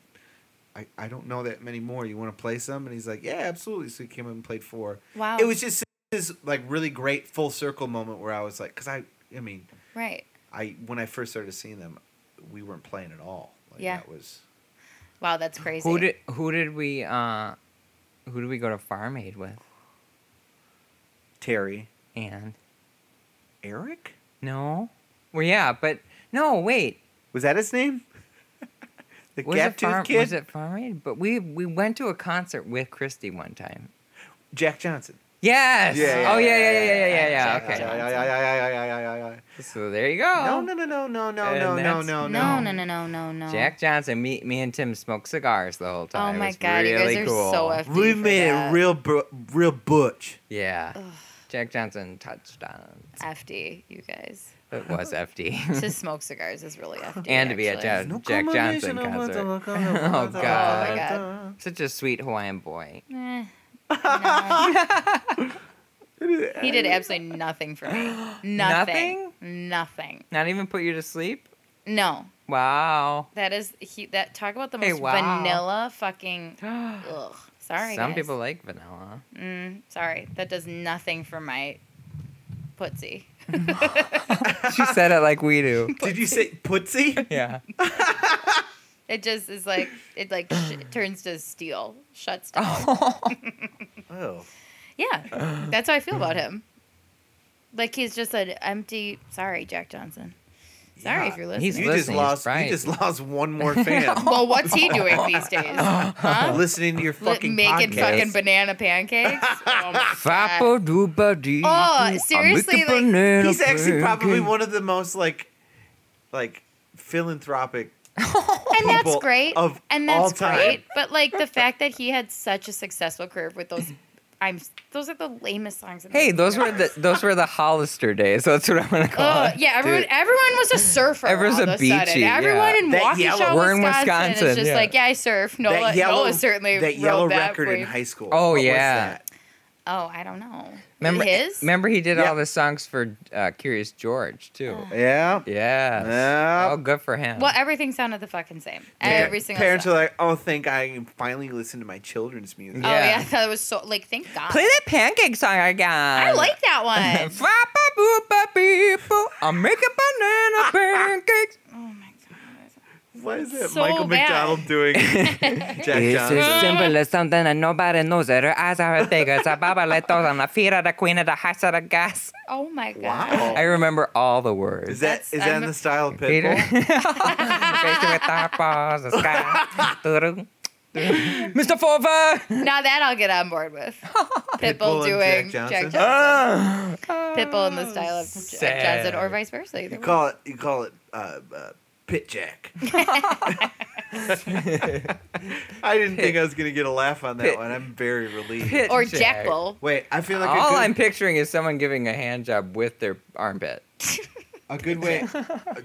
D: I, I don't know that many more. You want to play some? And he's like, yeah, absolutely. So he came up and played four.
C: wow.
D: It was just this like really great full circle moment where I was like, because I I mean
C: right.
D: I when I first started seeing them, we weren't playing at all. Like,
C: Yeah.
D: that was
C: Wow, that's crazy.
E: Who did who did we uh who did we go to Farm Aid with?
D: Terry
E: And
D: Eric.
E: no. Well yeah, but no, wait.
D: Was that his name? the
E: Was
D: gap
E: it farm
D: tooth kid,
E: was it Farm Aid? But we we went to a concert with Christy one time.
D: Jack Johnson.
E: Yes.
D: Yeah,
E: oh yeah
D: yeah,
E: yeah yeah
D: yeah,
E: yeah yeah yeah.
C: Jack
E: Okay.
C: Johnson.
D: Yeah, yeah, yeah, yeah, yeah, yeah, yeah, yeah.
E: So there you go.
D: No, no, no, no, no, no,
E: And
D: no, no,
E: that's-
D: oh, no,
C: Oh. No, no, no, no, no, no.
E: Jack Johnson. Me me and Tim smoked cigars the whole
C: Oh
E: time. It
C: my
E: was
C: god, you guys
E: really
C: are
E: cool.
C: so FD
D: We
C: for
D: made
C: that.
D: it real, br- real butch.
E: Yeah. Jack Johnson touched on.
C: FD. You guys
E: It was FD.
C: to smoke cigars is really FD.
E: and to be at
C: actually.
E: Jack, Uh, Jack Johnson concert. oh
C: Oh my
E: god.
C: god.
E: Such a sweet Hawaiian boy.
C: Eh, no. he did absolutely nothing for me. Nothing. Nothing.
E: Not even put you to sleep?
C: No.
E: Wow.
C: That is he, that talk about the
E: Hey,
C: most
E: wow.
C: vanilla fucking. ugh. Sorry.
E: Some
C: guys.
E: people like vanilla.
C: Mm, sorry, that does nothing for my putsy.
E: she said it like we do.
D: Did you say putsy?
E: Yeah.
C: It just is like it like sh- turns to steel, shuts down.
D: Oh.
C: Yeah, that's how I feel about him. Like he's just an empty. Sorry, Jack Johnson. Sorry
D: Yeah.
C: if you're listening.
E: He's
D: You
E: listening,
D: just
E: he's
D: lost.
E: right.
D: You just lost one more fan.
C: well, what's he doing these days? Huh?
D: Listening to your
C: Li-
D: fucking
C: making
D: podcast.
C: fucking banana pancakes.
G: Um,
E: Fapo dupa dee.
C: Oh, seriously, like-
D: He's actually probably one of the most like, like philanthropic.
C: and that's
D: people
C: great.
D: of
C: and
D: all
C: that's
D: time.
C: great. But like the fact that he had such a successful career with those, I'm those are the lamest songs. In
E: Hey,
C: the
E: those were the those were the Hollister days. That's what I'm gonna call
C: Oh
E: it.
C: yeah, everyone
D: Dude.
C: everyone was a surfer.
E: Everyone's
C: all
E: a
C: of sudden.
E: beachy, yeah.
C: Everyone in
D: That
C: Waukesha,
D: yellow-
E: We're in
C: Wisconsin, is
E: Wisconsin,
C: just
E: yeah.
C: like, yeah, I surf. Nola, Nola certainly
D: that
C: rode
D: yellow
C: that
D: record in
C: wave.
D: high school.
E: Oh,
D: What was
E: yeah.
D: that?
C: Oh, I don't know.
E: Remember
C: his?
E: Remember he did
D: Yeah.
E: all the songs for uh, Curious George too.
M: Yeah.
E: Yes.
M: Yeah.
E: Oh, good for him.
C: well, everything sounded the fucking same. Every single
D: parents
C: song.
D: are like, "Oh, thank God I can finally listen to my children's music."
C: Oh
E: Yeah.
C: yeah, I thought it was so like thank God.
E: Play that pancake song again.
D: uh,
C: I like that one.
E: Fapo I'm making banana pancakes.
C: oh my god.
D: Why is that
C: So
D: Michael
C: bad.
D: McDonald doing Jack
E: It's as
D: Johnson?
E: simple as something that nobody knows it. Her eyes are her big as a babalettos on the feet of the queen of the house of the gas.
C: Oh my god.
D: Wow.
E: I remember all the words.
D: Is that
C: That's-
D: is that
C: I'm-
D: in the style of
E: Peter.
D: Pitbull?
E: Facing with our paws, the sky. Doo-doo. Mr. Forva!
C: Now that I'll get on board with. Pitbull,
D: Pitbull and
C: doing
D: Jack
C: Jack
D: Johnson? Oh,
C: Johnson.
D: Uh.
C: Pitbull in the style of Jack
E: sad.
C: Johnson or vice versa. either
D: You
C: way.
D: call it you call it uh, uh, Pit Jack. I didn't think I was gonna get a laugh on that
E: Pit-
D: one. I'm very relieved.
C: Or Jack Bull.
D: Wait, I feel like a
E: All
D: good,
E: I'm picturing is someone giving a hand job with their armpit.
D: a good way.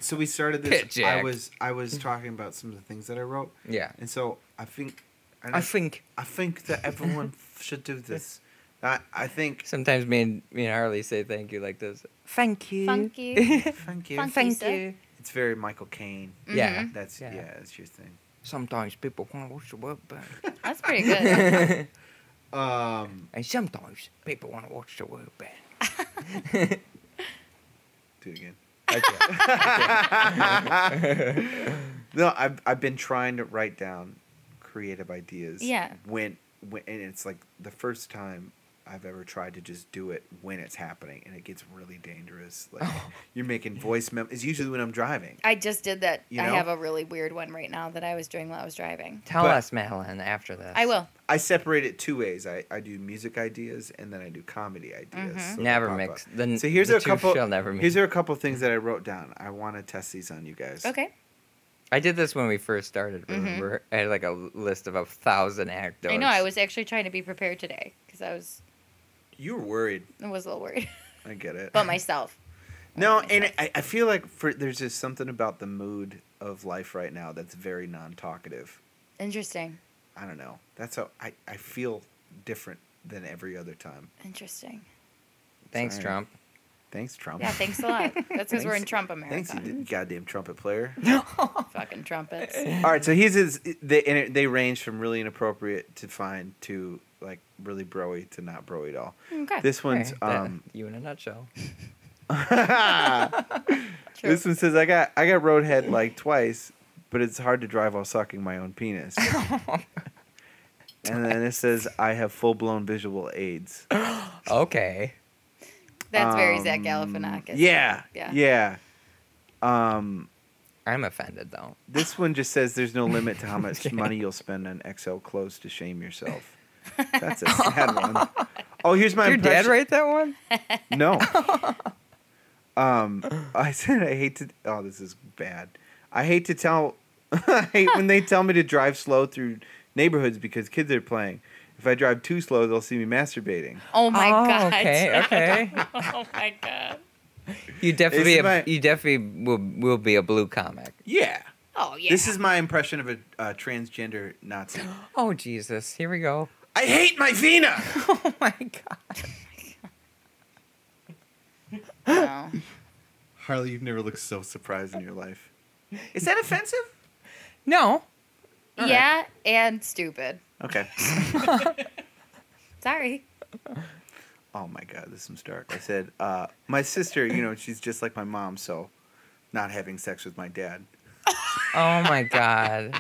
D: So we started this.
E: Pit Jack.
D: I was I was talking about some of the things that I wrote,
E: Yeah.
D: and so I think I,
E: I
D: don't-
E: think
D: I think that everyone should do this. I I think
E: sometimes me and me and Harley say thank you like this. Thank you.
C: Thank you.
D: thank you.
C: Thank
E: Thank
C: sir.
E: you.
D: It's very Michael Caine.
C: Mm-hmm.
E: Yeah.
D: That's
E: Yeah.
D: yeah. that's your thing.
E: Sometimes people want to wash the world back.
C: That's pretty good.
D: Um,
E: And sometimes people want to watch the world back.
D: do it again.
E: Okay.
D: No, I've I've been trying to write down creative ideas.
C: Yeah.
D: When when and it's like the first time I've ever tried to just do it when it's happening, and it gets really dangerous. Like you're making voice memos. It's usually when I'm driving.
C: I just did that.
D: You
C: I
D: know?
C: have a really weird one right now that I was doing while I was driving.
E: Tell
D: But-
E: us, Madeline, after this.
C: I will.
D: I separate it two ways. I, I do music ideas and then I do comedy ideas. so they
E: Never
D: pop up.
E: mix. The,
D: So here's
E: Mm, the
D: a
E: two
D: couple.
E: Shall never mix.
D: Here's are a couple things that I wrote down. I want to test these on you guys.
C: Okay.
E: I did this when we first started.
C: Mhm.
E: Remember, I had like a l- list of a thousand anecdotes.
C: I know. I was actually trying to be prepared today because I was
D: You were worried.
C: I was a little worried
D: I get it.
C: about myself.
D: No,
C: Okay.
D: and I, I feel like for there's just something about the mood of life right now that's very non-talkative.
C: Interesting.
D: I don't know. That's how I, I feel different than every other time.
C: Interesting.
E: Thanks,
D: Sorry.
E: Trump.
D: Thanks, Trump.
C: Yeah. Thanks a lot. That's because we're in
D: Thanks-
C: Trump America.
D: Thanks, you d- goddamn trumpet player.
C: Fucking trumpets.
D: All right, so he's his. They and it- they range from really inappropriate to fine to like really broy to not broy at all.
C: Okay.
D: This one's
E: All right,
D: um.
E: that- you in a nutshell.
C: True.
D: this one says I got I got roadhead like twice, but it's hard to drive while sucking my own penis. and then it says I have full blown visual aids.
E: Okay.
C: That's very Zach
D: Um,
C: Galifianakis.
D: Yeah.
C: Yeah.
D: Yeah. Um,
E: I'm offended though.
D: this one just says there's no limit to how much money you'll spend on XL clothes to shame yourself. That's a sad one. Oh, here's my
E: Did your dad
D: impression-
E: write that one?
D: No. um, I said I hate to. Oh, this is bad. I hate to tell. I hate when they tell me to drive slow through neighborhoods because kids are playing. If I drive too slow, they'll see me masturbating.
C: Oh my
E: oh,
C: god.
E: Okay. Okay.
C: oh my god.
E: You definitely.
D: This is
E: A,
D: my-
E: You definitely will will be a blue comic.
D: Yeah.
C: Oh yeah.
D: This is my impression of a uh, transgender Nazi.
E: Oh Jesus! Here we go.
D: I hate my Vina.
E: Oh my God.
C: No.
D: Harley, you've never looked so surprised in your life. Is that offensive?
E: No.
C: Yeah, and stupid.
D: Okay.
C: Sorry.
D: Oh my god, this is dark. I said, uh, my sister, you know, she's just like my mom, so not having sex with my dad.
E: Oh my god.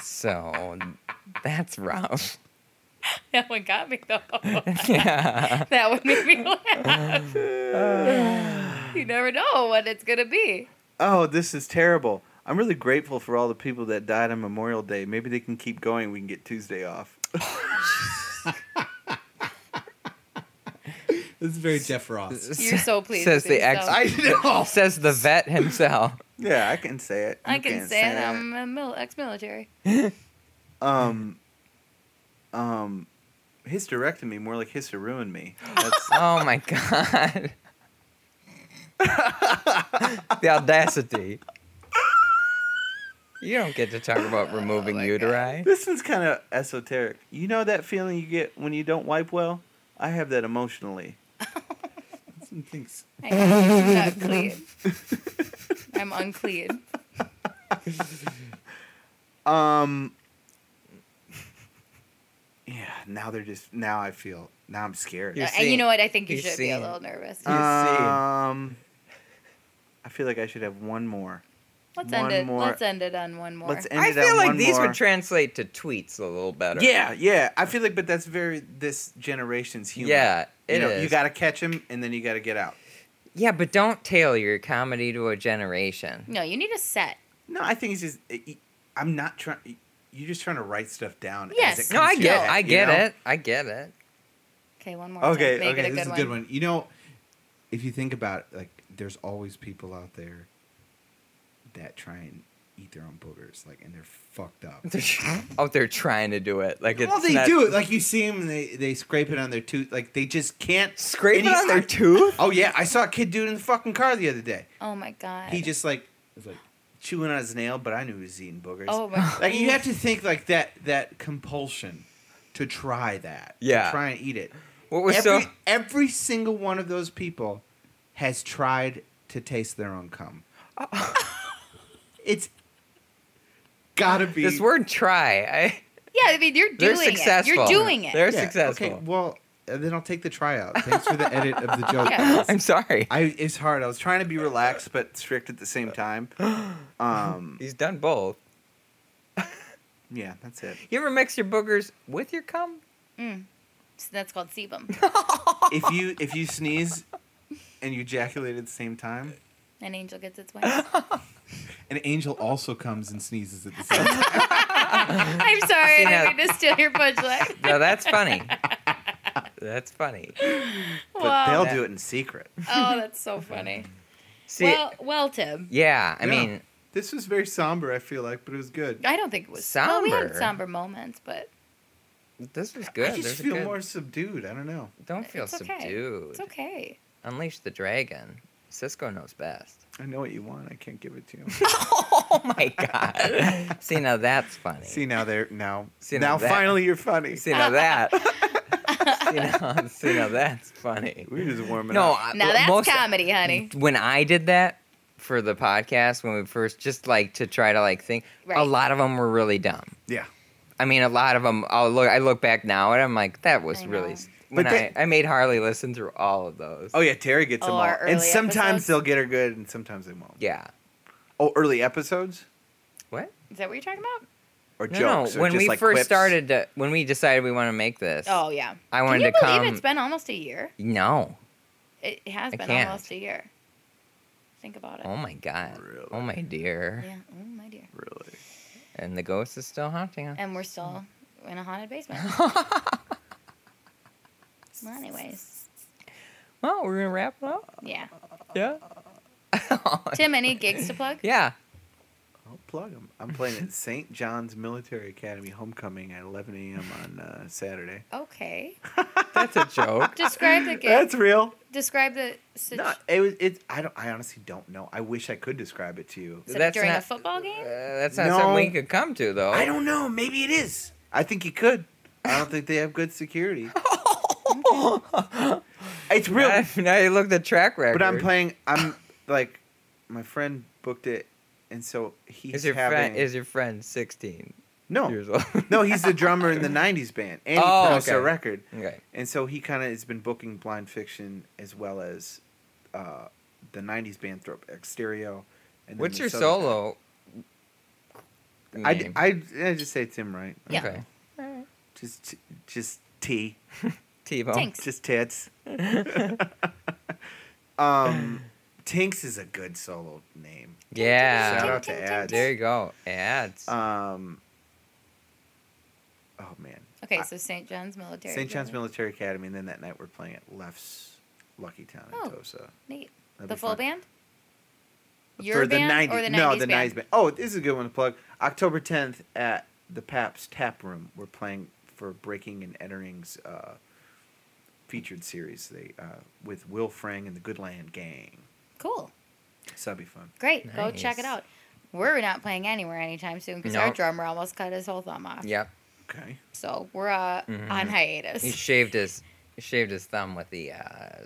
E: So that's rough.
C: That one got me though.
E: Yeah.
C: that one made me laugh. you never know what it's gonna be.
D: Oh, this is terrible. I'm really grateful for all the people that died on Memorial Day. Maybe they can keep going. We can get Tuesday off.
N: This is very Jeff Ross.
C: You're so pleased.
E: Says
C: with
E: the
C: yourself.
E: ex. Says the vet himself.
D: Yeah, I can say it.
C: I
D: You
C: can
D: can't
C: say it. I'm a mil- ex-military.
D: Um, um, hysterectomy, more like hysteruined me. That's,
E: Oh my god. the audacity. You don't get to talk about removing uteri.
D: this one's kind of esoteric. You know that feeling you get when you don't wipe well? I have that emotionally.
N: Some things.
C: I'm not clean. I'm unclean.
D: Um. Yeah, now they're just now I feel now I'm scared.
E: You're
C: and Uh, you
E: seeing-
C: know what? I think you
E: you're
C: should be a
E: seeing-
C: little nervous.
E: Uh,
D: Um, I feel like I should have one more.
C: let's end
D: one
C: it.
D: more-
C: Let's end it on one more.
D: Let's end
E: I
D: it on
E: feel like
D: one
E: these
D: more.
E: would translate to tweets a little better.
D: Yeah, yeah. I feel like, but that's very this generation's humor.
E: Yeah,
D: you
E: it
D: know, you
E: is.
D: got to catch him and then you got to get out.
E: Yeah, but don't tailor your comedy to a generation.
C: no, you need a set.
D: No, I think it's just it- it- I'm not trying. You're just trying to write stuff down. as
C: Yes.
D: it
E: No, I
D: comes to
E: get,
D: your head,
E: I
D: you
E: get
D: know?
E: it, I get it.
C: Okay, one more.
D: Okay,
C: time. Make
D: okay,
C: it
N: This
C: a good,
N: is a
C: one.
N: good one. You know, if you think about it, like, there's always people out there that try and eat their own boogers, like, and they're fucked up.
E: They're tr- oh, they're trying to do it like it's.
N: well, they
E: not-
N: do it. Like you see them, they they scrape it on their tooth. Like they just can't
E: Scrape
N: and
E: it
N: he-
E: on their
N: I-
E: tooth.
N: Oh yeah, I saw a kid do it in the fucking car the other day.
C: Oh my god.
N: He just like was like
D: Chewing on his nail, but I knew he was eating boogers.
C: Oh my. god.
N: like you have to think like that that compulsion to try that. to
E: Yeah.
N: try and eat it.
E: What was
N: Every
E: so?
N: every single one of those people has tried to taste their own cum. it's gotta be
E: This word "try," I,
C: Yeah, I mean you're
E: they're
C: doing it.
E: successful.
C: You're doing it.
E: They're
N: Yeah,
E: successful.
N: Okay, well uh, then I'll take the tryout. Thanks for the edit of the joke.
C: Yeah.
E: I'm sorry.
D: I it's hard. I was trying to be relaxed but strict at the same time. Um,
E: He's done both.
D: yeah, that's it.
E: You ever mix your boogers with your cum?
C: So that's called sebum.
D: If you if you sneeze and you ejaculate at the same time,
C: An angel gets its wings.
N: An angel also comes and sneezes at the same time.
C: I'm sorry. I
E: Yeah.
C: didn't mean to steal your punchline.
E: No, that's funny. that's funny.
D: but
C: Wow.
D: they'll do it in secret.
C: Oh, that's so funny.
E: See,
C: well, well, Tim.
E: yeah, I
N: Yeah.
E: mean,
N: This was very somber, I feel like, but it was good.
C: I don't think it was Well, we had
E: Somber.
C: somber moments, but
E: this was good.
N: I just
E: There's a
N: feel
E: good-
N: more subdued. I don't know.
E: Don't feel
C: It's okay.
E: subdued.
C: it's okay.
E: Unleash the dragon. Cisco knows best.
D: I know what you want. I can't give it to you.
E: Oh my god. See now that's funny.
D: See
E: See,
D: now they're now
E: See, now
D: now
E: that-
D: finally you're funny.
E: now that. see, now, see now that's funny.
D: We're just warming
E: No,
D: up.
E: I-
C: Now that's
E: Uh, most-
C: comedy, honey.
E: When I did that for the podcast, when we first just like to try to like think, a
C: Right.
E: lot of them were really dumb.
D: Yeah.
E: I mean, a lot of them. I'll look. I look back now, and I'm like, that was
C: I
E: really.
C: know.
E: s- When
D: But they-
E: I, I made Harley listen through all of those.
D: Oh yeah, Terry gets
C: Oh,
D: them all,
C: our
D: and
C: early
D: sometimes
C: episodes?
D: they'll get her good, and sometimes they won't.
E: yeah.
D: Oh, early episodes
E: What?
C: Is that what you're talking about?
D: or
E: No,
D: jokes?
E: no.
D: or
E: When
D: just,
E: we
D: like,
E: first
D: quips?
E: started, to, when we decided we want to make this,
C: Oh yeah.
E: I
C: Can
E: wanted
C: you
E: to
C: believe
E: come.
C: it's been almost a year?
E: no.
C: It has
E: I
C: been
E: can't.
C: almost a year. Think about it.
E: Oh my god.
D: Really?
E: Oh my dear.
C: Yeah. Oh my dear.
D: really,
E: And the ghost is still haunting us.
C: And we're still in a haunted basement. well, anyways,
E: Well, we're gonna wrap it up.
C: yeah.
E: Yeah.
C: Tim, any gigs to plug?
E: yeah.
D: I'll plug them. I'm playing at St. John's Military Academy homecoming at 11 a.m. on uh, Saturday.
C: Okay.
E: That's a joke.
C: Describe the gig.
D: That's real.
C: Describe the. Situ-
D: No, it was. It. I don't. I honestly don't know. I wish I could describe it to you.
C: is it
E: That's
C: during a
E: not-
C: football
E: Uh,
C: game?
E: that's not
D: No.
E: something we could come to though.
D: I don't know. Maybe it is. Oh. I think you could. I don't think they have good security.
E: Oh,
D: it's real.
E: Now, now you look at the track record.
D: But I'm playing. I'm like, my friend booked it, and so he's
E: Is your
D: having
E: friend is your friend sixteen
D: no,
E: years old?
D: no, he's the drummer in the '90s band, and he
E: Oh,
D: produced a
E: okay.
D: record,
E: okay.
D: and so he kind of has been booking Blind Fiction as well as uh, the '90s band Throw Exterio. And then
E: What's
D: this
E: your
D: other-
E: solo?
D: I,
E: name?
D: I I just say Tim Wright.
C: Yeah.
E: Okay.
D: Just just T.
E: T-Bone.
C: Thanks.
D: Just tits. um, Tinks is a good solo name. Shout
E: Yeah.
D: out to ads.
E: There you go. Ads.
D: Um. Oh man,
C: Okay, so St. John's Military.
D: St. John's
C: Academy.
D: Military Academy, and then that night we're playing at Left's Lucky Town in
C: Oh.
D: Tosa.
C: Neat.
D: That'd
C: The
D: be
C: full
D: fun.
C: band? Your band or the 90s
D: no, the
C: band?
D: band. Oh, this is a good one to plug. October 10th at the Paps Tap Room, we're playing for Breaking and Entering's uh, featured series. They uh, with Will Frang and the Goodland Gang.
C: Cool.
D: So that'd be fun.
C: Great. Go check it
E: Nice.
C: out. We're not playing anywhere anytime soon because our
E: Nope.
C: drummer almost cut his whole thumb off.
E: yep.
D: Okay.
C: So we're uh, on
E: He
C: hiatus.
E: shaved his he shaved his thumb with the uh,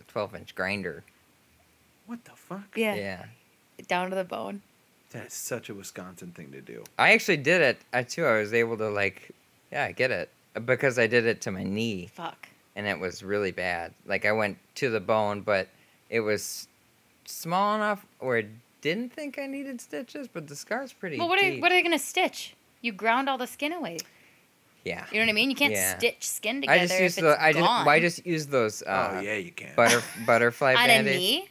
E: 12 inch grinder.
D: What the fuck?
C: yeah.
E: Yeah.
C: Down to the bone.
D: That's such a Wisconsin thing to do.
E: I actually did it I too. I was able to like, yeah, I get it because I did it to my knee
C: Fuck.
E: and it was really bad. Like I went to the bone, but it was small enough where I didn't think I needed stitches, but the scar's pretty.
C: Well, what are,
E: deep.
C: what are they going to stitch? You ground all the skin away.
E: yeah.
C: You know what I mean? You can't
E: Yeah.
C: stitch skin together
E: I just
C: if
E: used
C: it's
E: the I just
C: gone.
E: well, I just used those uh,
D: oh yeah, you can.
E: butter butterfly
C: on a
E: band-aids.
C: knee?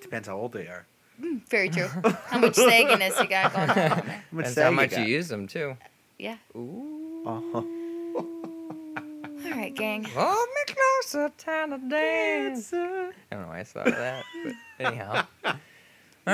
D: Depends how old they are.
C: Hmm, Very true. How much sagginess you got going on there.
D: How
E: That's
D: say
E: how much you,
D: got?
E: use them too.
C: Yeah.
E: Ooh.
D: Uh-huh. Oh.
C: All right, gang.
E: Hold me closer, time to dance. I don't know why I thought of that, but anyhow. All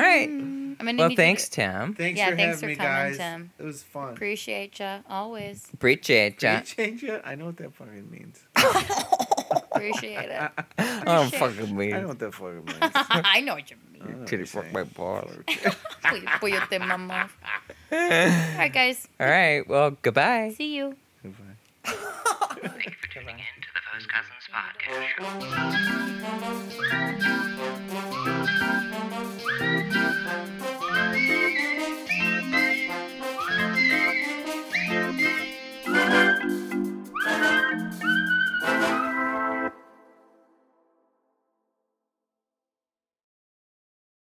E: right.
C: I'm gonna
E: Well,
C: need you to-
E: thanks, Tim.
D: Thanks
C: Yeah,
D: for
C: thanks
D: having
C: for
D: me,
C: coming,
D: guys.
C: Tim.
D: It was fun.
C: Appreciate ya always.
E: Appreciate
D: Can you
E: ya.
D: change it? I know what that fucking means.
C: Appreciate it.
E: I don't
C: Appreciate-
E: Oh, fucking
D: I know
E: mean.
D: what that fucking means.
C: I know what you mean.
E: Could you fuck my balls?
C: Pull your- pull your thin mom off. All right, guys.
E: All right. Well, goodbye.
C: See you.
A: Into the First Cousins Podcast Show.